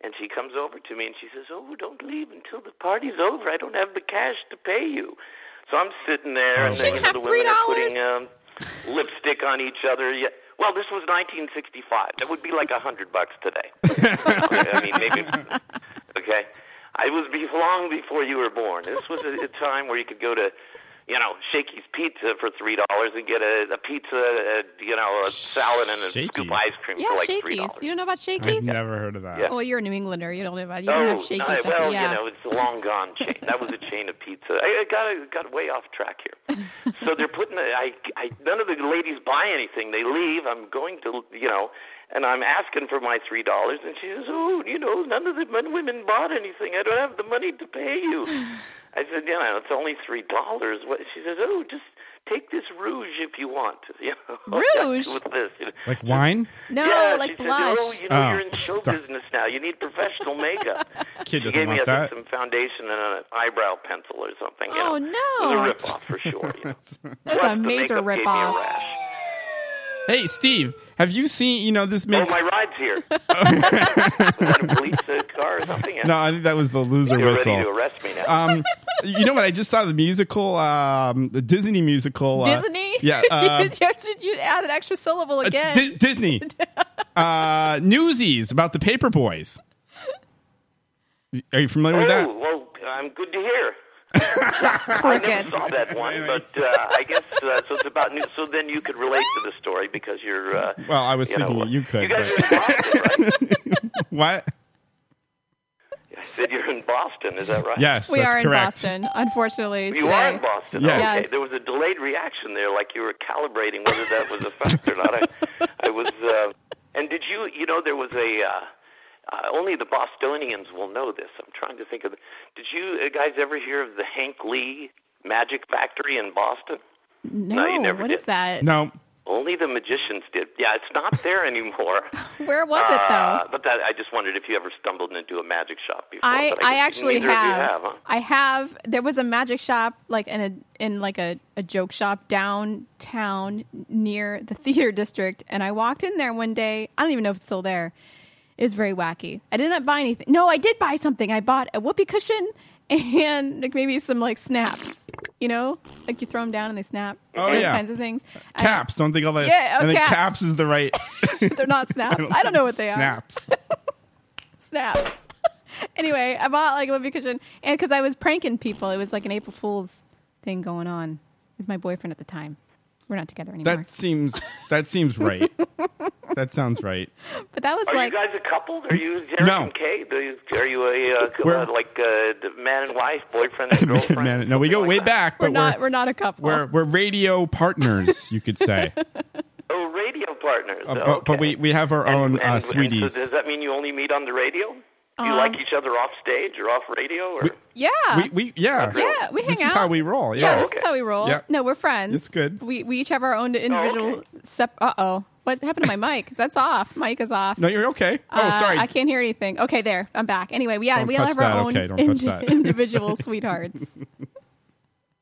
Speaker 13: And she comes over to me and she says, Oh, don't leave until the party's over. I don't have the cash to pay you. So I'm sitting there, and
Speaker 1: You
Speaker 13: then you
Speaker 1: Oh. shouldn't
Speaker 13: know,
Speaker 1: have
Speaker 13: the women are
Speaker 1: $3.
Speaker 13: putting um, lipstick on each other. Yeah. Well, this was 1965. That would be like a hundred bucks today. I mean, maybe. Okay, I was be- long before you were born. This was a, a time where you could go to, you know, Shakey's Pizza for three dollars and get a, a pizza, a, you know, a salad and a scoop of ice cream
Speaker 1: Yeah,
Speaker 13: for like three
Speaker 1: Shakey's.
Speaker 13: dollars.
Speaker 1: You don't know about Shakey's?
Speaker 2: never heard of that.
Speaker 1: Well, you're a New Englander. You don't know about. You
Speaker 13: oh,
Speaker 1: don't have Shakey's. up-
Speaker 13: no, well,
Speaker 1: yeah.
Speaker 13: you know, it's a long gone chain. That was a chain of pizza. I, I got I got way off track here. so they're putting. the- I, I none of the ladies buy anything. They leave. I'm going to you know, and I'm asking for my three dollars, and she says, "Oh, you know, none of the men, women bought anything. I don't have the money to pay you." I said, "You know, it's only three dollars." What She says, "Oh, just." Take this rouge if you want. You know,
Speaker 1: Rouge?
Speaker 13: with this. you know.
Speaker 2: Like wine?
Speaker 1: No,
Speaker 13: yeah,
Speaker 1: like
Speaker 13: she
Speaker 1: blush.
Speaker 13: Said, oh, you know,
Speaker 2: Oh,
Speaker 13: you're in show
Speaker 2: sorry.
Speaker 13: business now. You need professional makeup.
Speaker 2: Kid
Speaker 13: she
Speaker 2: doesn't
Speaker 13: gave me,
Speaker 2: want
Speaker 13: I
Speaker 2: that.
Speaker 13: think, some foundation and an eyebrow pencil or something. You
Speaker 1: Oh,
Speaker 13: know.
Speaker 1: no.
Speaker 13: It was a ripoff for sure. You know.
Speaker 1: That's
Speaker 13: Plus,
Speaker 1: a
Speaker 13: the
Speaker 1: major
Speaker 13: makeup gave me a
Speaker 1: ripoff.
Speaker 13: rash.
Speaker 2: Hey Steve, have you seen you know this
Speaker 13: Oh,
Speaker 2: makes
Speaker 13: my ride's here. Was that a police uh, car or something?
Speaker 2: No, I think that was the loser
Speaker 13: You're
Speaker 2: whistle.
Speaker 13: ready to arrest me now.
Speaker 2: Um, you know what? I just saw the musical, um, the Disney musical. uh,
Speaker 1: Disney.
Speaker 2: yeah. uh,
Speaker 1: you, just- you add an extra syllable
Speaker 2: uh,
Speaker 1: again.
Speaker 2: Di- Disney. Uh, Newsies about the paper boys. Are you familiar with that?
Speaker 13: Oh, well, I'm Oh, good to hear. I never saw that one, but uh, I guess uh, so. It's about new. So then you could relate to the story because you're. Uh,
Speaker 2: Well, I was
Speaker 13: you
Speaker 2: thinking
Speaker 13: know,
Speaker 2: you could.
Speaker 13: You
Speaker 2: but-
Speaker 13: guys are in Boston, right?
Speaker 2: what?
Speaker 13: I said you're in Boston. Is that right?
Speaker 2: Yes,
Speaker 1: we
Speaker 2: that's
Speaker 1: are in
Speaker 2: correct.
Speaker 1: Boston, unfortunately.
Speaker 13: You
Speaker 1: today.
Speaker 13: are in Boston.
Speaker 1: Yes.
Speaker 13: Okay. There was a delayed reaction there, like you were calibrating whether that was a fact or not. I, I was. Uh, and did you? You know, there was a. Uh, uh, only the Bostonians will know this. I'm trying to think of. The, did you uh, guys ever hear of the Hank Lee Magic Factory in Boston?
Speaker 1: No,
Speaker 13: No, you never
Speaker 1: what
Speaker 13: did.
Speaker 1: is that?
Speaker 2: No.
Speaker 13: Only the magicians did. Yeah, it's not there anymore.
Speaker 1: Where was it though?
Speaker 13: Uh, but that, I just wondered if you ever stumbled into a magic shop before.
Speaker 1: I,
Speaker 13: but
Speaker 1: I
Speaker 13: guess
Speaker 1: actually
Speaker 13: neither of you
Speaker 1: have.
Speaker 13: have huh?
Speaker 1: I have. There was a magic shop like in a in like a, a joke shop downtown near the theater district, and I walked in there one day. I don't even know if it's still there. It's very wacky. I did not buy anything. No, I did buy something. I bought a whoopee cushion and like maybe some like snaps. You know, like you throw them down and they snap.
Speaker 2: Oh,
Speaker 1: Those
Speaker 2: yeah.
Speaker 1: kinds of things. I-
Speaker 2: Caps. Don't think all that.
Speaker 1: Yeah, oh,
Speaker 2: I think
Speaker 1: caps.
Speaker 2: caps. is the right.
Speaker 1: they're not snaps. I don't, know what they are.
Speaker 2: Snaps.
Speaker 1: snaps. anyway, I bought like a whoopee cushion, and because I was pranking people, it was like an April Fool's thing going on. He's my boyfriend at the time. We're not together anymore.
Speaker 2: That seems. That seems right. that sounds right.
Speaker 1: but that was
Speaker 13: Are
Speaker 1: like
Speaker 13: you guys a couple? Are you Derek
Speaker 2: No.
Speaker 13: and Kate? Are you, are you a uh,
Speaker 2: We're-
Speaker 13: uh, like uh, the man and wife, boyfriend and girlfriend?
Speaker 2: Man, no, we go way back,
Speaker 1: we're
Speaker 2: but
Speaker 1: not we're not a couple.
Speaker 2: we're we're radio partners, you could say.
Speaker 13: Oh, radio partners.
Speaker 2: Uh,
Speaker 13: Oh,
Speaker 2: but, but we we have our own uh,
Speaker 13: and so
Speaker 2: sweeties.
Speaker 13: does that mean you only meet on the radio? Do you
Speaker 1: Um,
Speaker 13: like each other off stage or off radio? Or
Speaker 1: yeah.
Speaker 2: We, we yeah
Speaker 1: Yeah, we hang
Speaker 2: This is
Speaker 1: out.
Speaker 2: how we roll.
Speaker 1: yeah,
Speaker 2: Yeah,
Speaker 1: this is how we roll.
Speaker 2: Yep.
Speaker 1: No, we're friends.
Speaker 2: It's good.
Speaker 1: We we each have our own individual. Sep- uh oh, what happened to my mic? That's off. Mic is off.
Speaker 2: No, you're okay. Oh,
Speaker 1: Uh,
Speaker 2: sorry.
Speaker 1: I can't hear anything. Okay, there. I'm back. Anyway, we- yeah,
Speaker 2: Don't
Speaker 1: we all have
Speaker 2: touch
Speaker 1: our
Speaker 2: that.
Speaker 1: own
Speaker 2: Okay, don't touch
Speaker 1: indi-
Speaker 2: that.
Speaker 1: individual sweethearts.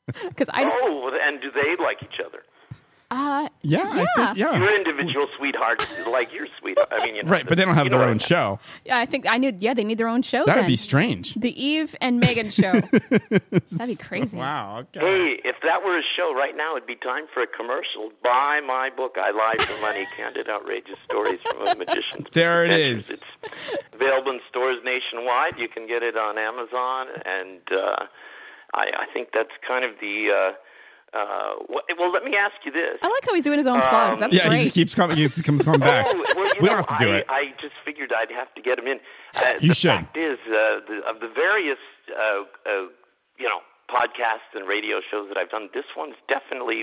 Speaker 1: Because I just,
Speaker 13: oh, and do they like each other? Oh.
Speaker 1: uh,
Speaker 2: Yeah, I think- yeah.
Speaker 13: Your individual sweethearts like your sweetheart. I mean, you know,
Speaker 2: Right, but they don't have
Speaker 13: you
Speaker 2: their
Speaker 13: know,
Speaker 2: own show.
Speaker 1: Yeah, I think I knew. Yeah, they need their own show.
Speaker 2: That would
Speaker 1: then.
Speaker 2: be strange.
Speaker 1: The Eve and Megan show. That'd be crazy.
Speaker 2: Wow. Okay.
Speaker 13: Hey, if that were a show right now, it'd be time for a commercial. Buy my book, I Lie for Money, Candid Outrageous Stories from a Magician's
Speaker 2: There it
Speaker 13: Adventures.
Speaker 2: is.
Speaker 13: It's available in stores nationwide. You can get it on Amazon, and uh, I, I think that's kind of the. Uh, uh, wh- well, let me ask you this.
Speaker 1: I like how he's doing his own
Speaker 13: Um,
Speaker 1: plugs. That's
Speaker 2: yeah, he
Speaker 1: great.
Speaker 2: just keeps coming. He just comes coming back.
Speaker 13: Oh, well, you
Speaker 2: we
Speaker 13: know,
Speaker 2: don't have to do
Speaker 13: I,
Speaker 2: it.
Speaker 13: I just figured I'd have to get him in. Uh,
Speaker 2: You
Speaker 13: the
Speaker 2: should.
Speaker 13: fact is, uh, the, of the various, uh, uh, you know, podcasts and radio shows that I've done, this one's definitely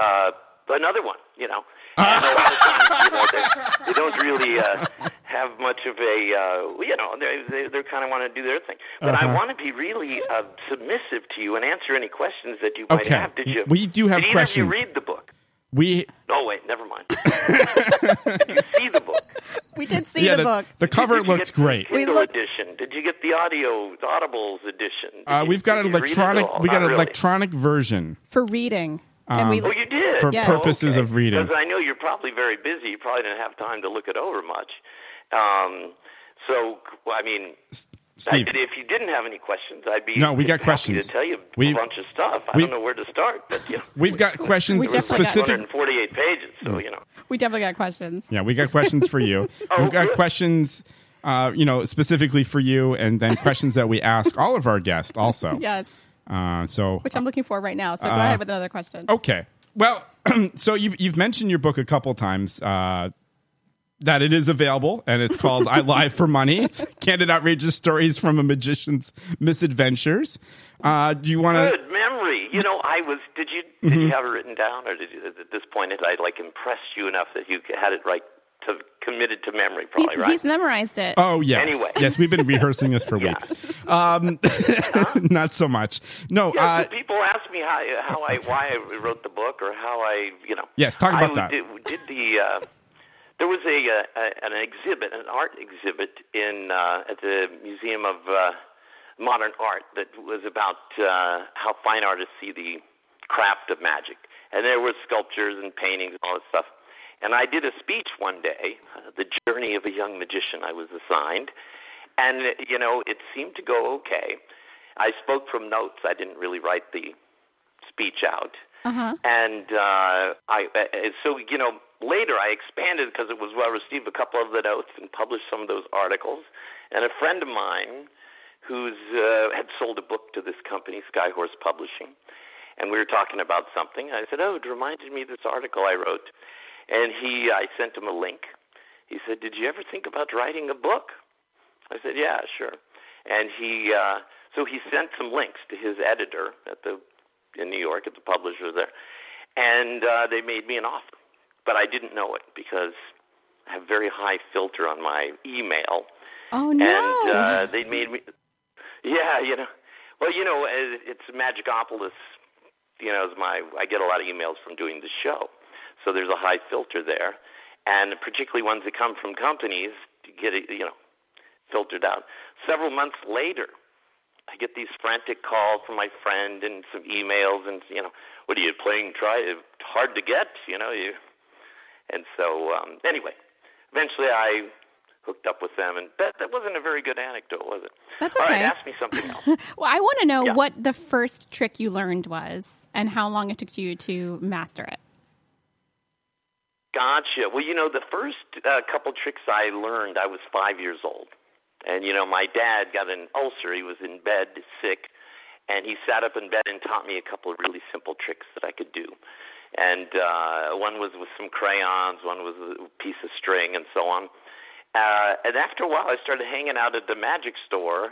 Speaker 13: uh, another one. You know, and a lot of times, you know, they, they don't really uh, have much of a, uh, you know, they they, they kind of want to do their thing. But I
Speaker 2: Uh-huh.
Speaker 13: want to be really uh, submissive to you and answer any questions that you might
Speaker 2: Okay.
Speaker 13: have. Did you?
Speaker 2: We do have
Speaker 13: did either
Speaker 2: questions.
Speaker 13: Of you read the book?
Speaker 2: We
Speaker 13: Oh wait, never mind. Did you see the book?
Speaker 1: We did see
Speaker 2: yeah,
Speaker 1: the, book.
Speaker 2: the cover
Speaker 13: Did you
Speaker 2: looks
Speaker 13: get the
Speaker 2: great.
Speaker 13: Kindle edition. Did you get the audio the Audibles edition? Did
Speaker 2: Uh,
Speaker 13: you-
Speaker 2: we've got
Speaker 13: did
Speaker 2: an
Speaker 13: you read it
Speaker 2: electronic.
Speaker 13: all?
Speaker 2: We got
Speaker 13: Not
Speaker 2: an
Speaker 13: really.
Speaker 2: electronic version.
Speaker 1: for reading.
Speaker 2: Um,
Speaker 1: and we,
Speaker 2: Oh,
Speaker 13: Oh, you did
Speaker 2: for Yes. purposes of reading.
Speaker 13: Because I know you're probably very busy. You probably didn't have time to look it over much. Um, so well, I mean,
Speaker 2: Steve.
Speaker 13: I- if you didn't have any questions, I'd be
Speaker 2: No, we got
Speaker 13: happy
Speaker 2: questions.
Speaker 13: to tell you a
Speaker 2: We-
Speaker 13: bunch of stuff. I
Speaker 2: we-
Speaker 13: don't know where to start, but you know,
Speaker 2: We've got questions
Speaker 1: We definitely got-
Speaker 2: specific. Mm.
Speaker 13: 148 pages. So you know.
Speaker 1: we definitely got questions.
Speaker 2: Yeah, we got questions for you.
Speaker 1: Oh,
Speaker 2: We've got questions, uh, you know, specifically for you, and then questions that we ask all of our guests also.
Speaker 1: Yes,
Speaker 2: Uh, so
Speaker 1: which I'm looking for right now. So go
Speaker 2: Uh,
Speaker 1: ahead with another question.
Speaker 13: oh,
Speaker 2: okay, well, so you, you've mentioned your book a couple times. Uh, that it is available and it's called I Lie for Money. It's candid outrageous stories from a magician's misadventures. Uh, do you want to?
Speaker 13: Good memory. You know, I was. Did you did you have it written down, or did you, at this point had I like impressed you enough that you had it right to committed to memory? Probably
Speaker 1: He's,
Speaker 13: right.
Speaker 1: he's memorized it.
Speaker 2: Oh yes,
Speaker 13: Anyway.
Speaker 2: yes. We've been rehearsing this for weeks. Um, not so much. No.
Speaker 13: yeah,
Speaker 2: uh,
Speaker 13: so people ask me how how I why I wrote the book or how I you know.
Speaker 2: Yes, talk about
Speaker 13: I
Speaker 2: that.
Speaker 13: Did, did the uh, there was a, uh, a an exhibit, an art exhibit in uh, at the Museum of uh, Modern Art that was about uh, how fine artists see the craft of magic, and there were sculptures and paintings and all this stuff. And I did a speech one day, uh, the journey of a young magician. I was assigned, and you know it seemed to go okay. I spoke from notes. I didn't really write the speech out.
Speaker 1: Uh-huh.
Speaker 13: And uh, I uh, so you know later I expanded because it was well received. A couple of the notes and published some of those articles. And a friend of mine who's uh, had sold a book to this company, Skyhorse Publishing, and we were talking about something. I said, "Oh, it reminded me of this article I wrote," and he, I sent him a link. He said, "Did you ever think about writing a book?" I said, "Yeah, sure." And he, uh, so he sent some links to his editor at the in New York at the publisher there, and uh, they made me an offer, but I didn't know it because I have very high filter on my email.
Speaker 1: Oh no!
Speaker 13: And uh, they made me. Yeah, you know. Well, you know, uh, it's Magicopolis. You know, is my I get a lot of emails from doing the show, so there's a high filter there, and particularly ones that come from companies to get it, you know, filtered out. Several months later, I get these frantic calls from my friend and some emails, and you know, what are you playing? Try uh, hard to get, you know you. And so, um, anyway, eventually I hooked up with them, and that, that wasn't a very good anecdote, was it?
Speaker 1: That's
Speaker 13: All right,
Speaker 1: okay.
Speaker 13: ask me something else.
Speaker 1: well, I want to know
Speaker 13: Yeah.
Speaker 1: what the first trick you learned was and how long it took you to master it.
Speaker 13: gotcha. Well, you know, the first uh, couple tricks I learned, I was five years old, and you know, my dad got an ulcer. He was in bed, sick, and he sat up in bed and taught me a couple of really simple tricks that I could do. And uh, one was with some crayons, one was a piece of string, and so on. Uh, and after a while, I started hanging out at the magic store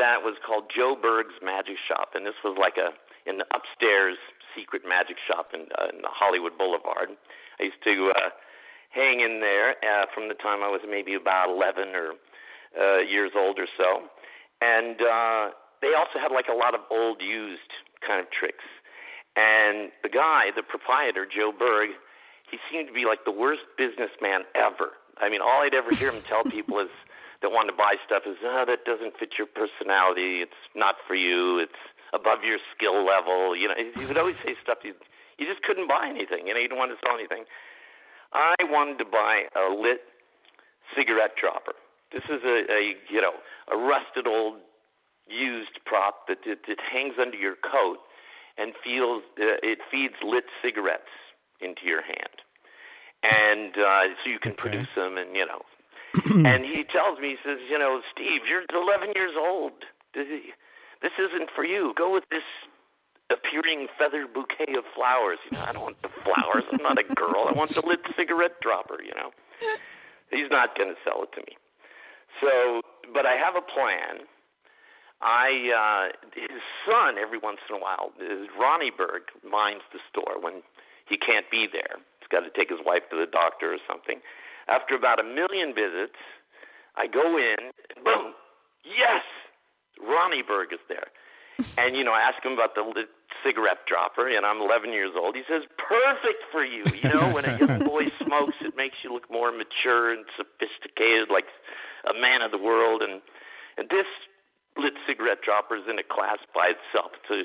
Speaker 13: that was called Joe Berg's Magic Shop, and this was like a an upstairs secret magic shop in, uh, in Hollywood Boulevard. I used to uh, hang in there uh, from the time I was maybe about 11 or uh, years old or so, and uh, they also had like a lot of old used kind of tricks. And the guy, the proprietor, Joe Berg, he seemed to be like the worst businessman ever. I mean, all I'd ever hear him tell people is that want to buy stuff is, oh, that doesn't fit your personality. It's not for you. It's above your skill level. You know, he would always say stuff you you just couldn't buy anything. You know, you didn't want to sell anything. I wanted to buy a lit cigarette dropper. This is a, a you know a rusted old used prop that that, that hangs under your coat and feels uh, it feeds lit cigarettes into your hand, and uh, so you can produce them and you know. and he tells me, he says, you know, Steve, you're 11 years old. This is- this isn't for you. Go with this appearing feather bouquet of flowers. You know, I don't want the flowers. I'm not a girl. I want the lit cigarette dropper. You know, he's not going to sell it to me. So, but I have a plan. I uh, his son every once in a while, is Ronnie Berg minds the store when he can't be there. He's got to take his wife to the doctor or something. After about a million visits, I go in. and Boom! Yes, Ronnie Berg is there. And you know, I ask him about the lit cigarette dropper, and I'm 11 years old. He says, "Perfect for you." You know, when a young boy smokes, it makes you look more mature and sophisticated, like a man of the world. And and this lit cigarette dropper is in a class by itself. It's a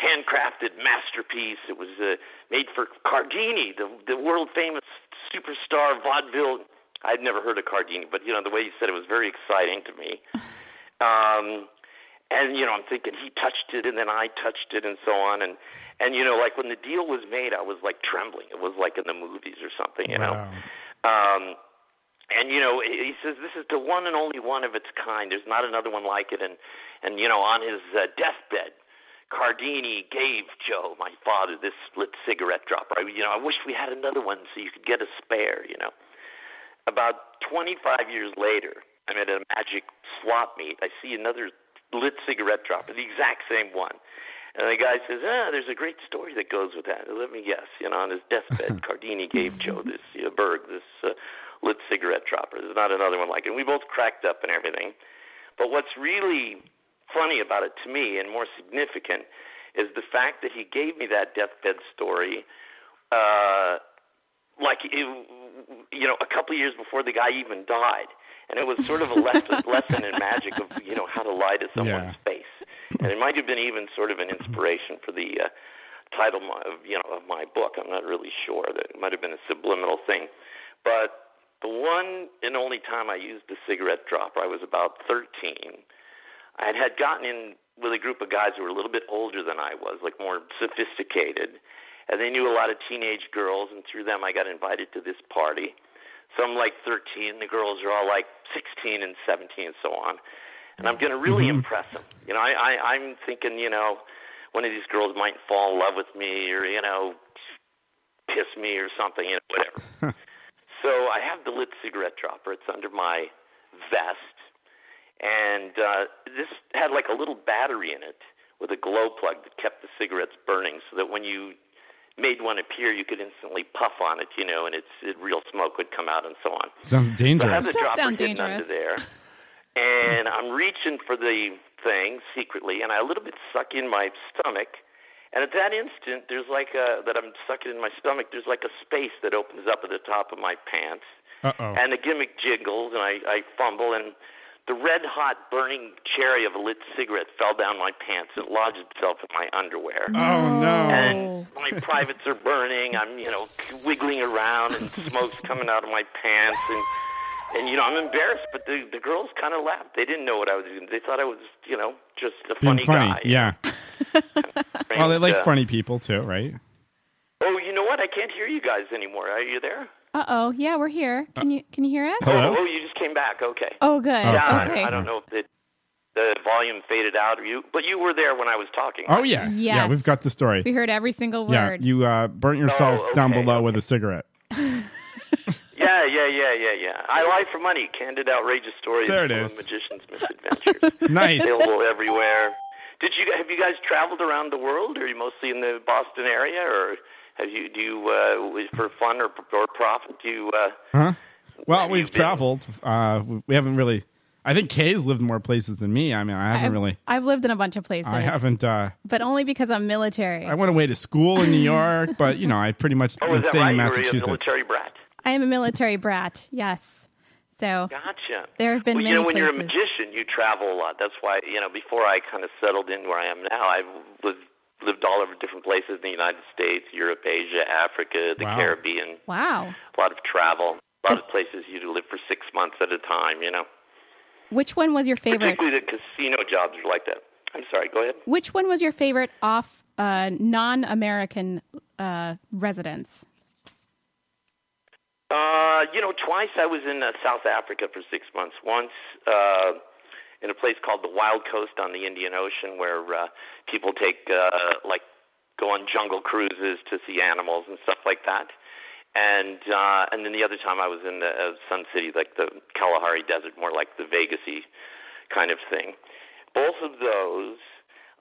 Speaker 13: handcrafted masterpiece. It was uh, made for Cardini, the the world famous superstar vaudeville. I'd never heard of Cardini, but you know, the way he said it was very exciting to me. Um, and you know, I'm thinking he touched it, and then I touched it, and so on, and and you know, like when the deal was made, I was like trembling. It was like in the movies or something, you know. Um, and you know, he he says this is the one and only one of its kind. There's not another one like it. And and you know, on his uh, deathbed, Cardini gave Joe, my father, this split cigarette dropper. I, you know, I wish we had another one so you could get a spare. You know, about 25 years later, I'm at a magic swap meet. I see another lit cigarette dropper, the exact same one. And the guy says, "Ah, there's a great story that goes with that." Let me guess. You know, on his deathbed, Cardini gave Joe this uh, Berg this uh, lit cigarette dropper. There's not another one like it. And we both cracked up and everything. But what's really funny about it to me, and more significant, is the fact that he gave me that deathbed story, uh, like it, you know, a couple years before the guy even died. And it was sort of a lesson, lesson in magic of you know how to lie to someone's face and it might have been even sort of an inspiration for the uh, title mo- of you know of my book. I'm not really sure. That it might have been a subliminal thing, but the one and only time I used the cigarette dropper, I was about 13. I had, had gotten in with a group of guys who were a little bit older than I was, like more sophisticated, and they knew a lot of teenage girls, and through them I got invited to this party. So I'm like 13, the girls are all like 16 and 17 and so on. and I'm going to really
Speaker 2: Mhm.
Speaker 13: impress him. You know, I, I I'm thinking, you know, one of these girls might fall in love with me, or you know, piss me or something, you know, whatever. so I have the lit cigarette dropper. It's under my vest, and uh, this had like a little battery in it with a glow plug that kept the cigarettes burning, so that when you made one appear, you could instantly puff on it, you know, and it's it, real smoke would come out and so on.
Speaker 2: Sounds
Speaker 13: So I have
Speaker 2: dangerous.
Speaker 13: the dropper hidden under there, and I'm reaching for the thing secretly, and I a little bit suck in my stomach, and at that instant, there's like a that I'm sucking in my stomach. There's like a space that opens up at the top of my pants,
Speaker 2: Uh oh.
Speaker 13: and the gimmick jiggles, and I, I fumble, and the red hot burning cherry of a lit cigarette fell down my pants and lodged itself in my underwear.
Speaker 2: Oh no.
Speaker 13: And my privates are burning. I'm, you know, wiggling around and smoke's coming out of my pants and and you know, I'm embarrassed, but the the girls kind of laughed. They didn't know what I was doing. They thought I was, you know, just a
Speaker 2: Being
Speaker 13: funny,
Speaker 2: funny.
Speaker 13: guy.
Speaker 2: Yeah. well, they
Speaker 13: And,
Speaker 2: like
Speaker 13: uh,
Speaker 2: funny people too, right?
Speaker 13: Oh, you know what? I can't hear you guys anymore. Are you there?
Speaker 4: Uh oh. Yeah, we're here.
Speaker 2: Uh,
Speaker 4: Can you can you hear us?
Speaker 13: Oh, oh, you just came back. Okay.
Speaker 4: Oh, good.
Speaker 13: Yeah, I-
Speaker 4: Okay.
Speaker 13: I don't know if the the volume faded out or you, but you were there when I was talking.
Speaker 2: Oh yeah. Yeah, we've got the story.
Speaker 1: We heard every single
Speaker 2: yeah,
Speaker 1: word.
Speaker 2: you uh, burnt yourself
Speaker 13: Oh,
Speaker 2: down
Speaker 13: okay,
Speaker 2: below with a cigarette.
Speaker 13: Yeah, yeah, yeah, yeah, yeah. I lie for money. Candid, outrageous stories.
Speaker 2: There it
Speaker 13: full of
Speaker 2: is.
Speaker 13: Magician's misadventures.
Speaker 2: Nice.
Speaker 13: Available everywhere. Did you have you guys traveled around the world? Are you mostly in the Boston area, or have you do you uh, for fun or or profit? Do you uh,
Speaker 2: Huh? Well, we've traveled. Uh, we haven't really. I think Kay's lived more places than me. I mean, I haven't really.
Speaker 1: I've lived in a bunch of places.
Speaker 2: I haven't. Uh,
Speaker 1: But only because I'm military.
Speaker 2: I went away to school in New York, but you know, I pretty much
Speaker 13: Oh,
Speaker 2: been
Speaker 13: is that
Speaker 2: staying in
Speaker 13: right? You were a
Speaker 2: Massachusetts.
Speaker 13: military brat.
Speaker 1: I am a military brat, yes. So
Speaker 13: Gotcha.
Speaker 1: there have been
Speaker 13: well,
Speaker 1: many
Speaker 13: you know, when you're a
Speaker 1: places.
Speaker 13: magician, you travel a lot. That's why you know. Before I kind of settled in where I am now, I've lived lived all over different places in the United States, Europe, Asia, Africa, the
Speaker 1: Wow.
Speaker 13: Caribbean.
Speaker 1: Wow.
Speaker 13: a lot of travel, a lot of places you live for six months at a time, you know.
Speaker 1: Which one was your favorite?
Speaker 13: Particularly the casino jobs are like that. I'm sorry, go ahead.
Speaker 1: Which one was your favorite off uh, non-American uh, residence?
Speaker 13: Uh, you know, twice I was in uh, South Africa for six months. Once uh, in a place called the Wild Coast on the Indian Ocean, where uh, people take uh, like go on jungle cruises to see animals and stuff like that. And uh, and then the other time I was in the uh, Sun City, like the Kalahari Desert, more like the Vegasy kind of thing. Both of those,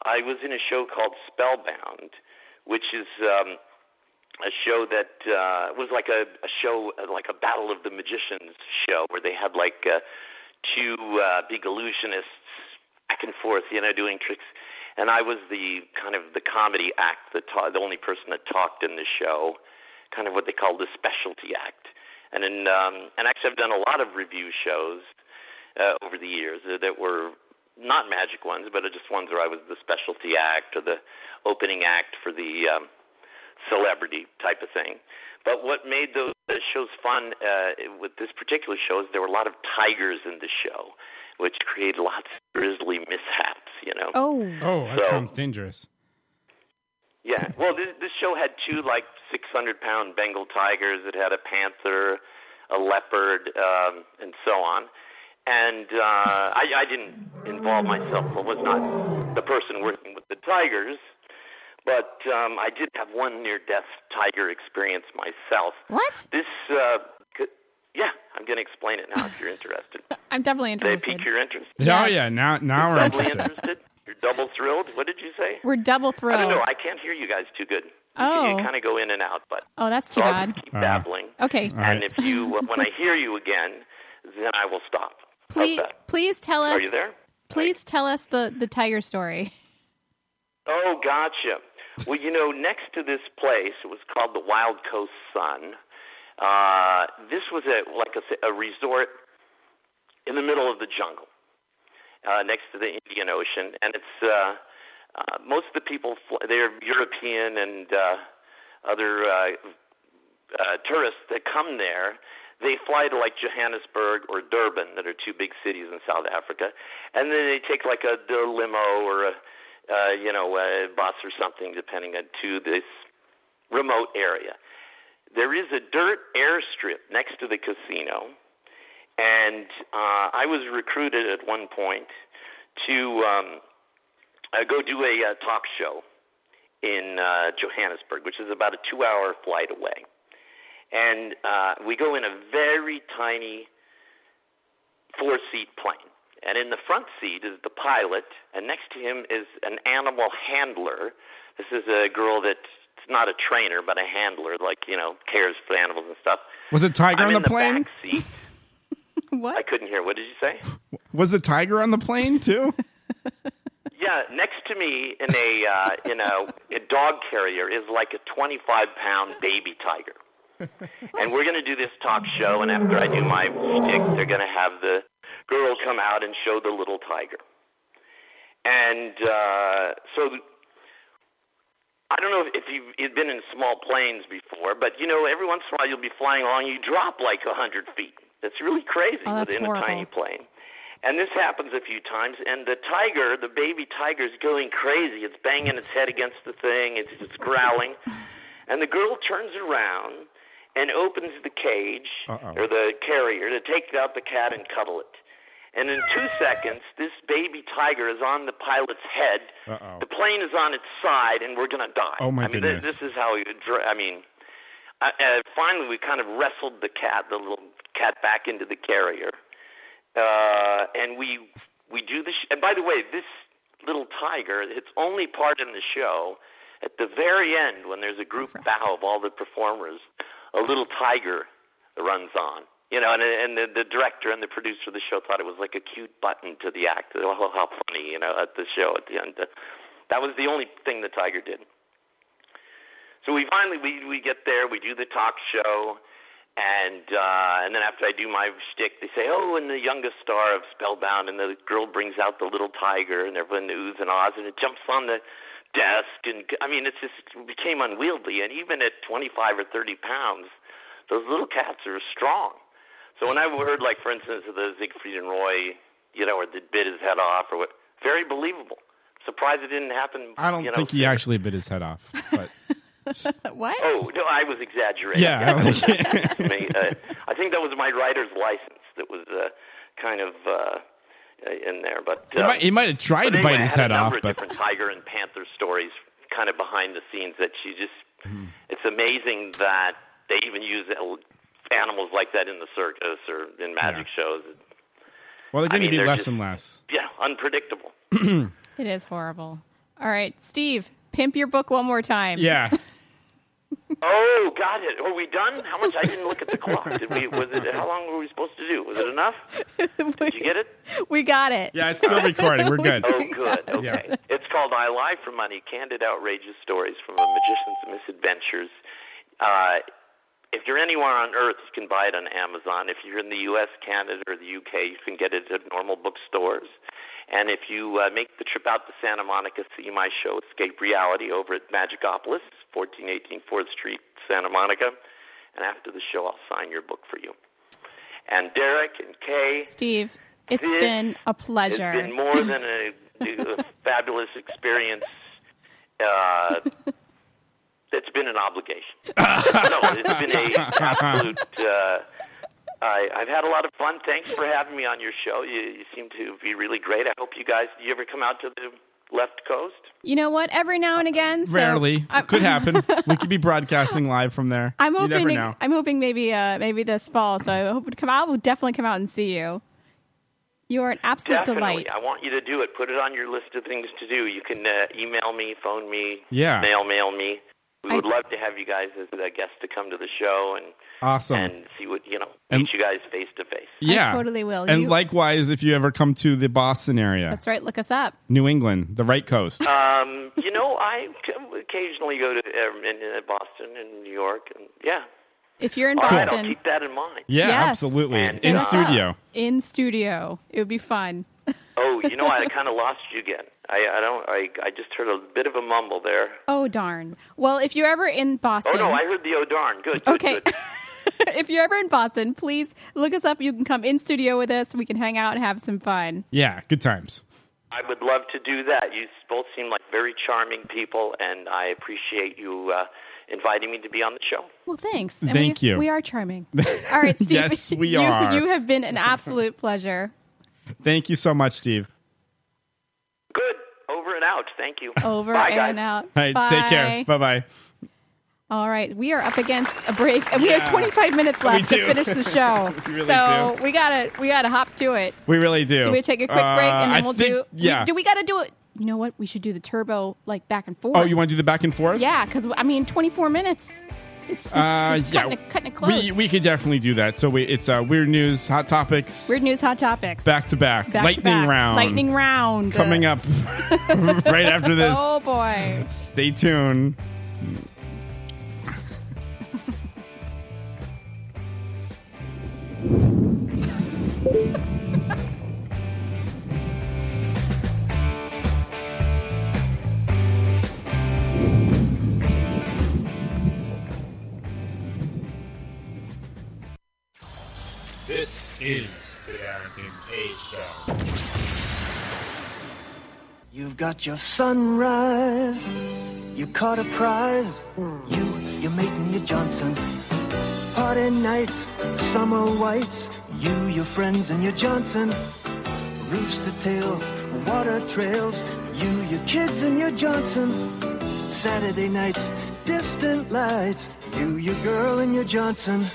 Speaker 13: I was in a show called Spellbound, which is. Um, a show that uh, was like a, a show uh, like a Battle of the Magicians show where they had like uh, two uh, big illusionists back and forth, you know, doing tricks. And I was the kind of the comedy act, the ta- the only person that talked in the show, kind of what they call the specialty act. And in, um, and actually, I've done a lot of review shows uh, over the years uh, that were not magic ones, but just ones where I was the specialty act or the opening act for the um, celebrity type of thing. But what made those uh, shows fun uh, with this particular show is there were a lot of tigers in the show, which created lots of grisly mishaps. You know.
Speaker 2: oh, that
Speaker 13: So-
Speaker 2: sounds dangerous.
Speaker 13: Yeah. Well, this this show had two like 600 pound Bengal tigers. It had a panther, a leopard, um, and so on. And uh, I, I didn't involve myself. I was not the person working with the tigers, but um, I did have one near death tiger experience myself.
Speaker 1: What?
Speaker 13: This, uh, could, yeah, I'm going to explain it now if you're interested.
Speaker 1: I'm definitely
Speaker 13: Did I
Speaker 1: interested.
Speaker 13: pique your interest?
Speaker 2: Oh yeah, now now we're
Speaker 13: Doubly
Speaker 2: interested.
Speaker 13: interested? You're double thrilled? What did you say?
Speaker 1: We're double thrilled.
Speaker 13: I don't know. I can't hear you guys too good. You-
Speaker 1: Oh.
Speaker 13: You kind of go in and out, but
Speaker 1: Oh, that's too
Speaker 13: so I'll
Speaker 1: bad.
Speaker 13: just keep babbling.
Speaker 1: Okay.
Speaker 13: And if you, uh, when I hear you again, then I will stop.
Speaker 1: Please, please tell us.
Speaker 13: Are you there?
Speaker 1: Please tell us the the tiger story.
Speaker 13: Oh, gotcha. Well, you know, next to this place, it was called the Wild Coast Sun. Uh, this was a like a, a resort in the middle of the jungle, uh, next to the Indian Ocean, and it's uh, uh, most of the people fl- they're European and uh, other uh, uh, tourists that come there. They fly to like Johannesburg or Durban, that are two big cities in South Africa, and then they take like a their limo or a uh, you know a bus or something, depending on to this remote area. There is a dirt airstrip next to the casino, and uh, I was recruited at one point to um, uh, go do a uh, talk show in uh, Johannesburg, which is about a two-hour flight away. And uh, we go in a very tiny four-seat plane. And in the front seat is the pilot, and next to him is an animal handler. This is a girl that's not a trainer, but a handler, like, you know, cares for animals and stuff.
Speaker 2: Was it Tiger
Speaker 13: I'm
Speaker 2: on
Speaker 13: in
Speaker 2: the plane?
Speaker 13: Back seat.
Speaker 1: what?
Speaker 13: I couldn't hear. What did you say?
Speaker 2: Was the Tiger on the plane too?
Speaker 13: Yeah, next to me in a uh, in a, a dog carrier is like a 25 pound baby tiger, and we're gonna do this talk show. And after I do my shtick, they're gonna have the girl come out and show the little tiger. And uh, so I don't know if you've, you've been in small planes before, but you know every once in a while you'll be flying along, you drop like a 100 feet. That's really crazy
Speaker 17: Oh, that's
Speaker 13: in a tiny
Speaker 17: horrible.
Speaker 13: plane. And this happens a few times, and the tiger, the baby tiger's going crazy. It's banging its head against the thing, it's, it's growling. And the girl turns around and opens the cage
Speaker 18: Uh-oh.
Speaker 13: or the carrier to take out the cat and cuddle it. And in two seconds, this baby tiger is on the pilot's head.
Speaker 2: Uh-oh.
Speaker 13: The plane is on its side, and we're going to die.
Speaker 2: Oh, my
Speaker 13: I mean,
Speaker 2: goodness.
Speaker 13: This, this is how, you dr- I mean, I, uh, finally we kind of wrestled the cat, the little cat, back into the carrier. Uh, and we we do the sh- and by the way, this little tiger, its only part in the show, at the very end when there's a group bow of all the performers, a little tiger runs on. You know, and and the, the director and the producer of the show thought it was like a cute button to the act. Oh, how funny! You know, at the show at the end, that was the only thing the tiger did. So we finally we we get there, we do the talk show, and uh, and then after I do my shtick, they say, "Oh, and the youngest star of Spellbound," and the girl brings out the little tiger, and everyone oohs and ahs, and it jumps on the desk, and I mean, it's just it became unwieldy, and even at 25 or 30 pounds, those little cats are strong. So when I heard, like for instance, of the Siegfried and Roy, you know, or the bit his head off, or what, very believable. Surprised it didn't happen.
Speaker 2: I don't
Speaker 13: you know,
Speaker 2: think he actually bit his head off. But
Speaker 1: what?
Speaker 13: Oh no, I was exaggerating.
Speaker 2: Yeah,
Speaker 13: That
Speaker 2: I was-
Speaker 13: was- I mean, uh, I think that was my writer's license that was uh, kind of uh, in there. But
Speaker 2: He
Speaker 13: uh,
Speaker 2: might- he might have tried
Speaker 13: but
Speaker 2: to bite
Speaker 13: anyway,
Speaker 2: his
Speaker 13: I
Speaker 2: head
Speaker 13: had a number
Speaker 2: off,
Speaker 13: Of
Speaker 2: but-
Speaker 13: different tiger and panther stories, kind of behind the scenes, that she just.
Speaker 2: Mm-hmm.
Speaker 13: It's amazing that they even use el- animals like that in the circus or in magic shows.
Speaker 2: well, they're
Speaker 13: I
Speaker 2: going
Speaker 13: mean,
Speaker 2: to be
Speaker 13: they're
Speaker 2: less
Speaker 13: just-
Speaker 2: and less.
Speaker 13: Yeah, unpredictable.
Speaker 1: It is horrible. All right, Steve, pimp your book one more time.
Speaker 2: Yeah.
Speaker 13: Oh, got it. Are we done? How much? I didn't look at the clock. Did we? Was it? How long were we supposed to do? Was it enough? Did you get it?
Speaker 1: We got it.
Speaker 2: Yeah, it's still recording. We're good.
Speaker 13: Oh, good. Okay. It's called I Lie for Money Candid Outrageous Stories from a Magician's Misadventures. Uh, if you're anywhere on earth, you can buy it on Amazon. If you're in the U.S., Canada, or the U.K., you can get it at normal bookstores. And if you uh, make the trip out to Santa Monica, see my show, Escape Reality, over at Magicopolis, 1418 4th Street, Santa Monica. And after the show, I'll sign your book for you. And Derek and Kay.
Speaker 1: Steve, it's
Speaker 13: This
Speaker 1: been a pleasure.
Speaker 13: it's been more than a, a fabulous experience. Uh, it's been an obligation. no, it's been a absolute. Uh, I, I've had a lot of fun. Thanks for having me on your show. You, you seem to be really great. I hope you guys. You ever come out to the left coast?
Speaker 1: you know what? Every now and again, so
Speaker 2: Uh, Rarely.
Speaker 1: I'm,
Speaker 2: could happen. we could be broadcasting live from there.
Speaker 1: I'm
Speaker 2: you
Speaker 1: hoping.
Speaker 2: never
Speaker 1: to-
Speaker 2: know.
Speaker 1: I'm hoping maybe uh, maybe this fall. So I hope to come out. We'll definitely come out and see you. You are an absolute
Speaker 13: Definitely.
Speaker 1: delight.
Speaker 13: I want you to do it. Put it on your list of things to do. You can uh, email me, phone me,
Speaker 2: Yeah.
Speaker 13: mail mail me. We
Speaker 1: I-
Speaker 13: would love to have you guys as a guest to come to the show and
Speaker 2: Awesome.
Speaker 13: and see what you know meet
Speaker 2: And-
Speaker 13: you guys face to face.
Speaker 2: yeah.
Speaker 1: totally will.
Speaker 2: And
Speaker 1: You-
Speaker 2: likewise, if you ever come to the Boston area,
Speaker 1: That's right. Look us up.
Speaker 2: New England, the right coast.
Speaker 13: Um, you know, I c- occasionally go to um, in, in Boston and New York, and yeah.
Speaker 1: If you're in
Speaker 13: All right,
Speaker 1: Boston,
Speaker 13: I'll keep that in mind.
Speaker 2: yeah,
Speaker 1: Yes.
Speaker 2: absolutely.
Speaker 13: And,
Speaker 2: In
Speaker 13: uh,
Speaker 2: studio.
Speaker 1: in studio, it would be fun.
Speaker 13: Oh, you know, I kind of lost you again. I, I don't. I, I just heard a bit of a mumble there.
Speaker 1: Oh darn. Well, if you're ever in Boston,
Speaker 13: Oh no, I heard the oh darn. Good. good,
Speaker 1: Okay.
Speaker 13: good.
Speaker 1: if you're ever in Boston, please look us up. You can come in studio with us. We can hang out and have some fun.
Speaker 2: Yeah, good times.
Speaker 13: I would love to do that. You both seem like very charming people, and I appreciate you uh, inviting me to be on the show.
Speaker 1: Well, thanks. And
Speaker 2: Thank
Speaker 1: we,
Speaker 2: you.
Speaker 1: We are charming. All right, Steve.
Speaker 2: Yes, we
Speaker 1: you,
Speaker 2: are.
Speaker 1: You have been an absolute pleasure.
Speaker 2: Thank you so much, Steve.
Speaker 13: out. Thank you.
Speaker 1: Over
Speaker 13: Bye, guys.
Speaker 1: and out.
Speaker 2: All right, take care. Bye bye.
Speaker 1: All right, we are up against a break, and we have 25 minutes
Speaker 2: We
Speaker 1: left to
Speaker 2: do.
Speaker 1: finish the show.
Speaker 2: We really
Speaker 1: so
Speaker 2: do.
Speaker 1: we gotta we gotta hop to it.
Speaker 2: We really do.
Speaker 1: Do we take a quick
Speaker 2: Uh,
Speaker 1: break and
Speaker 2: I
Speaker 1: then we'll
Speaker 2: think-
Speaker 1: do? we-
Speaker 2: Yeah.
Speaker 1: do we gotta do it? You know what? We should do the turbo like back and forth.
Speaker 2: Oh, you want to do the back and forth? Uh,
Speaker 1: Yeah, because I mean, 24 minutes. It's, it's, it's cutting, it, cutting it close.
Speaker 2: We we could definitely do that. So we, it's uh, weird news, hot topics,
Speaker 1: Weird news, hot topics.
Speaker 2: back to back,
Speaker 1: Back to
Speaker 2: lightning
Speaker 1: back.
Speaker 2: round,
Speaker 1: Lightning round
Speaker 2: coming up right after this.
Speaker 1: Oh boy.
Speaker 2: Stay tuned.
Speaker 19: This is the Darrington K Show.
Speaker 5: You've got your sunrise. You caught a prize. You, you're making your Johnson. Party nights, summer whites. You, your friends, and your Johnson. Rooster tails, water trails. You, your kids, and your Johnson. Saturday nights, distant lights. You, your girl, and your Johnson.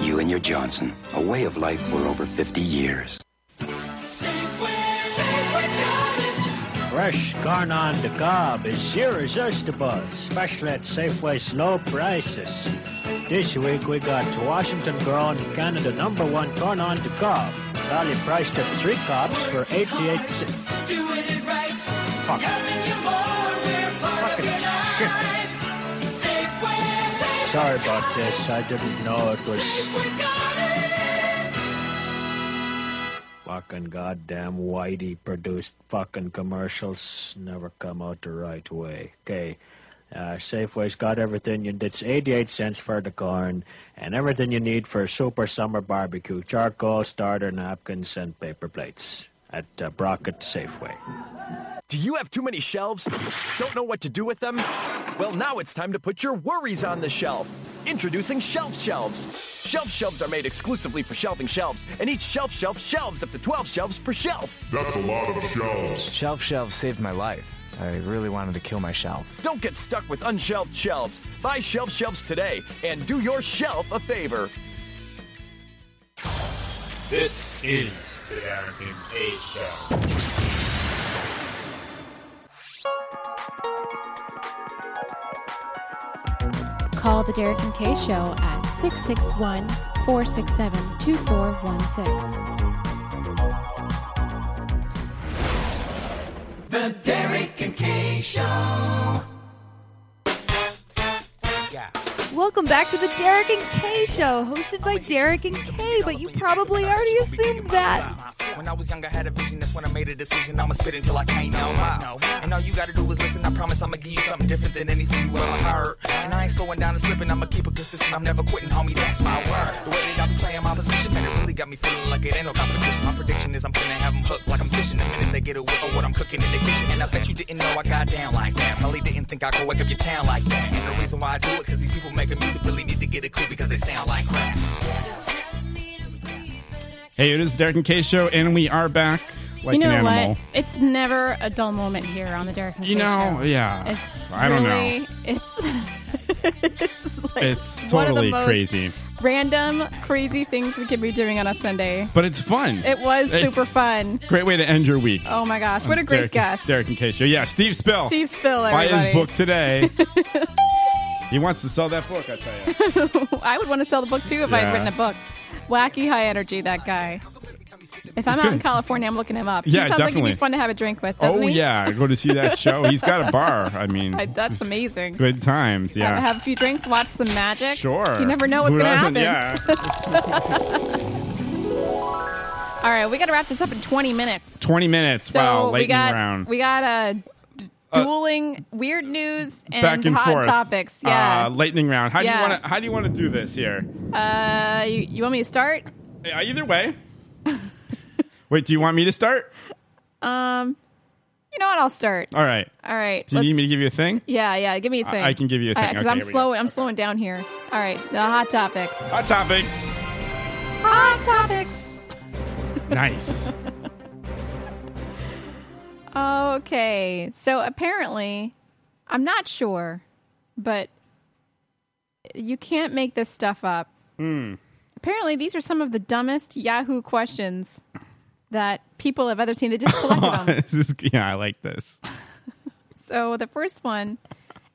Speaker 17: You and your Johnson, a way of life for over 50 years.
Speaker 18: Fresh gone on the gob is irresistible, especially at Safeway's low prices. This week we got Washington grown Canada number one corn on the gob, value priced at three cops for 88 cents.
Speaker 5: Doing it right.
Speaker 18: Fuck.
Speaker 5: Loving you more. We're part of your life. Safeway, Safeway.
Speaker 18: Sorry about this, I didn't know it was
Speaker 5: Safeway's got it.
Speaker 18: fucking goddamn Whitey produced fucking commercials. Never come out the right way. Okay. Uh, Safeway's got everything you It's 88 cents for the corn and everything you need for a super summer barbecue charcoal, starter, napkins, and paper plates at uh, Brockett Safeway.
Speaker 20: Do you have too many shelves? Don't know what to do with them? Well, now it's time to put your worries on the shelf. Introducing Shelf Shelves. Shelf Shelves are made exclusively for shelving shelves, and each shelf shelf shelves up to 12 shelves per shelf.
Speaker 8: That's a lot of shelves.
Speaker 21: Shelf shelves saved my life. I really wanted to kill my shelf.
Speaker 20: Don't get stuck with unshelved shelves. Buy Shelf Shelves today and do your shelf a favor.
Speaker 19: This is the Darrington K Show.
Speaker 4: Call the Derek and Kay Show at 661 467 2416.
Speaker 5: The Derek and Kay Show.
Speaker 22: Welcome back to the Derek and Kay Show, hosted by Derek and Kay, but you probably already assumed that.
Speaker 12: When I was young, I had a vision. That's when I made a decision. I'ma spit until I can't no more. And all you gotta do is listen. I promise I'ma give you something different than anything you ever heard. And I ain't slowing down and slipping. I'ma keep it consistent. I'm never quitting, homie. That's my word. The way that I be playing my position, man, it really got me feeling like it ain't no competition. My prediction is I'm finna have 'em hooked like I'm fishing. The minute they get a whiff of what I'm cooking in the kitchen. And I bet you didn't know I got down like that. Probably didn't think I could wake up your town like that. And the reason why I do it, cause these people making music really need to get a clue because they sound like crap.
Speaker 2: Hey, it is the Derek and Kay show, and we are back like
Speaker 1: you know
Speaker 2: an animal.
Speaker 1: what? It's never a dull moment here on the Derek and
Speaker 2: You
Speaker 1: Kay
Speaker 2: know,
Speaker 1: Show.
Speaker 2: yeah.
Speaker 1: It's
Speaker 2: I don't
Speaker 1: really,
Speaker 2: know.
Speaker 1: It's it's like
Speaker 2: It's
Speaker 1: one of the
Speaker 2: totally
Speaker 1: most
Speaker 2: crazy.
Speaker 1: Random crazy things we could be doing on a Sunday.
Speaker 2: But it's fun.
Speaker 1: It was
Speaker 2: It's
Speaker 1: super fun.
Speaker 2: Great way to end your week.
Speaker 1: Oh my gosh, what a great
Speaker 2: Derek,
Speaker 1: guest.
Speaker 2: Derek and Kay show. Yeah, Steve Spill.
Speaker 1: Steve Spill,
Speaker 2: Buy
Speaker 1: everybody.
Speaker 2: his book today. he wants to sell that book, I tell you.
Speaker 1: I would want to sell the book too if I had
Speaker 2: Yeah.
Speaker 1: written a book. Wacky high energy, that guy. If I'm out in California, I'm looking him up. he
Speaker 2: Yeah,
Speaker 1: sounds like
Speaker 2: definitely.
Speaker 1: he'd be fun to have a drink with, doesn't
Speaker 2: Oh,
Speaker 1: he?
Speaker 2: yeah. Go to see that show. He's got a bar. I mean,
Speaker 1: I- that's
Speaker 2: just
Speaker 1: amazing.
Speaker 2: Good times. Yeah.
Speaker 1: Have a few drinks, watch some magic.
Speaker 2: Sure.
Speaker 1: You never know what's
Speaker 2: Who
Speaker 1: going to happen.
Speaker 2: doesn't?
Speaker 1: All right, we got to wrap this up in 20 minutes.
Speaker 2: 20 minutes. wow.
Speaker 1: we
Speaker 2: Lightning
Speaker 1: got
Speaker 2: round. Uh,
Speaker 1: we got a d- dueling weird news and,
Speaker 2: Back and
Speaker 1: hot
Speaker 2: forth.
Speaker 1: topics. Yeah.
Speaker 2: Uh, lightning round. How do
Speaker 1: Yeah.
Speaker 2: you want to? How do you want to do this here?
Speaker 1: Uh, you, you want me to start?
Speaker 2: Uh, Either way. Wait. Do you want me to start?
Speaker 1: Um, you know what? I'll start.
Speaker 2: All right.
Speaker 1: All right.
Speaker 2: Uh, Do you
Speaker 1: let's-
Speaker 2: need me to give you a thing?
Speaker 1: Yeah, yeah. Give me a
Speaker 2: I-
Speaker 1: thing.
Speaker 2: I can give you a thing.
Speaker 1: Because
Speaker 2: Okay,
Speaker 1: I'm
Speaker 2: here we
Speaker 1: slow. I'm slowing down here. All right. The hot topic.
Speaker 2: Hot topics.
Speaker 1: Hot topics.
Speaker 2: Nice.
Speaker 1: Okay. So apparently, I'm not sure, but you can't make this stuff up.
Speaker 2: Hmm.
Speaker 1: Apparently, these are some of the dumbest Yahoo questions that people have ever seen. They just collected them.
Speaker 2: This is- yeah, I like this.
Speaker 1: So the first one,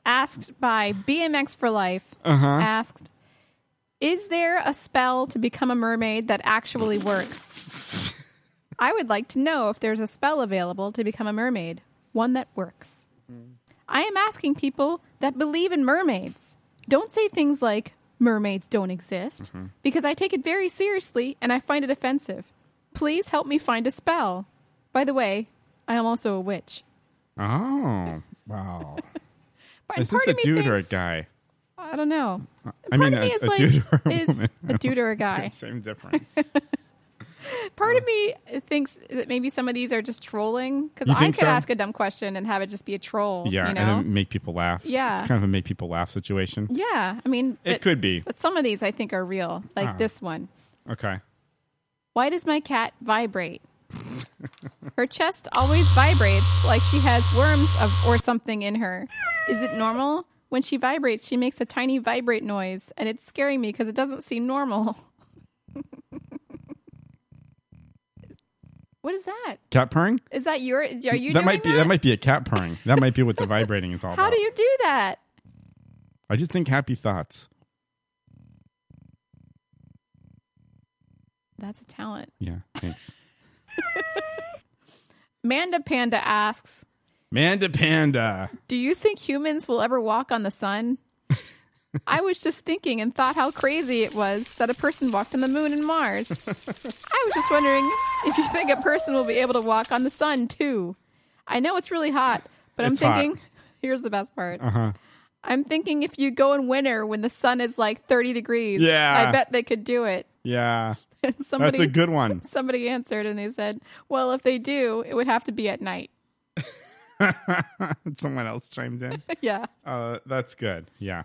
Speaker 1: asked by BMX for Life,
Speaker 2: Uh-huh.
Speaker 1: asked, "Is there a spell to become a mermaid that actually works?" I would like to know if there's a spell available to become a mermaid, one that works.
Speaker 2: Mm.
Speaker 1: I am asking people that believe in mermaids. Don't say things like mermaids don't exist
Speaker 2: Mm-hmm.
Speaker 6: Mhm.
Speaker 1: because I take it very seriously and I find it offensive. Please help me find a spell. By the way, I am also a witch.
Speaker 2: Oh, wow.
Speaker 1: But
Speaker 2: is this
Speaker 1: part
Speaker 2: a
Speaker 1: of me
Speaker 2: dude or a
Speaker 1: thinks-
Speaker 2: guy?
Speaker 1: I don't know.
Speaker 2: I
Speaker 1: Part
Speaker 2: mean,
Speaker 1: of
Speaker 2: a,
Speaker 1: me is
Speaker 2: a
Speaker 1: like,
Speaker 2: dude or a
Speaker 1: is
Speaker 2: woman.
Speaker 1: a dude or a guy?
Speaker 2: Same difference.
Speaker 1: Part of me thinks that maybe some of these are just trolling because
Speaker 2: You
Speaker 1: I
Speaker 2: think
Speaker 1: could
Speaker 2: so?
Speaker 1: ask a dumb question and have it just be a troll.
Speaker 2: Yeah,
Speaker 1: you know?
Speaker 2: and then make people laugh.
Speaker 1: Yeah.
Speaker 2: It's kind of a make people laugh situation.
Speaker 1: yeah. I mean,
Speaker 2: It
Speaker 1: but-
Speaker 2: could be.
Speaker 1: but some of these I think are real, like
Speaker 2: Ah.
Speaker 1: this one.
Speaker 2: Okay.
Speaker 1: Why does my cat vibrate? her chest always vibrates like she has worms of, or something in her. Is it normal? When she vibrates, she makes a tiny vibrate noise, and it's scaring me because it doesn't seem normal. what is that?
Speaker 2: Cat purring?
Speaker 1: Is that your? Are you
Speaker 2: that
Speaker 1: doing
Speaker 2: might be
Speaker 1: that?
Speaker 2: that might be a cat purring. That might be what the vibrating is all
Speaker 1: How
Speaker 2: about.
Speaker 1: do you do that?
Speaker 2: I just think happy thoughts.
Speaker 1: That's a talent.
Speaker 2: Yeah. Thanks.
Speaker 1: Manda Panda asks,
Speaker 2: Manda Panda.
Speaker 1: "Do you think humans will ever walk on the sun?" I was just thinking and thought how crazy it was that a person walked on the moon and Mars. I was just wondering if you think a person will be able to walk on the sun too. I know it's really hot, but I'm
Speaker 2: It's hot.
Speaker 1: thinking here's the best part.
Speaker 2: Uh huh.
Speaker 1: I'm thinking if you go in winter when the sun is like 30 degrees,
Speaker 2: Yeah.
Speaker 1: I bet they could do it.
Speaker 2: Yeah.
Speaker 1: And somebody,
Speaker 2: That's a good one.
Speaker 1: Somebody answered and they said, "Well, if they do, it would have to be at night."
Speaker 2: Someone else chimed in.
Speaker 1: yeah.
Speaker 2: Uh, that's good. Yeah.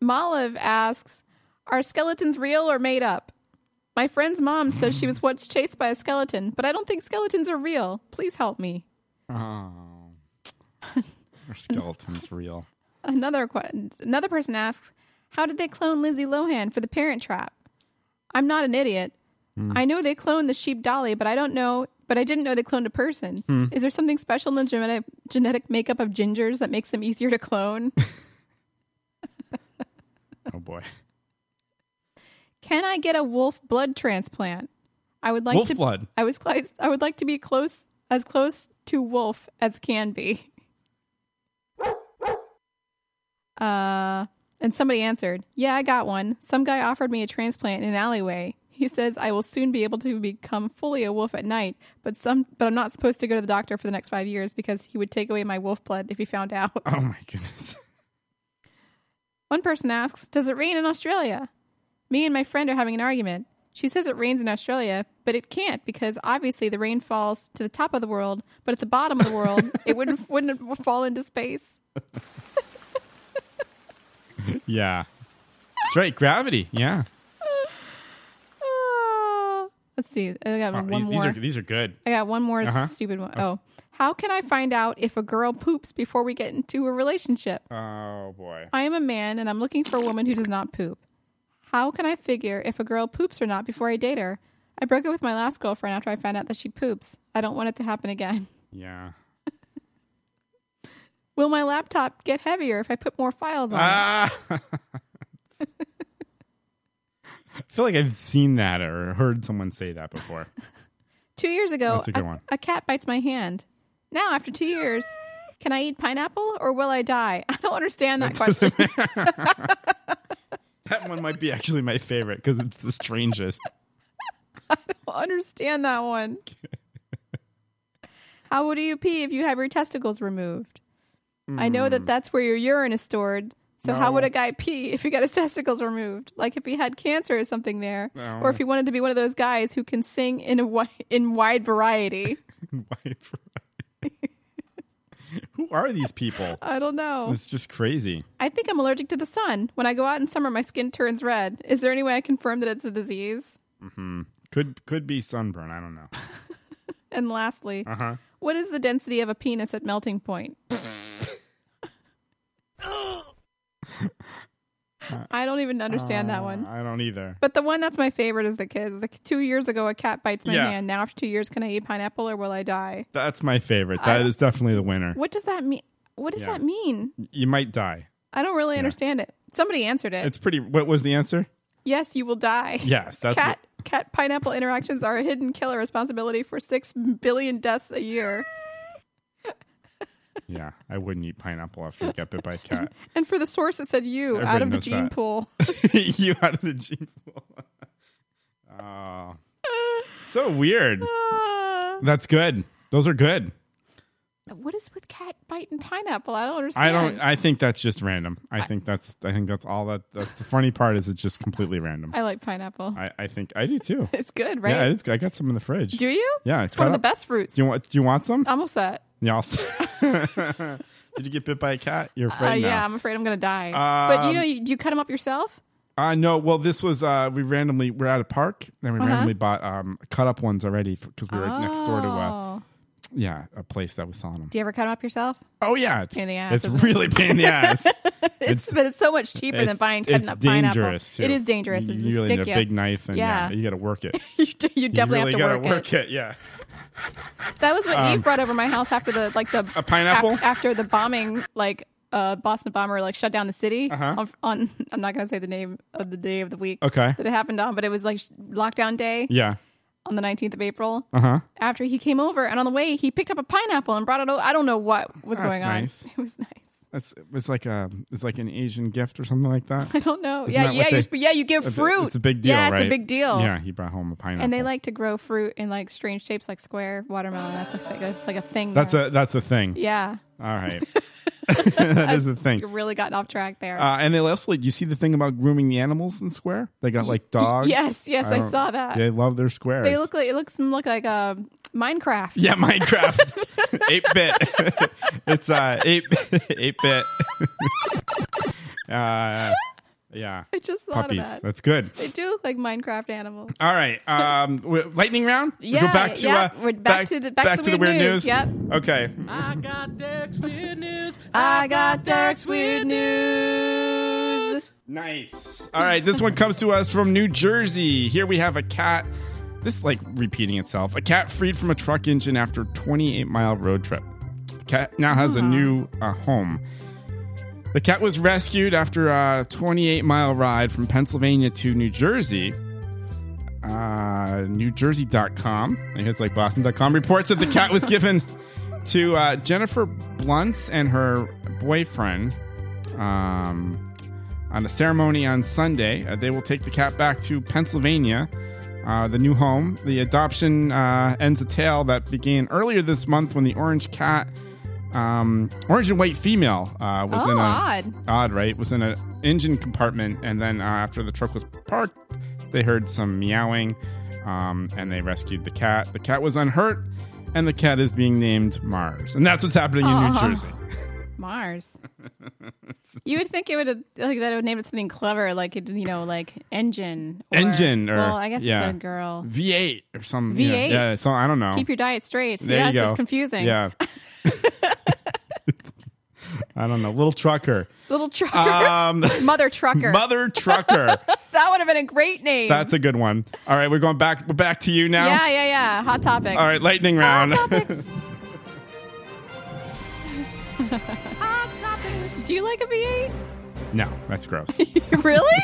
Speaker 1: Maliv asks, "Are skeletons real or made up?" My friend's mom says she was once chased by a skeleton, but I don't think skeletons are real. Please help me.
Speaker 2: Oh. Our skeleton's real.
Speaker 1: Another que- another person asks, "How did they clone Lindsay Lohan for The Parent Trap?" I'm not an idiot.
Speaker 2: Hmm.
Speaker 1: I know they cloned the sheep Dolly, but I don't know. But I didn't know they cloned a person.
Speaker 2: Hmm.
Speaker 1: Is there something special in the genetic genetic makeup of gingers that makes them easier to clone?
Speaker 2: Oh boy.
Speaker 1: Can I get a wolf blood transplant? I would like
Speaker 2: Wolf
Speaker 1: to
Speaker 2: blood.
Speaker 1: I was cl- I would like to be close as close to wolf as can be. Uh, and somebody answered, "Yeah, I got one. Some guy offered me a transplant in an alleyway. He says I will soon be able to become fully a wolf at night, but some but I'm not supposed to go to the doctor for the next 5 years because he would take away my wolf blood if he found out."
Speaker 2: Oh my goodness.
Speaker 1: One person asks, Does it rain in Australia? Me and my friend are having an argument. She says it rains in Australia, but it can't because obviously the rain falls to the top of the world, but at the bottom of the world, it wouldn't wouldn't fall into space.
Speaker 2: Yeah. That's right. Gravity. Yeah.
Speaker 1: Ah. let's see. I got
Speaker 2: Wow,
Speaker 1: one
Speaker 2: Oh, these- these
Speaker 1: more.
Speaker 2: are these are good.
Speaker 1: I got one more
Speaker 2: Uh-huh.
Speaker 1: stupid one. Oh. How can I find out if a girl poops before we get into a relationship?
Speaker 2: Oh boy.
Speaker 1: I am a man and I'm looking for a woman who does not poop. How can I figure if a girl poops or not before I date her? I broke up with my last girlfriend after I found out that she poops. I don't want it to happen again.
Speaker 2: Yeah.
Speaker 1: Will my laptop get heavier if I put more files on
Speaker 2: Ah. I feel like I've seen that or heard someone say that before.
Speaker 1: it? Two years ago,
Speaker 2: That's a good one.
Speaker 1: a cat bites my hand. Now, after two years, can I eat pineapple or will I die? I don't understand that question.
Speaker 2: That one might be actually my favorite because it's the strangest.
Speaker 1: don't understand that one. How do you pee if you have your testicles removed? I know that that's where your urine is stored. So how would
Speaker 2: Hmm. No.
Speaker 1: a guy pee if he got his testicles removed? Like if he had cancer or something there,
Speaker 2: No.
Speaker 1: or if he wanted to be one of those guys who can sing in a wi- in wide variety.
Speaker 2: Why- Who are these people?
Speaker 1: I don't know.
Speaker 2: It's just crazy.
Speaker 1: I think I'm allergic to the sun. When I go out in summer, my skin turns red. Is there any way I can confirm that it's a disease?
Speaker 2: hmm Could could be sunburn. I don't know.
Speaker 1: And lastly,
Speaker 2: Uh huh.
Speaker 1: What is the density of a penis at melting point? I don't even understand that one.
Speaker 2: Uh, I don't either.
Speaker 1: But the one that's my favorite is the kids. Like two years ago, a cat bites my
Speaker 2: Yeah.
Speaker 1: hand. Now, after two years, can I eat pineapple or will I die?
Speaker 2: That's my favorite. That is definitely the winner.
Speaker 1: What does that mean? What does
Speaker 2: Yeah.
Speaker 1: that mean?
Speaker 2: You might die.
Speaker 1: I don't really understand it. Somebody answered it.
Speaker 2: It's pretty. What was the answer?
Speaker 1: yes, you will die.
Speaker 2: Yes, that's
Speaker 1: cat cat pineapple interactions are a hidden killer responsibility for six billion deaths a year.
Speaker 2: what- yeah, I wouldn't eat pineapple after you get bit by a cat.
Speaker 1: And for the source, it said you
Speaker 2: Everybody
Speaker 1: out of the
Speaker 2: knows
Speaker 1: gene
Speaker 2: that.
Speaker 1: pool.
Speaker 2: you out of the gene pool. oh, so
Speaker 1: Uh.
Speaker 2: weird. That's good. Those are good.
Speaker 1: what is with cat biting pineapple? I don't understand.
Speaker 2: I don't. I think that's just random. I, think that's. I think that's all that. That's the funny part is it's just completely random.
Speaker 1: I like pineapple.
Speaker 2: I, I think I do too.
Speaker 1: it's good, right?
Speaker 2: Yeah, it is. good. I got some in the fridge.
Speaker 1: Do you?
Speaker 2: Yeah,
Speaker 1: It's one of
Speaker 2: cut
Speaker 1: the
Speaker 2: up.
Speaker 1: best fruits.
Speaker 2: Do you want? Do you want some?
Speaker 1: I'm upset.
Speaker 2: Yeah. I'll s- Did you get bit by a cat? You're
Speaker 1: Uh,
Speaker 2: afraid now.
Speaker 1: yeah, I'm afraid I'm gonna die. but you know,
Speaker 2: Um,
Speaker 1: you, do you cut them up yourself?
Speaker 2: Uh, no, well, this was uh, we randomly we're at a park and we
Speaker 1: Uh-huh.
Speaker 2: randomly bought um, cut up ones already because we were next door to uh,
Speaker 1: Oh.
Speaker 2: yeah a place that was selling them.
Speaker 1: Do you ever cut them up yourself?
Speaker 2: Oh yeah,
Speaker 1: It's a pain in the ass.
Speaker 2: It's
Speaker 1: isn't it?
Speaker 2: really pain in the ass.
Speaker 1: it's, but it's so much cheaper than
Speaker 2: It's-
Speaker 1: buying cutting
Speaker 2: it's
Speaker 1: up
Speaker 2: dangerous
Speaker 1: pineapple.
Speaker 2: too.
Speaker 1: It is dangerous.
Speaker 2: You,
Speaker 1: It's
Speaker 2: you really
Speaker 1: stick
Speaker 2: need a
Speaker 1: you.
Speaker 2: big knife and yeah,
Speaker 1: yeah,
Speaker 2: you got to work it.
Speaker 1: you, d- you definitely
Speaker 2: you
Speaker 1: have to
Speaker 2: really gotta
Speaker 1: work,
Speaker 2: work
Speaker 1: it.
Speaker 2: it. Yeah,
Speaker 1: That was what
Speaker 2: Um,
Speaker 1: Eve brought over my house after the like the
Speaker 2: a pineapple?
Speaker 1: af- after the bombing, like uh, Boston bomber like shut down the city
Speaker 2: Uh-huh.
Speaker 1: on, on. I'm not gonna say the name of the day of the week.
Speaker 2: Okay.
Speaker 1: that it happened on, but it was like sh- lockdown day
Speaker 2: yeah.
Speaker 1: on the 19th of April.
Speaker 2: Uh huh.
Speaker 1: After he came over, and on the way he picked up a pineapple and brought it. over. I don't know what was
Speaker 2: That's
Speaker 1: going on.
Speaker 2: nice.
Speaker 1: It was nice.
Speaker 2: That's it's like a it's like an Asian gift or something like that.
Speaker 1: I don't know.
Speaker 2: Isn't
Speaker 1: yeah,
Speaker 2: that
Speaker 1: yeah,
Speaker 2: what
Speaker 1: you're,
Speaker 2: they-
Speaker 1: sp- yeah. You give
Speaker 2: it's a-
Speaker 1: fruit.
Speaker 2: It's a big deal.
Speaker 1: Yeah, it's
Speaker 2: right?
Speaker 1: a big deal.
Speaker 2: Yeah, he brought home a pineapple.
Speaker 1: And they like to grow fruit in like strange shapes, like square watermelon. That's a thing. That's like a thing.
Speaker 2: that's
Speaker 1: there.
Speaker 2: a that's a thing.
Speaker 1: yeah.
Speaker 2: All right. that is a thing.
Speaker 1: You really got off track there.
Speaker 2: Uh, and they also, you see the thing about grooming the animals in Square? They got like dogs.
Speaker 1: yes, yes, I
Speaker 2: don't-
Speaker 1: saw that.
Speaker 2: They love their squares.
Speaker 1: they look like it looks look like uh, Minecraft.
Speaker 2: yeah, Minecraft, eight bit. it's uh eight eight bit. uh, yeah,
Speaker 1: I just thought
Speaker 2: puppies.
Speaker 1: of that.
Speaker 2: That's good.
Speaker 1: They do look like Minecraft animals.
Speaker 2: All right, um, w- lightning round. We
Speaker 1: Yeah,
Speaker 2: go back to
Speaker 1: yeah,
Speaker 2: uh,
Speaker 1: we're back to the- back to the weird news, yep.
Speaker 2: Okay.
Speaker 23: I got Derek's weird news.
Speaker 1: I got Derek's weird news.
Speaker 2: Nice. All right, this one comes to us from New Jersey. Here we have a cat. This is like repeating itself. A cat freed from a truck engine after a 28 mile road trip. The cat now has a new uh, home. The cat was rescued after a 28 mile ride from Pennsylvania to New Jersey. Uh, NewJersey.com. I think it's like Boston.com reports that the cat was given to uh, Jennifer Blunts and her boyfriend. Um, on the ceremony on Sunday. Uh, they will take the cat back to Pennsylvania, uh, the new home. The adoption uh, ends a tale that began earlier this month when the orange cat, um, orange and white female, uh, was
Speaker 1: Oh,
Speaker 2: in a
Speaker 1: odd.
Speaker 2: odd, right? Was in an engine compartment, and then uh, after the truck was parked, they heard some meowing, um, and they rescued the cat. The cat was unhurt. And the cat is being named Mars. And that's what's happening in New
Speaker 1: Aw.
Speaker 2: Jersey.
Speaker 1: Mars. you would think it would like that. It would name it something clever, like it, you know, like engine, or,
Speaker 2: Engine or
Speaker 1: well, I guess
Speaker 2: yeah.
Speaker 1: it's a girl.
Speaker 2: V8 or some you know,
Speaker 1: V8?
Speaker 2: yeah, so I don't know.
Speaker 1: Keep your diet straight.
Speaker 2: There
Speaker 1: yes,
Speaker 2: you go.
Speaker 1: it's confusing.
Speaker 2: Yeah. I don't know. Little trucker.
Speaker 1: Little trucker,
Speaker 2: Um,
Speaker 1: mother trucker,
Speaker 2: Mother trucker.
Speaker 1: that would have been a great name.
Speaker 2: That's a good one. All right, we're going back. We're back to you now.
Speaker 1: yeah, yeah, yeah. Hot topic.
Speaker 2: All right, lightning round.
Speaker 1: Do you like a V8?
Speaker 2: no, that's gross.
Speaker 1: really?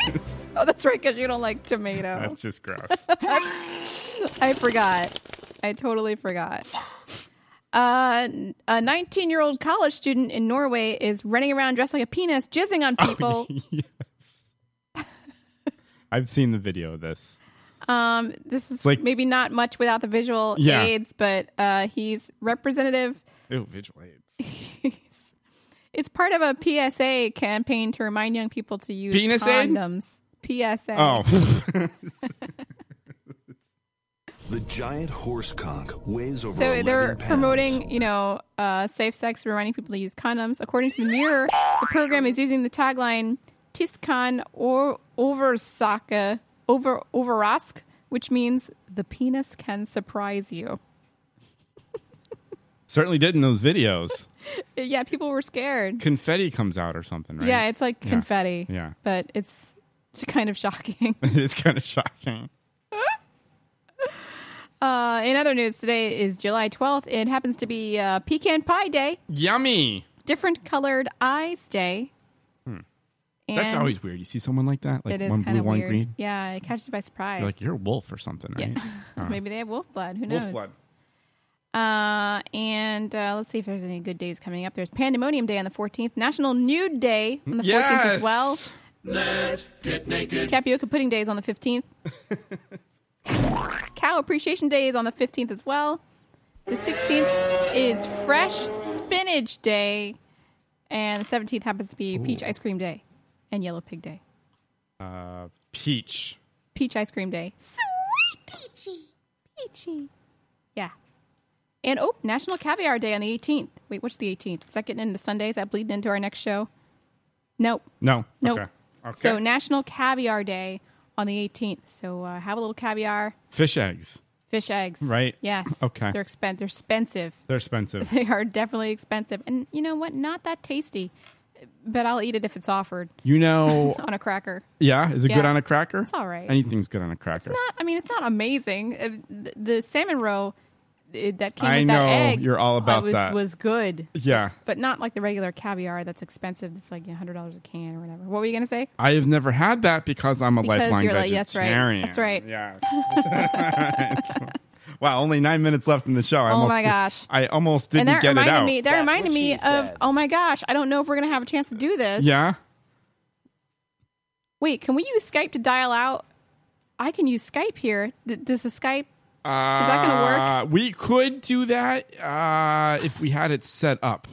Speaker 1: oh, that's right, because you don't like tomato.
Speaker 2: That's just gross.
Speaker 1: I forgot. I totally forgot. Uh, a 19 year old college student in Norway is running around dressed like a penis, jizzing
Speaker 2: Oh,
Speaker 1: on people.
Speaker 2: I've seen the video of this.
Speaker 1: Um, this is
Speaker 2: like-
Speaker 1: maybe not much without the visual
Speaker 2: Yeah.
Speaker 1: aids, but uh, he's representative.
Speaker 2: Ew, visual aids.
Speaker 1: It's part of a PSA campaign to remind young people to use
Speaker 2: Penis aid?
Speaker 1: condoms. PSA.
Speaker 2: Oh.
Speaker 6: The giant horse cock weighs over
Speaker 1: So
Speaker 6: 11
Speaker 1: they're
Speaker 6: pounds.
Speaker 1: promoting, you know, uh, safe sex, reminding people to use condoms. According to the Mirror, the program is using the tagline "Tiskan or Oversaka over Overask," which means the penis can surprise you.
Speaker 2: Certainly did in those videos.
Speaker 1: yeah, people were scared.
Speaker 2: Confetti comes out or something, right?
Speaker 1: Yeah, it's like
Speaker 2: Yeah.
Speaker 1: confetti.
Speaker 2: Yeah.
Speaker 1: But it's it's kind of shocking.
Speaker 2: it's kind of shocking.
Speaker 1: Uh, in other news, today is July 12th. It happens to be uh, Pecan Pie Day,
Speaker 2: Yummy.
Speaker 1: Different Colored Eyes Day.
Speaker 2: Hmm.
Speaker 1: And
Speaker 2: That's always weird. You see someone like that, like
Speaker 1: it is
Speaker 2: one
Speaker 1: kind
Speaker 2: blue,
Speaker 1: of
Speaker 2: one
Speaker 1: weird.
Speaker 2: green.
Speaker 1: Yeah, it catches you by surprise.
Speaker 2: You're like you're a wolf or something, right? Uh,
Speaker 1: Maybe they have wolf blood. Who knows?
Speaker 2: wolf blood.
Speaker 1: Uh, and uh, let's see if there's any good days coming up. There's Pandemonium Day on the 14th, National Nude Day on the 14th as well.
Speaker 23: Let's get naked.
Speaker 1: Tapioca Pudding Day is on the 15th. Cow Appreciation Day is on the 15th as well. The 16th is Fresh Spinach Day. And the 17th happens to be Peach
Speaker 2: Ooh.
Speaker 1: Ice Cream Day and Yellow Pig Day.
Speaker 2: Uh, peach.
Speaker 1: Peach Ice Cream Day. Sweet! Peachy. Peachy. Yeah. And oh, National Caviar Day on the 18th. Wait, what's the 18th? Is that getting into Sundays? Is that bleeding into our next show? Nope.
Speaker 2: No.
Speaker 1: Nope.
Speaker 2: Okay. okay.
Speaker 1: So National Caviar Day on the 18th. So uh, have a little caviar,
Speaker 2: fish eggs,
Speaker 1: fish eggs.
Speaker 2: right?
Speaker 1: Yes.
Speaker 2: Okay.
Speaker 1: They're
Speaker 2: They're,
Speaker 1: expen- They're expensive.
Speaker 2: expensive.
Speaker 1: They are definitely expensive, and you know what? Not that tasty, but I'll eat it if it's offered
Speaker 2: You know.
Speaker 1: on a cracker.
Speaker 2: yeah. Is it good
Speaker 1: Yeah.
Speaker 2: on a cracker?
Speaker 1: It's all right.
Speaker 2: Anything's good on a cracker.
Speaker 1: Not. I mean, it's not amazing. Uh, th- The salmon roe uh, that came
Speaker 2: I
Speaker 1: with
Speaker 2: know
Speaker 1: that egg.
Speaker 2: you're all
Speaker 1: I
Speaker 2: about
Speaker 1: was,
Speaker 2: that.
Speaker 1: Was good,
Speaker 2: yeah.
Speaker 1: but not like the regular caviar that's expensive. That's like hundred dollars a can or whatever. What were you gonna say?
Speaker 2: I have never had that because I'm a
Speaker 1: Because
Speaker 2: lifelong
Speaker 1: you're like,
Speaker 2: vegetarian.
Speaker 1: that's right. That's right.
Speaker 2: Yeah. wow. Only nine minutes left in the show. I
Speaker 1: Oh
Speaker 2: almost
Speaker 1: my
Speaker 2: did-
Speaker 1: gosh.
Speaker 2: I almost didn't
Speaker 1: and that
Speaker 2: get it
Speaker 1: reminded
Speaker 2: out.
Speaker 1: me. That reminded me of. Oh my gosh! I don't know if we're gonna have a chance to do this.
Speaker 2: yeah.
Speaker 1: Wait, can we use Skype to dial out? I can use Skype here. D- does the Skype?
Speaker 2: Uh,
Speaker 1: that gonna work?
Speaker 2: We could do that uh, if we had it set up.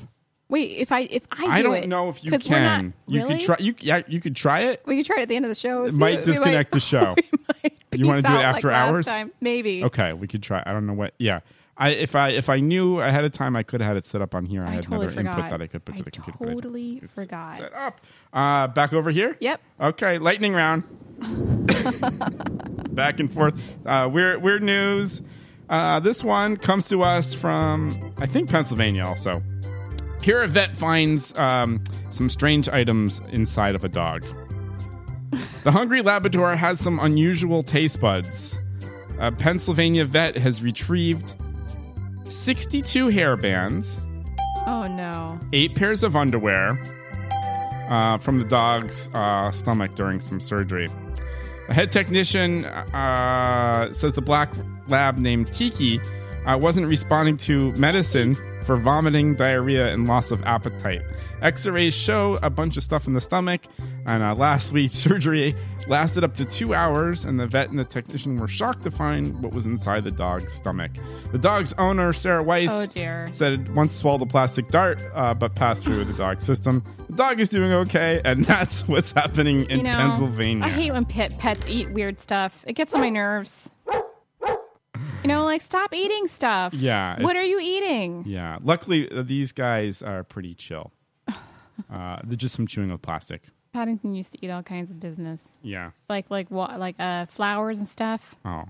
Speaker 1: Wait, if I if I do
Speaker 2: I, don't
Speaker 1: it,
Speaker 2: know if you
Speaker 1: 'cause we're not-
Speaker 2: can. you
Speaker 1: really?
Speaker 2: could try. You yeah, you could try it.
Speaker 1: We could try it at the end of the show.
Speaker 2: It
Speaker 1: See,
Speaker 2: might
Speaker 1: we
Speaker 2: disconnect the show. you want
Speaker 1: peace
Speaker 2: to do it
Speaker 1: out like
Speaker 2: after
Speaker 1: last
Speaker 2: hours?
Speaker 1: time. Maybe.
Speaker 2: Okay, we could try. I don't know what. Yeah, I if I if I knew ahead of time, I could have had it set up on here. I,
Speaker 1: I
Speaker 2: had
Speaker 1: totally
Speaker 2: another
Speaker 1: forgot.
Speaker 2: input that I could put to the computer. but I didn't.
Speaker 1: Totally forgot. Set
Speaker 2: up. Uh, back over here.
Speaker 1: Yep.
Speaker 2: Okay, lightning round. back and forth. Uh, weird weird news. Uh, this one comes to us from I think Pennsylvania also. Here, a vet finds um, some strange items inside of a dog. The hungry Labrador has some unusual taste buds. A Pennsylvania vet has retrieved 62 hair bands,
Speaker 1: Oh no!
Speaker 2: eight pairs of underwear uh, from the dog's uh, stomach during some surgery. A head technician uh, says the black lab named Tiki uh, wasn't responding to medicine for vomiting, diarrhea, and loss of appetite. X rays show a bunch of stuff in the stomach, and uh, last week's surgery lasted up to two hours, and the vet and the technician were shocked to find what was inside the dog's stomach. The dog's owner, Sarah Weiss,
Speaker 1: Oh, dear.
Speaker 2: said it once swallowed a plastic dart, uh, but passed through the dog's system. The dog is doing okay, and that's what's happening in
Speaker 1: you know,
Speaker 2: Pennsylvania.
Speaker 1: I hate when pet pets eat weird stuff. It gets on my nerves. You know, like stop eating stuff.
Speaker 2: Yeah,
Speaker 1: What
Speaker 2: it's-
Speaker 1: are you eating?
Speaker 2: Yeah. Luckily, uh, these guys are pretty chill. Uh, they're just some chewing of plastic.
Speaker 1: Paddington used to eat all kinds of business,
Speaker 2: Yeah.
Speaker 1: like like what, like uh, flowers and stuff.
Speaker 2: Oh.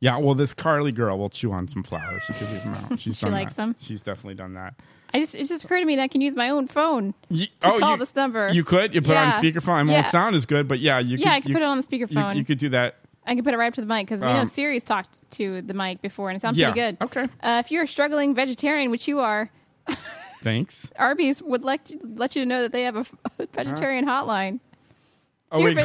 Speaker 2: Yeah. Well, this Carly girl will chew on some flowers. She could leave them out. She's
Speaker 1: She
Speaker 2: done
Speaker 1: likes
Speaker 2: that.
Speaker 1: them?
Speaker 2: She's definitely done that.
Speaker 1: I just it just occurred to me that I can use my own phone
Speaker 2: You-
Speaker 1: to
Speaker 2: oh,
Speaker 1: call
Speaker 2: you-
Speaker 1: this number.
Speaker 2: You could. You put
Speaker 1: Yeah.
Speaker 2: it on speakerphone. It
Speaker 1: Yeah.
Speaker 2: won't sound as good, but yeah, you.
Speaker 1: Yeah, I
Speaker 2: could
Speaker 1: could put it on the speakerphone.
Speaker 2: You, you could do that.
Speaker 1: I can put it right up to the mic because we know
Speaker 2: Um,
Speaker 1: Siri's talked to the mic before and it sounds
Speaker 2: Yeah,
Speaker 1: pretty good.
Speaker 2: Okay.
Speaker 1: Uh, if you're a struggling vegetarian, which you are,
Speaker 2: Thanks.
Speaker 1: Arby's would let you, let you know that they have a f- vegetarian hotline.
Speaker 2: Uh-huh. Oh wait.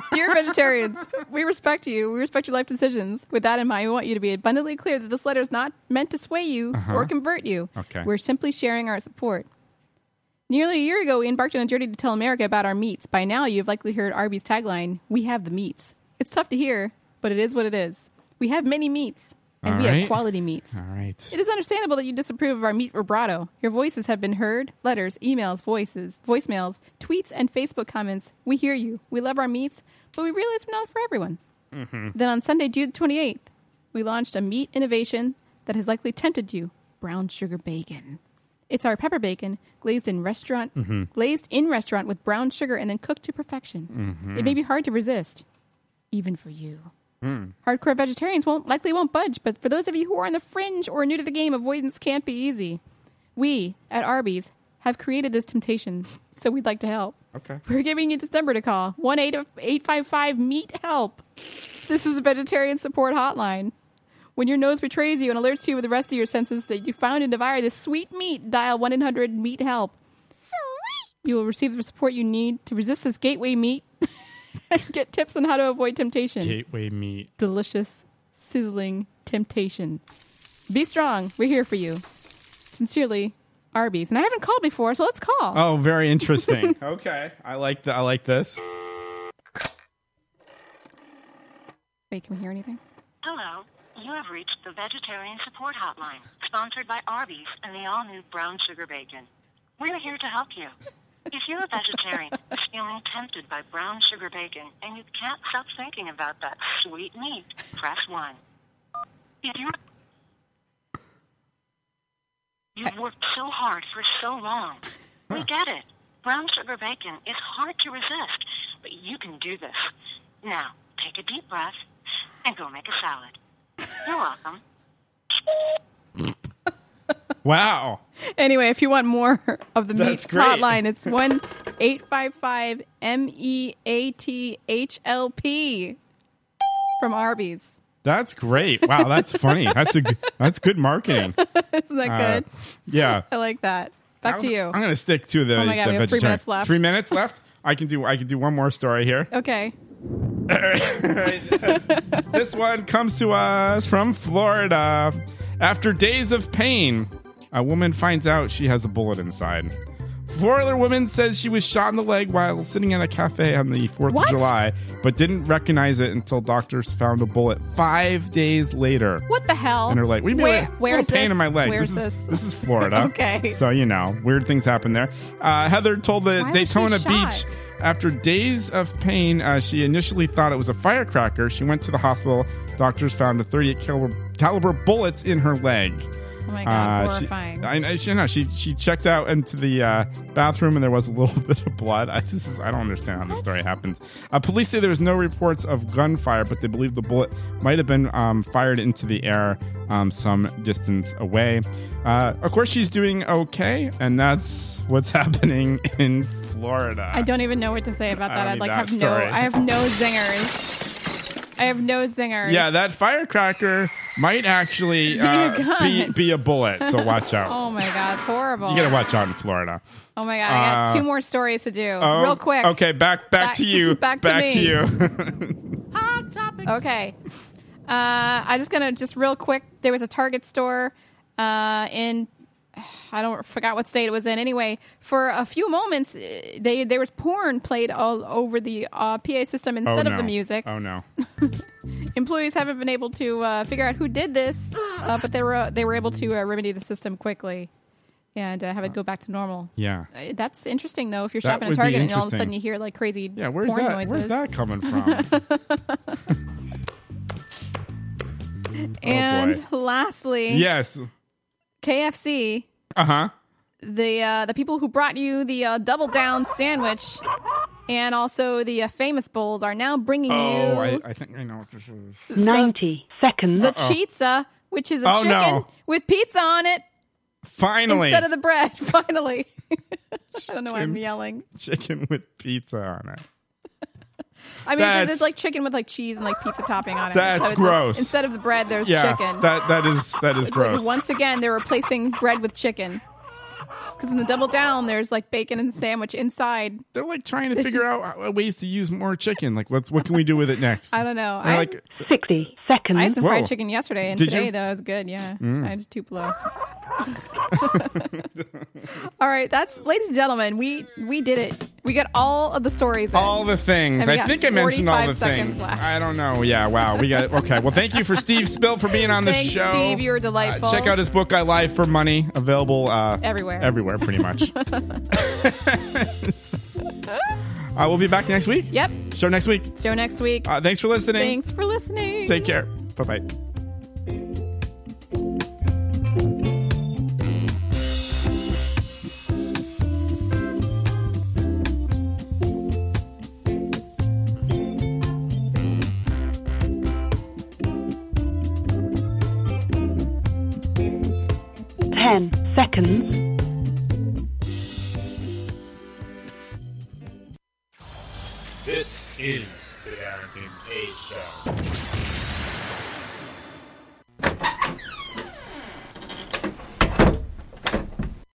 Speaker 1: Dear vegetarians, we respect you. We respect your life decisions. With that in mind, we want you to be abundantly clear that this letter is not meant to sway you
Speaker 4: Uh-huh.
Speaker 1: or convert you.
Speaker 4: Okay.
Speaker 1: We're simply sharing our support. Nearly a year ago, we embarked on a journey to tell America about our meats. By now, you've likely heard Arby's tagline, We have the meats. It's tough to hear, but it is what it is. We have many meats, and
Speaker 2: All
Speaker 1: we have
Speaker 2: right.
Speaker 1: quality meats.
Speaker 2: All right.
Speaker 1: It is understandable that you disapprove of our meat vibrato. Your voices have been heard letters, emails, voices, voicemails, tweets, and Facebook comments. We hear you. We love our meats, but we realize we're not for everyone.
Speaker 23: Mm-hmm.
Speaker 1: Then on Sunday, June 28th, we launched a meat innovation that has likely tempted you brown sugar bacon. It's our pepper bacon glazed in restaurant
Speaker 23: Mhm.
Speaker 1: glazed in restaurant with brown sugar and then cooked to perfection.
Speaker 23: Mhm.
Speaker 1: It may be hard to resist, even for you. Hardcore vegetarians won't likely won't budge, but for those of you who are on the fringe or new to the game, avoidance can't be easy. We at Arby's have created this temptation, so we'd like to help.
Speaker 2: Okay.
Speaker 1: We're giving you this number to call 1 855 Meat Help. This is a vegetarian support hotline. When your nose betrays you and alerts you with the rest of your senses that you found and devoured this sweet meat, dial 1 800 Meat Help. Sweet! You will receive the support you need to resist this gateway meat and get tips on how to avoid temptation.
Speaker 2: Gateway meat.
Speaker 1: Delicious, sizzling temptation. Be strong. We're here for you. Sincerely, Arby's. And I haven't called before, so let's call.
Speaker 2: Oh, very interesting. okay, I like the, I like this.
Speaker 1: Wait, can we hear anything?
Speaker 7: Hello. You have reached the Vegetarian Support Hotline, sponsored by Arby's and the all-new brown sugar bacon. We're here to help you. If you're a vegetarian feeling tempted by brown sugar bacon and you can't stop thinking about that sweet meat, press 1. If you're... You've worked so hard for so long. We get it. Brown sugar bacon is hard to resist, but you can do this. Now, take a deep breath and go make a salad. You're welcome.
Speaker 2: Wow.
Speaker 1: Anyway, if you want more of the
Speaker 2: That's
Speaker 1: meat
Speaker 2: great.
Speaker 1: hotline, it's 1 855 M E A T H L P from Arby's.
Speaker 2: That's great. Wow, that's funny. That's a g- that's good marketing.
Speaker 1: Isn't that
Speaker 2: Uh,
Speaker 1: good?
Speaker 2: yeah.
Speaker 1: I like that. Back to you.
Speaker 2: I'm gonna stick to the.
Speaker 1: Oh my God,
Speaker 2: the
Speaker 1: we have three
Speaker 2: vegetarian.
Speaker 1: minutes left.
Speaker 2: Three minutes left. I can do. I can do one more story here.
Speaker 1: okay.
Speaker 2: this one comes to us from Florida. After days of pain, a woman finds out she has a bullet inside. Florida woman says she was shot in the leg while sitting at a cafe on the 4th
Speaker 1: What?
Speaker 2: of July, but didn't recognize it until doctors found a bullet five days later
Speaker 1: What the hell?
Speaker 2: in her leg. What do you mean?
Speaker 1: Where,
Speaker 2: like,
Speaker 1: where's
Speaker 2: little pain
Speaker 1: this?
Speaker 2: in my leg.
Speaker 1: Where's
Speaker 2: this
Speaker 1: this?
Speaker 2: is this is Florida.
Speaker 1: Okay.
Speaker 2: So you know, weird things happen there. Uh, Heather told the
Speaker 1: Why was she
Speaker 2: Daytona
Speaker 1: shot?
Speaker 2: Beach after days of pain, uh, she initially thought it was a firecracker. She went to the hospital. Doctors found a 38 caliber, caliber bullet in her leg.
Speaker 1: Oh my God,
Speaker 2: Uh, she-
Speaker 1: horrifying.
Speaker 2: I, I, she, no, she she checked out into the uh, bathroom and there was a little bit of blood. I, this is I don't understand how this story happened. Uh, police say there was no reports of gunfire, but they believe the bullet might have been um, fired into the air um, some distance away. Uh, of course, she's doing okay, and that's what's happening in Florida.
Speaker 1: I don't even know what to say about
Speaker 2: I
Speaker 1: that.
Speaker 2: don't
Speaker 1: I
Speaker 2: need
Speaker 1: like
Speaker 2: that
Speaker 1: have
Speaker 2: story.
Speaker 1: no. I have no zingers. I have no zingers.
Speaker 2: yeah, that firecracker might actually
Speaker 1: a
Speaker 2: uh, be,
Speaker 1: gun.
Speaker 2: be a bullet, so watch out.
Speaker 1: oh my god, it's horrible.
Speaker 2: you gotta watch out in Florida.
Speaker 1: Oh my god, I got
Speaker 2: Uh,
Speaker 1: two more stories to do
Speaker 2: Oh,
Speaker 1: real quick.
Speaker 2: Okay, back back,
Speaker 1: Back-
Speaker 2: to you.
Speaker 1: back to me.
Speaker 2: you.
Speaker 1: Okay. Uh, I'm just gonna just real quick. There was a Target store uh, in I don't forgot what state it was in. Anyway, for a few moments, eh, they there was porn played all over the uh, PA system
Speaker 2: Oh,
Speaker 1: instead
Speaker 2: no.
Speaker 1: of the music.
Speaker 2: Oh no.
Speaker 1: Employees haven't been able to uh, figure out who did this, uh, but they were they were able to uh, remedy the system quickly and uh, have it go back to normal.
Speaker 2: Yeah.
Speaker 1: Uh, That's interesting though. If you're
Speaker 2: That
Speaker 1: shopping
Speaker 2: would
Speaker 1: at
Speaker 2: be
Speaker 1: Target and all of a sudden
Speaker 2: interesting.
Speaker 1: you hear like crazy
Speaker 2: Yeah, where's
Speaker 1: porn
Speaker 2: that
Speaker 1: noises.
Speaker 2: where's that coming from?
Speaker 1: and
Speaker 2: Oh, boy.
Speaker 1: lastly,
Speaker 2: yes.
Speaker 1: KFC,
Speaker 2: Uh-huh.
Speaker 1: the uh, the people who brought you the uh, double down sandwich and also the uh, famous bowls are now bringing
Speaker 2: Oh, I,
Speaker 1: you
Speaker 2: I think I know what this is.
Speaker 24: 90 seconds.
Speaker 1: the chizza, which is a
Speaker 2: Oh,
Speaker 1: chicken
Speaker 2: no.
Speaker 1: with pizza on it
Speaker 2: Finally.
Speaker 1: instead of the bread. Finally, I don't know why I'm yelling.
Speaker 2: chicken with pizza on it.
Speaker 1: I mean,
Speaker 2: That's-
Speaker 1: there's like chicken with like cheese and like pizza topping on it.
Speaker 2: That's
Speaker 1: Instead of the-
Speaker 2: gross.
Speaker 1: instead of the bread, there's
Speaker 2: yeah.
Speaker 1: chicken.
Speaker 2: That that is that is
Speaker 1: It's like
Speaker 2: gross.
Speaker 1: once again, they're replacing bread with chicken. Because in the double down, there's like bacon and sandwich inside.
Speaker 2: They're like trying to figure out uh, ways to use more chicken. Like what's what can we do with it next?
Speaker 1: I don't know.
Speaker 2: They're
Speaker 1: I,
Speaker 2: like
Speaker 24: 60 seconds.
Speaker 1: I had some fried
Speaker 2: Whoa.
Speaker 1: chicken yesterday, and
Speaker 2: Did
Speaker 1: today
Speaker 2: you?
Speaker 1: though it was good. Yeah,
Speaker 2: Mm.
Speaker 1: I had Tupelo. all right, that's ladies and gentlemen, we we did it. We got all of the stories. in.
Speaker 2: all the things.
Speaker 1: And we
Speaker 2: I
Speaker 1: got
Speaker 2: think I mentioned all
Speaker 1: 45
Speaker 2: the
Speaker 1: seconds
Speaker 2: things.
Speaker 1: left.
Speaker 2: I don't know. Yeah, wow. We got okay. Well, thank you for Steve Spill for being on
Speaker 1: Thanks,
Speaker 2: the show.
Speaker 1: Steve. You were
Speaker 2: Uh,
Speaker 1: delightful.
Speaker 2: check out his book, I Lie for Money, available uh,
Speaker 1: Everywhere.
Speaker 2: Everywhere, pretty much. uh, we'll be back next week.
Speaker 1: Yep.
Speaker 2: Show next week.
Speaker 1: Show next week.
Speaker 2: Uh, thanks for listening.
Speaker 1: Thanks for listening.
Speaker 2: Take care. Bye bye.
Speaker 24: 10 seconds.
Speaker 19: This is the Darrington K Show.